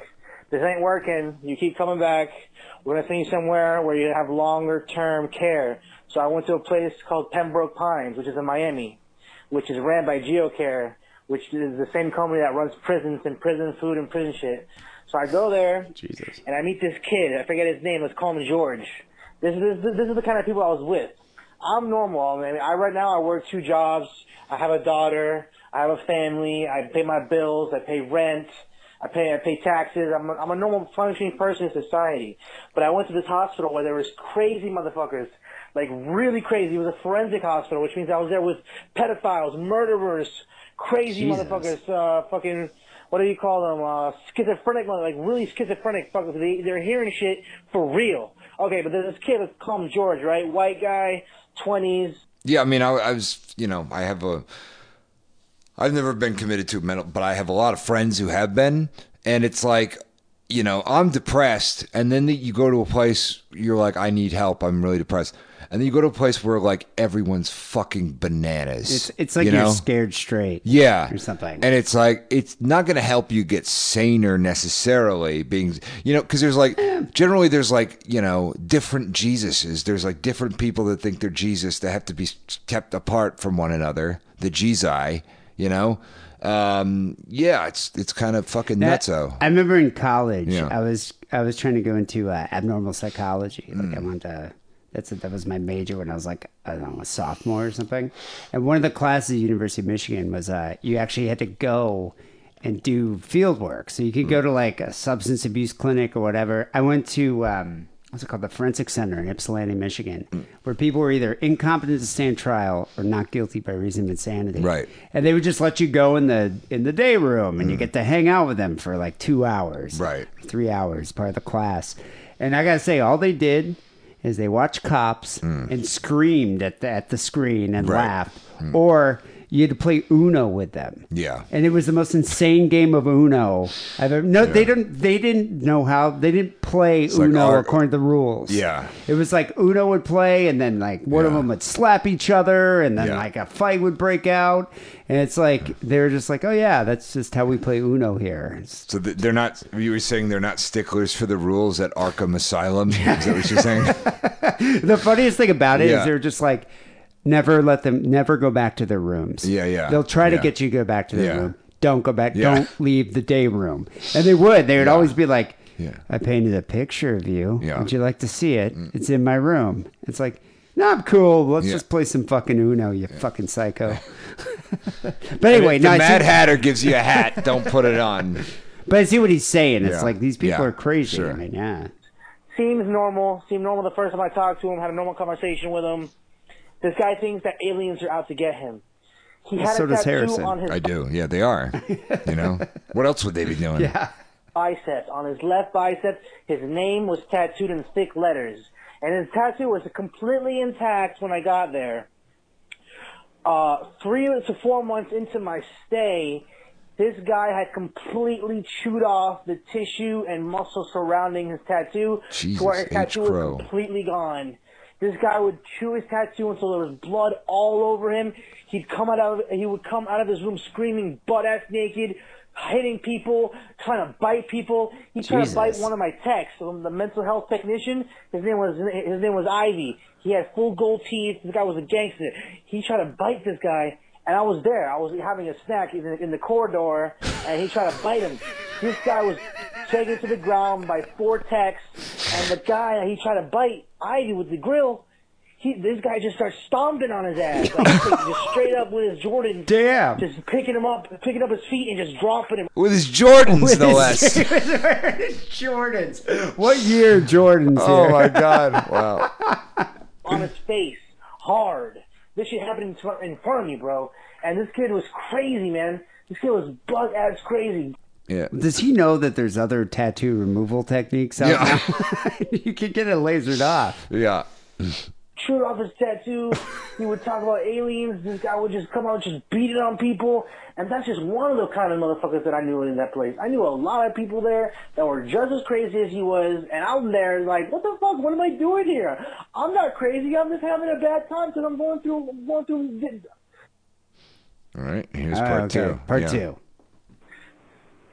G: this ain't working. You keep coming back. We're gonna send you somewhere where you have longer term care. So I went to a place called Pembroke Pines, which is in Miami, which is ran by GeoCare, which is the same company that runs prisons and prison food and prison shit. So I go there
C: Jesus.
G: and I meet this kid. I forget his name. Let's call him George. This is this, this is the kind of people I was with. I'm normal. I, mean, I right now I work two jobs. I have a daughter. I have a family. I pay my bills. I pay rent. I pay I pay taxes. I'm a, I'm a normal functioning person in society. But I went to this hospital where there was crazy motherfuckers, like really crazy. It was a forensic hospital, which means I was there with pedophiles, murderers, crazy
C: Jesus.
G: motherfuckers, uh, fucking what do you call them? Uh, schizophrenic, mother- like really schizophrenic fuckers. They, they're hearing shit for real. Okay, but there's this kid, let's call him George, right? White guy, 20s.
D: yeah, I mean, I, I was, you know, I have a, I've never been committed to mental, but I have a lot of friends who have been, and it's like, you know, I'm depressed, and then you go to a place, you're like, I need help, I'm really depressed, and then you go to a place where like everyone's fucking bananas.
C: It's it's like
D: you
C: you are
D: know?
C: scared straight.
D: Yeah.
C: Or something.
D: And it's like, it's not going to help you get saner necessarily being, you know, because there's like, generally there's like, you know, different Jesuses. There's like different people that think they're Jesus that have to be kept apart from one another. The Jesus, you know? Um, yeah, it's, it's kind of fucking
C: That-
D: nutso.
C: I remember in college,
D: Yeah.
C: I was I was trying to go into uh, abnormal psychology. Like
D: Mm.
C: I wanted to. That's that was my major when I was like I don't know a sophomore or something. And one of the classes at University of Michigan was uh, you actually had to go and do field work. So you
D: Mm.
C: could go to like a substance abuse clinic or whatever. I went to um, what's it called, the Forensic Center in Ypsilanti, Michigan,
D: Mm.
C: where people were either incompetent to stand trial or not guilty by reason of insanity
D: Right.
C: and they would just let you go in the in the day room and you get to hang out with them for like two hours
D: Mm. Right.
C: three hours part of the class and i gotta say all they did is they watched cops and screamed at the, at the screen and
D: Mm. Right. Mm.
C: laughed or you had to play uno with them
D: Yeah.
C: and it was the most insane game of uno i've ever no they didn't they didn't know how they didn't play
D: like
C: uno
D: our-
C: according to the rules
D: Yeah.
C: it was like Uno would play, and then like one of
D: Yeah.
C: them would slap each other, and then
D: Yeah.
C: like a fight would break out. And it's like they were just like, "Oh yeah, that's just how we play Uno here." It's-
D: So th- they're not, you were saying they're not sticklers for the rules at Arkham Asylum? Is that what you're saying?
C: the funniest thing about it is
D: Yeah.
C: they're just like, "Never let them, never go back to their rooms."
D: Yeah, yeah,
C: They'll try to
D: yeah.
C: get you to go back to their
D: Yeah.
C: room. Don't go back.
D: Yeah.
C: Don't leave the day room. And they would. They would always be like,
D: Yeah.
C: "I painted a picture of you.
D: Yeah. Mm.
C: Would you like to see it? It's in my room." It's like. No, I'm cool. Let's
D: Yeah.
C: just play some fucking Uno, you fucking psycho. But anyway,
D: the
C: no, I
D: Mad
C: see,
D: Hatter gives you a hat. Don't put it on.
C: but I see what he's saying. It's
D: Yeah.
C: like these people
D: Yeah.
C: are crazy.
D: Sure.
C: I mean, yeah.
G: Seems normal. Seemed normal the first time I talked to him, had a normal conversation with him. This guy thinks that aliens are out to get him. He had
C: so
G: a
C: does
G: tattoo
C: Harrison.
G: on his
D: I do. Yeah, they are. You know, what else would they be doing? Yeah.
G: bicep, on his left bicep. His name was tattooed in thick letters. And his tattoo was completely intact when I got there. Uh, three to four months into my stay, this guy had completely chewed off the tissue and muscle surrounding his tattoo
D: Jesus
G: to where his
D: H.
G: tattoo
D: Crow.
G: was completely gone. This guy would chew his tattoo until there was blood all over him. He'd come out of he would come out of his room screaming butt ass naked, hitting people, trying to bite people. He tried to bite
C: Jesus.
G: one of my techs, so the mental health technician. His name was his name was Ivy. He had full gold teeth. This guy was a gangster. He tried to bite this guy, and I was there. I was having a snack in the, in the corridor, and he tried to bite him. This guy was taken to the ground by four techs, and the guy he tried to bite Ivy with the grill. He, this guy just starts stomping on his ass, like, just straight up with his Jordan,
C: Damn.
G: just picking him up, picking up his feet, and just dropping him
D: With his Jordans, no less.
C: Jordans. What year Jordans?
D: oh
C: here?
D: my God! Wow.
G: on his face, hard. This shit happened in, front- in front of me, bro. And this kid was crazy, man. This kid was bug ass crazy.
D: Yeah.
C: Does he know that there's other tattoo removal techniques out
D: Yeah.
C: now? you could get it lasered off.
D: Yeah.
G: Chewed off his tattoo. he would talk about aliens. This guy would just come out and just beat it on people. And that's just one of the kind of motherfuckers that I knew in that place. I knew a lot of people there that were just as crazy as he was. And I'm there like, what the fuck? What am I doing here? I'm not crazy. I'm just having a bad time because I'm going through, going through
D: All right. Here's
C: All right,
D: part
C: Ah, okay,
D: two.
C: Part
D: Yeah.
C: two.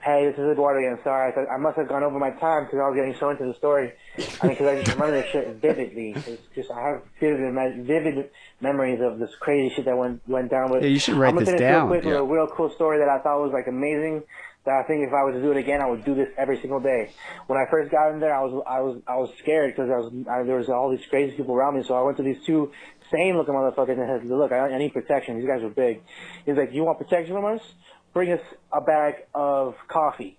G: Hey, this is Eduardo again. Sorry, I, I must have gone over my time because I was getting so into the story. I mean, because I just remember this shit vividly. It's just I have vivid, ima- vivid memories of this crazy shit that went went down. But
C: Yeah, you should write
G: I'm gonna
C: this
G: finish
C: down.
G: Real quick with
D: Yeah.
G: a real cool story that I thought was like amazing. That I think if I was to do it again, I would do this every single day. When I first got in there, I was I was I was scared because I was I, there was all these crazy people around me. So I went to these two sane looking motherfuckers and I said, "Look, I, I need protection. These guys are big." He's like, "You want protection from us? Bring us a bag of coffee."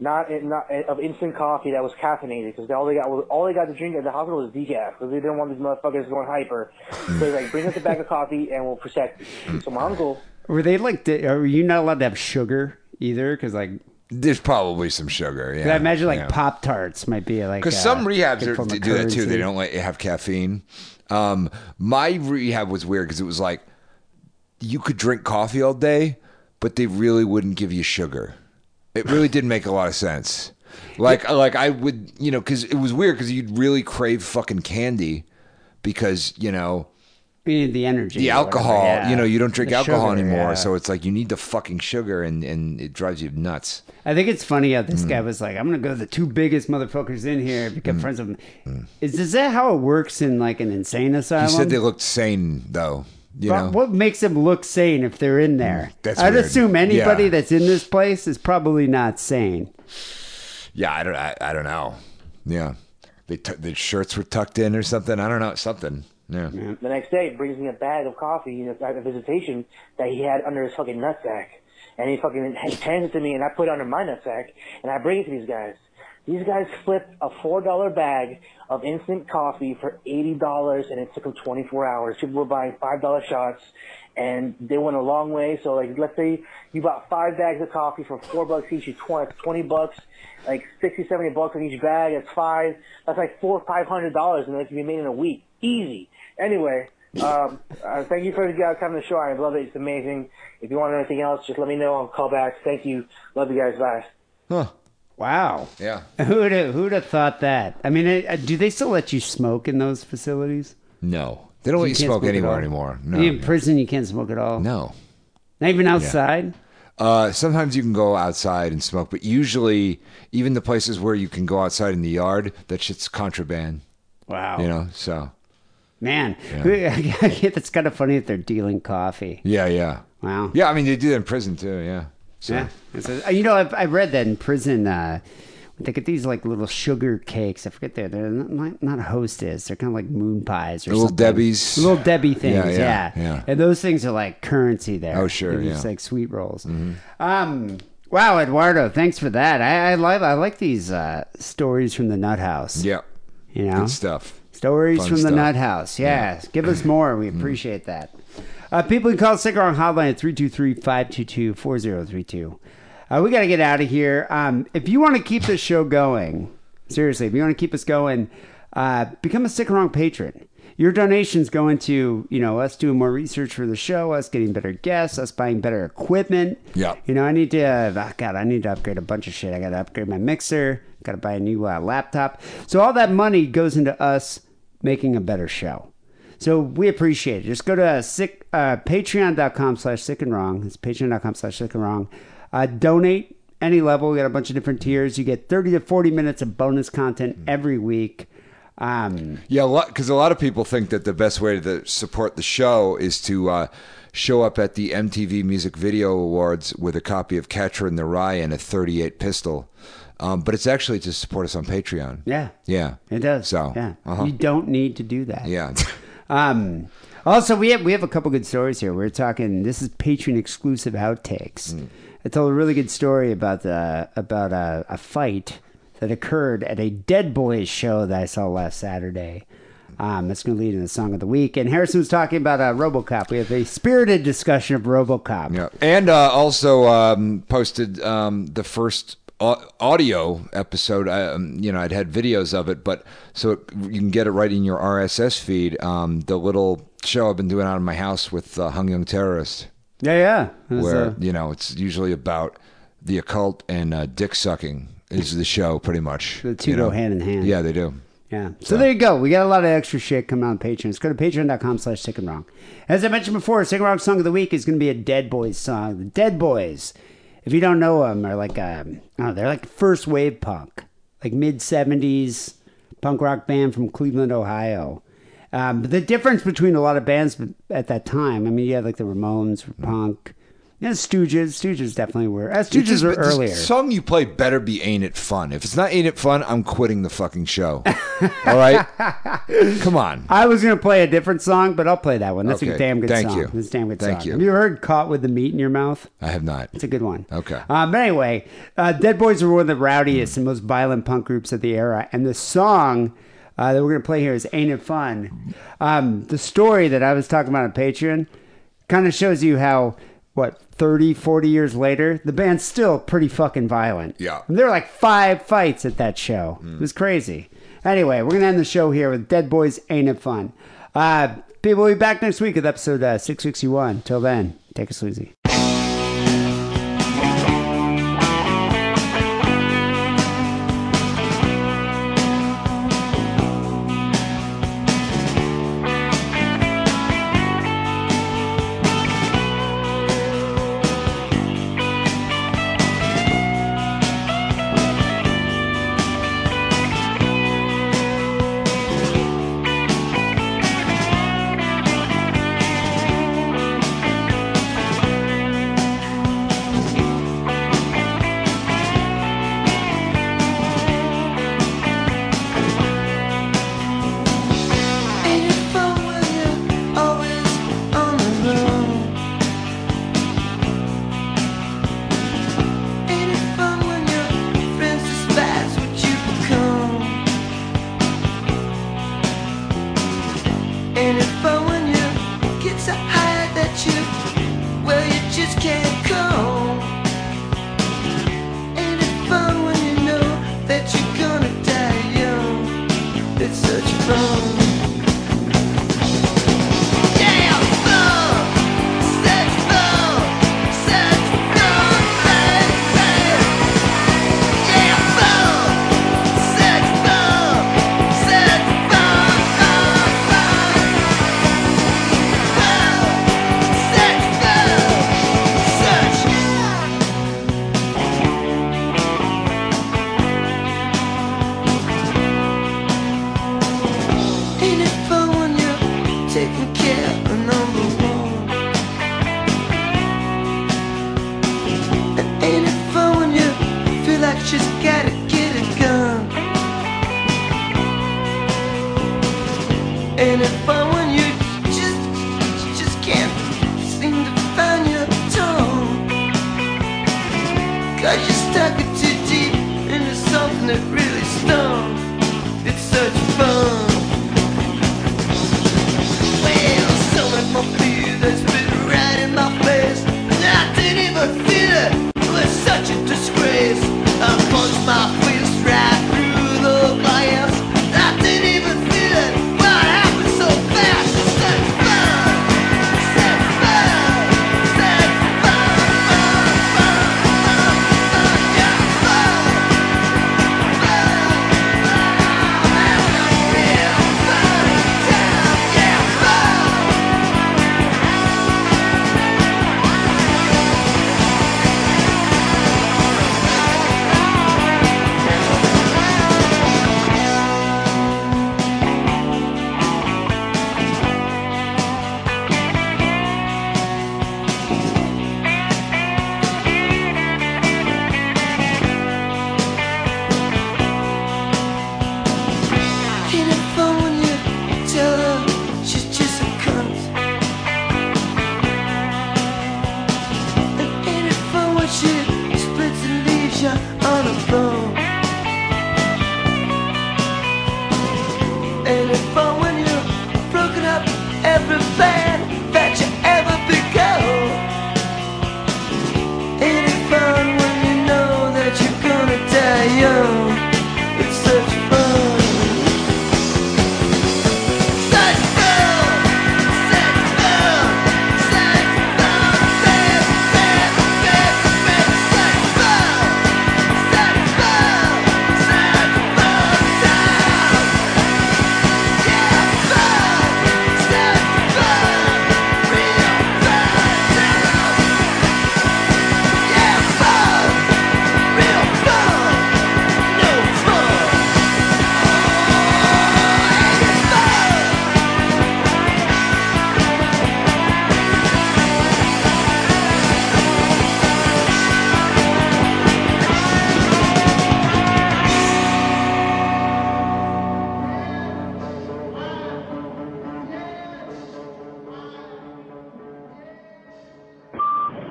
G: not, eh, not of instant coffee that was caffeinated because all they got was all they got to drink at the hospital was decaf because they didn't want these motherfuckers going hyper. So they're like, bring us a bag of coffee and we'll protect you. So my uncle,
C: Were they like? di- Are you not allowed to have sugar either? Because like,
D: There's probably some sugar. Yeah.
C: I imagine like
D: yeah.
C: Pop Tarts might be like.
D: Because
C: uh,
D: some rehabs
C: good
D: are,
C: form
D: do
C: of
D: that too.
C: currency.
D: They don't let you have caffeine. Um, my rehab was weird because it was like you could drink coffee all day, but they really wouldn't give you sugar. It really didn't make a lot of sense. Like, like I would, you know, because it was weird because you'd really crave fucking candy because you know
C: You need the energy.
D: the
C: or whatever,
D: alcohol.
C: yeah.
D: You know, you don't drink
C: The
D: alcohol
C: sugar,
D: anymore,
C: yeah.
D: so it's like you need the fucking sugar, and and it drives you nuts.
C: I think it's funny how this guy
D: Mm.
C: was like, "I'm gonna go to the two biggest motherfuckers in here, become friends with them." Is is that how it works in like an insane
D: Mm. He
C: asylum?
D: said they looked sane though. You
C: But
D: know, Mm,
C: What makes them look sane if they're in there?
D: that's
C: I'd
D: weird.
C: assume anybody
D: Yeah.
C: that's in this place is probably not sane.
D: Yeah, I don't. I, I don't know. Yeah, they t- the shirts were tucked in or something. I don't know something. Yeah.
G: the next day, brings me a bag of coffee you know, at a visitation that he had under his fucking nutsack, and he fucking hands it to me, and I put it under my nutsack, and I bring it to these guys. These guys flipped a four dollar bag of instant coffee for eighty dollars, and it took them twenty four hours. People were buying five dollar shots, and they went a long way. So like, let's say you bought five bags of coffee for four bucks each, you twenty twenty bucks, like sixty seventy bucks on each bag. That's five. That's like four five hundred dollars, and that can be made in a week, easy. Anyway. Um, uh, thank you for you guys coming to the show. I love it. It's amazing. If you want anything else, just let me know. I'll call back. Thank you. Love you guys. Bye.
D: Huh.
C: Wow.
D: Yeah.
C: Who'd have, who'd have thought that? I mean, uh, do they still let you smoke in those facilities?
D: No, they don't let you
C: can't
D: smoke
C: at
D: anywhere
C: all?
D: anymore. No.
C: In prison, you can't smoke at all.
D: No.
C: Not even outside.
D: Uh, sometimes you can go outside and smoke, but usually, even the places where you can go outside in the yard, that shit's contraband.
C: Wow.
D: You know. So.
C: Man, that's kind of funny that they're dealing coffee.
D: Yeah. Yeah.
C: Wow.
D: Yeah. I mean, they do that in prison too. Yeah. So.
C: Yeah. It's a- uh, you know, I've, I read that in prison, uh, they get these like little sugar cakes. I forget they're, they're not, not hostess. They're kind of like moon pies or
D: Little
C: something.
D: Debbie's.
C: Little Debbie things. Yeah.
D: Yeah, yeah, yeah.
C: And those things are like currency there.
D: Oh, sure,
C: They're Just
D: yeah. Mm-hmm.
C: like sweet rolls. Um, wow, Eduardo, thanks for that. I, I love, I like these, uh, stories from the nut house.
D: Yeah.
C: You know,
D: Good stuff.
C: Stories
D: Fun
C: from the
D: stuff. Mm-hmm.
C: Nut House. Yes. Give us more. We appreciate that. Uh, people can call Cigar Hotline at 323 522 4032. Uh, We got to get out of here. Um, if you want to keep this show going, seriously, if you want to keep us going, uh, become a Cigarong patron. Your donations go into, you know, us doing more research for the show, us getting better guests, us buying better equipment.
D: Yeah.
C: You know, I need to, uh, oh God, I need to upgrade a bunch of shit. I got to upgrade my mixer, got to buy a new uh, laptop. So all that money goes into us making a better show. So we appreciate it. Just go to uh, sick, uh, patreon.com slash sick and wrong. It's patreon.com slash sick and wrong. Uh, donate any level. We got a bunch of different tiers. You get 30 to 40 minutes of bonus content
D: Mm.
C: every week. Um,
D: Yeah, because a lot of people think that the best way to support the show is to uh, show up at the MTV Music Video Awards with a copy of Catcher in the Rye and a 38 pistol. Um, but it's actually to support us on Patreon.
C: yeah.
D: Yeah.
C: It does.
D: So,
C: yeah.
D: uh-huh.
C: You don't need to do that.
D: Yeah.
C: Um, also, we have we have a couple good stories here. We're talking. This is patron exclusive outtakes.
D: Hmm.
C: I told a really good story about the about a, a fight that occurred at a Dead Boys show that I saw last Saturday. Um, that's going to lead into the song of the week. And Harrison was talking about uh, RoboCop. We have a spirited discussion of RoboCop.
D: Yeah, and uh, also um, posted um, the first au- audio episode. I, um, you know, I'd had videos of it, but so it, you can get it right in your RSS feed. Um, the little show I've been doing out of my house with uh, Hung Young Terrorist,
C: Yeah, yeah. It was,
D: where
C: uh,
D: you know it's usually about the occult and uh, dick sucking is the show pretty much.
C: The two
D: you know?
C: go hand in hand.
D: Yeah, they do.
C: Yeah. So there you go. We got a lot of extra shit coming on Patreon. Just go to patreon.com slash sick and wrong. As I mentioned before, sick and wrong song of the week is going to be a Dead Boys song. The Dead Boys, if you don't know them, are like, um, oh, they're like first wave punk, like mid 70s punk rock band from Cleveland, Ohio. Um, but the difference between a lot of bands at that time, I mean, you had like the Ramones, punk, yeah, Stooges. Stooges definitely were. Uh, Stooges
D: Just-
C: were
D: but this
C: earlier.
D: song you play better be "Ain't It Fun." If it's not "Ain't It Fun," I'm quitting the fucking show. All right, come on.
C: I was gonna play a different song, but I'll play that one. That's a
D: Okay,
C: damn good
D: thank
C: song.
D: you.
C: That's a damn good
D: Thank
C: song.
D: you.
C: Have you ever heard "Caught with the Meat in Your Mouth"?
D: I have not.
C: It's a good one.
D: Okay.
C: Um, but anyway, uh, Dead Boys were one of the rowdiest and most violent punk groups of the era, and the song uh, that we're gonna play here is "Ain't It Fun." Um, the story that I was talking about on Patreon kind of shows you how what 30 40 years later the band's still pretty fucking violent
D: Yeah. Hmm.
C: And there were like five fights at that show it was crazy anyway we're gonna end the show here with dead boys ain't it fun uh people will be back next week with episode uh, 661 till then take us easy
H: Ain't man that you ever become. Ain't it fun when you know that you're gonna die young? It's such fun. Such fun, such fun, such fun, such fun, such fun, such fun, such fun, such fun, such fun. Oh,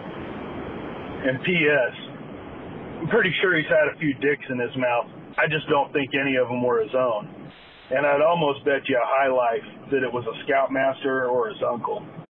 A: And P.S. I'm pretty sure he's had a few dicks in his mouth. I just don't think any of them were his own. And I'd almost bet you a high life that it was a scoutmaster or his uncle.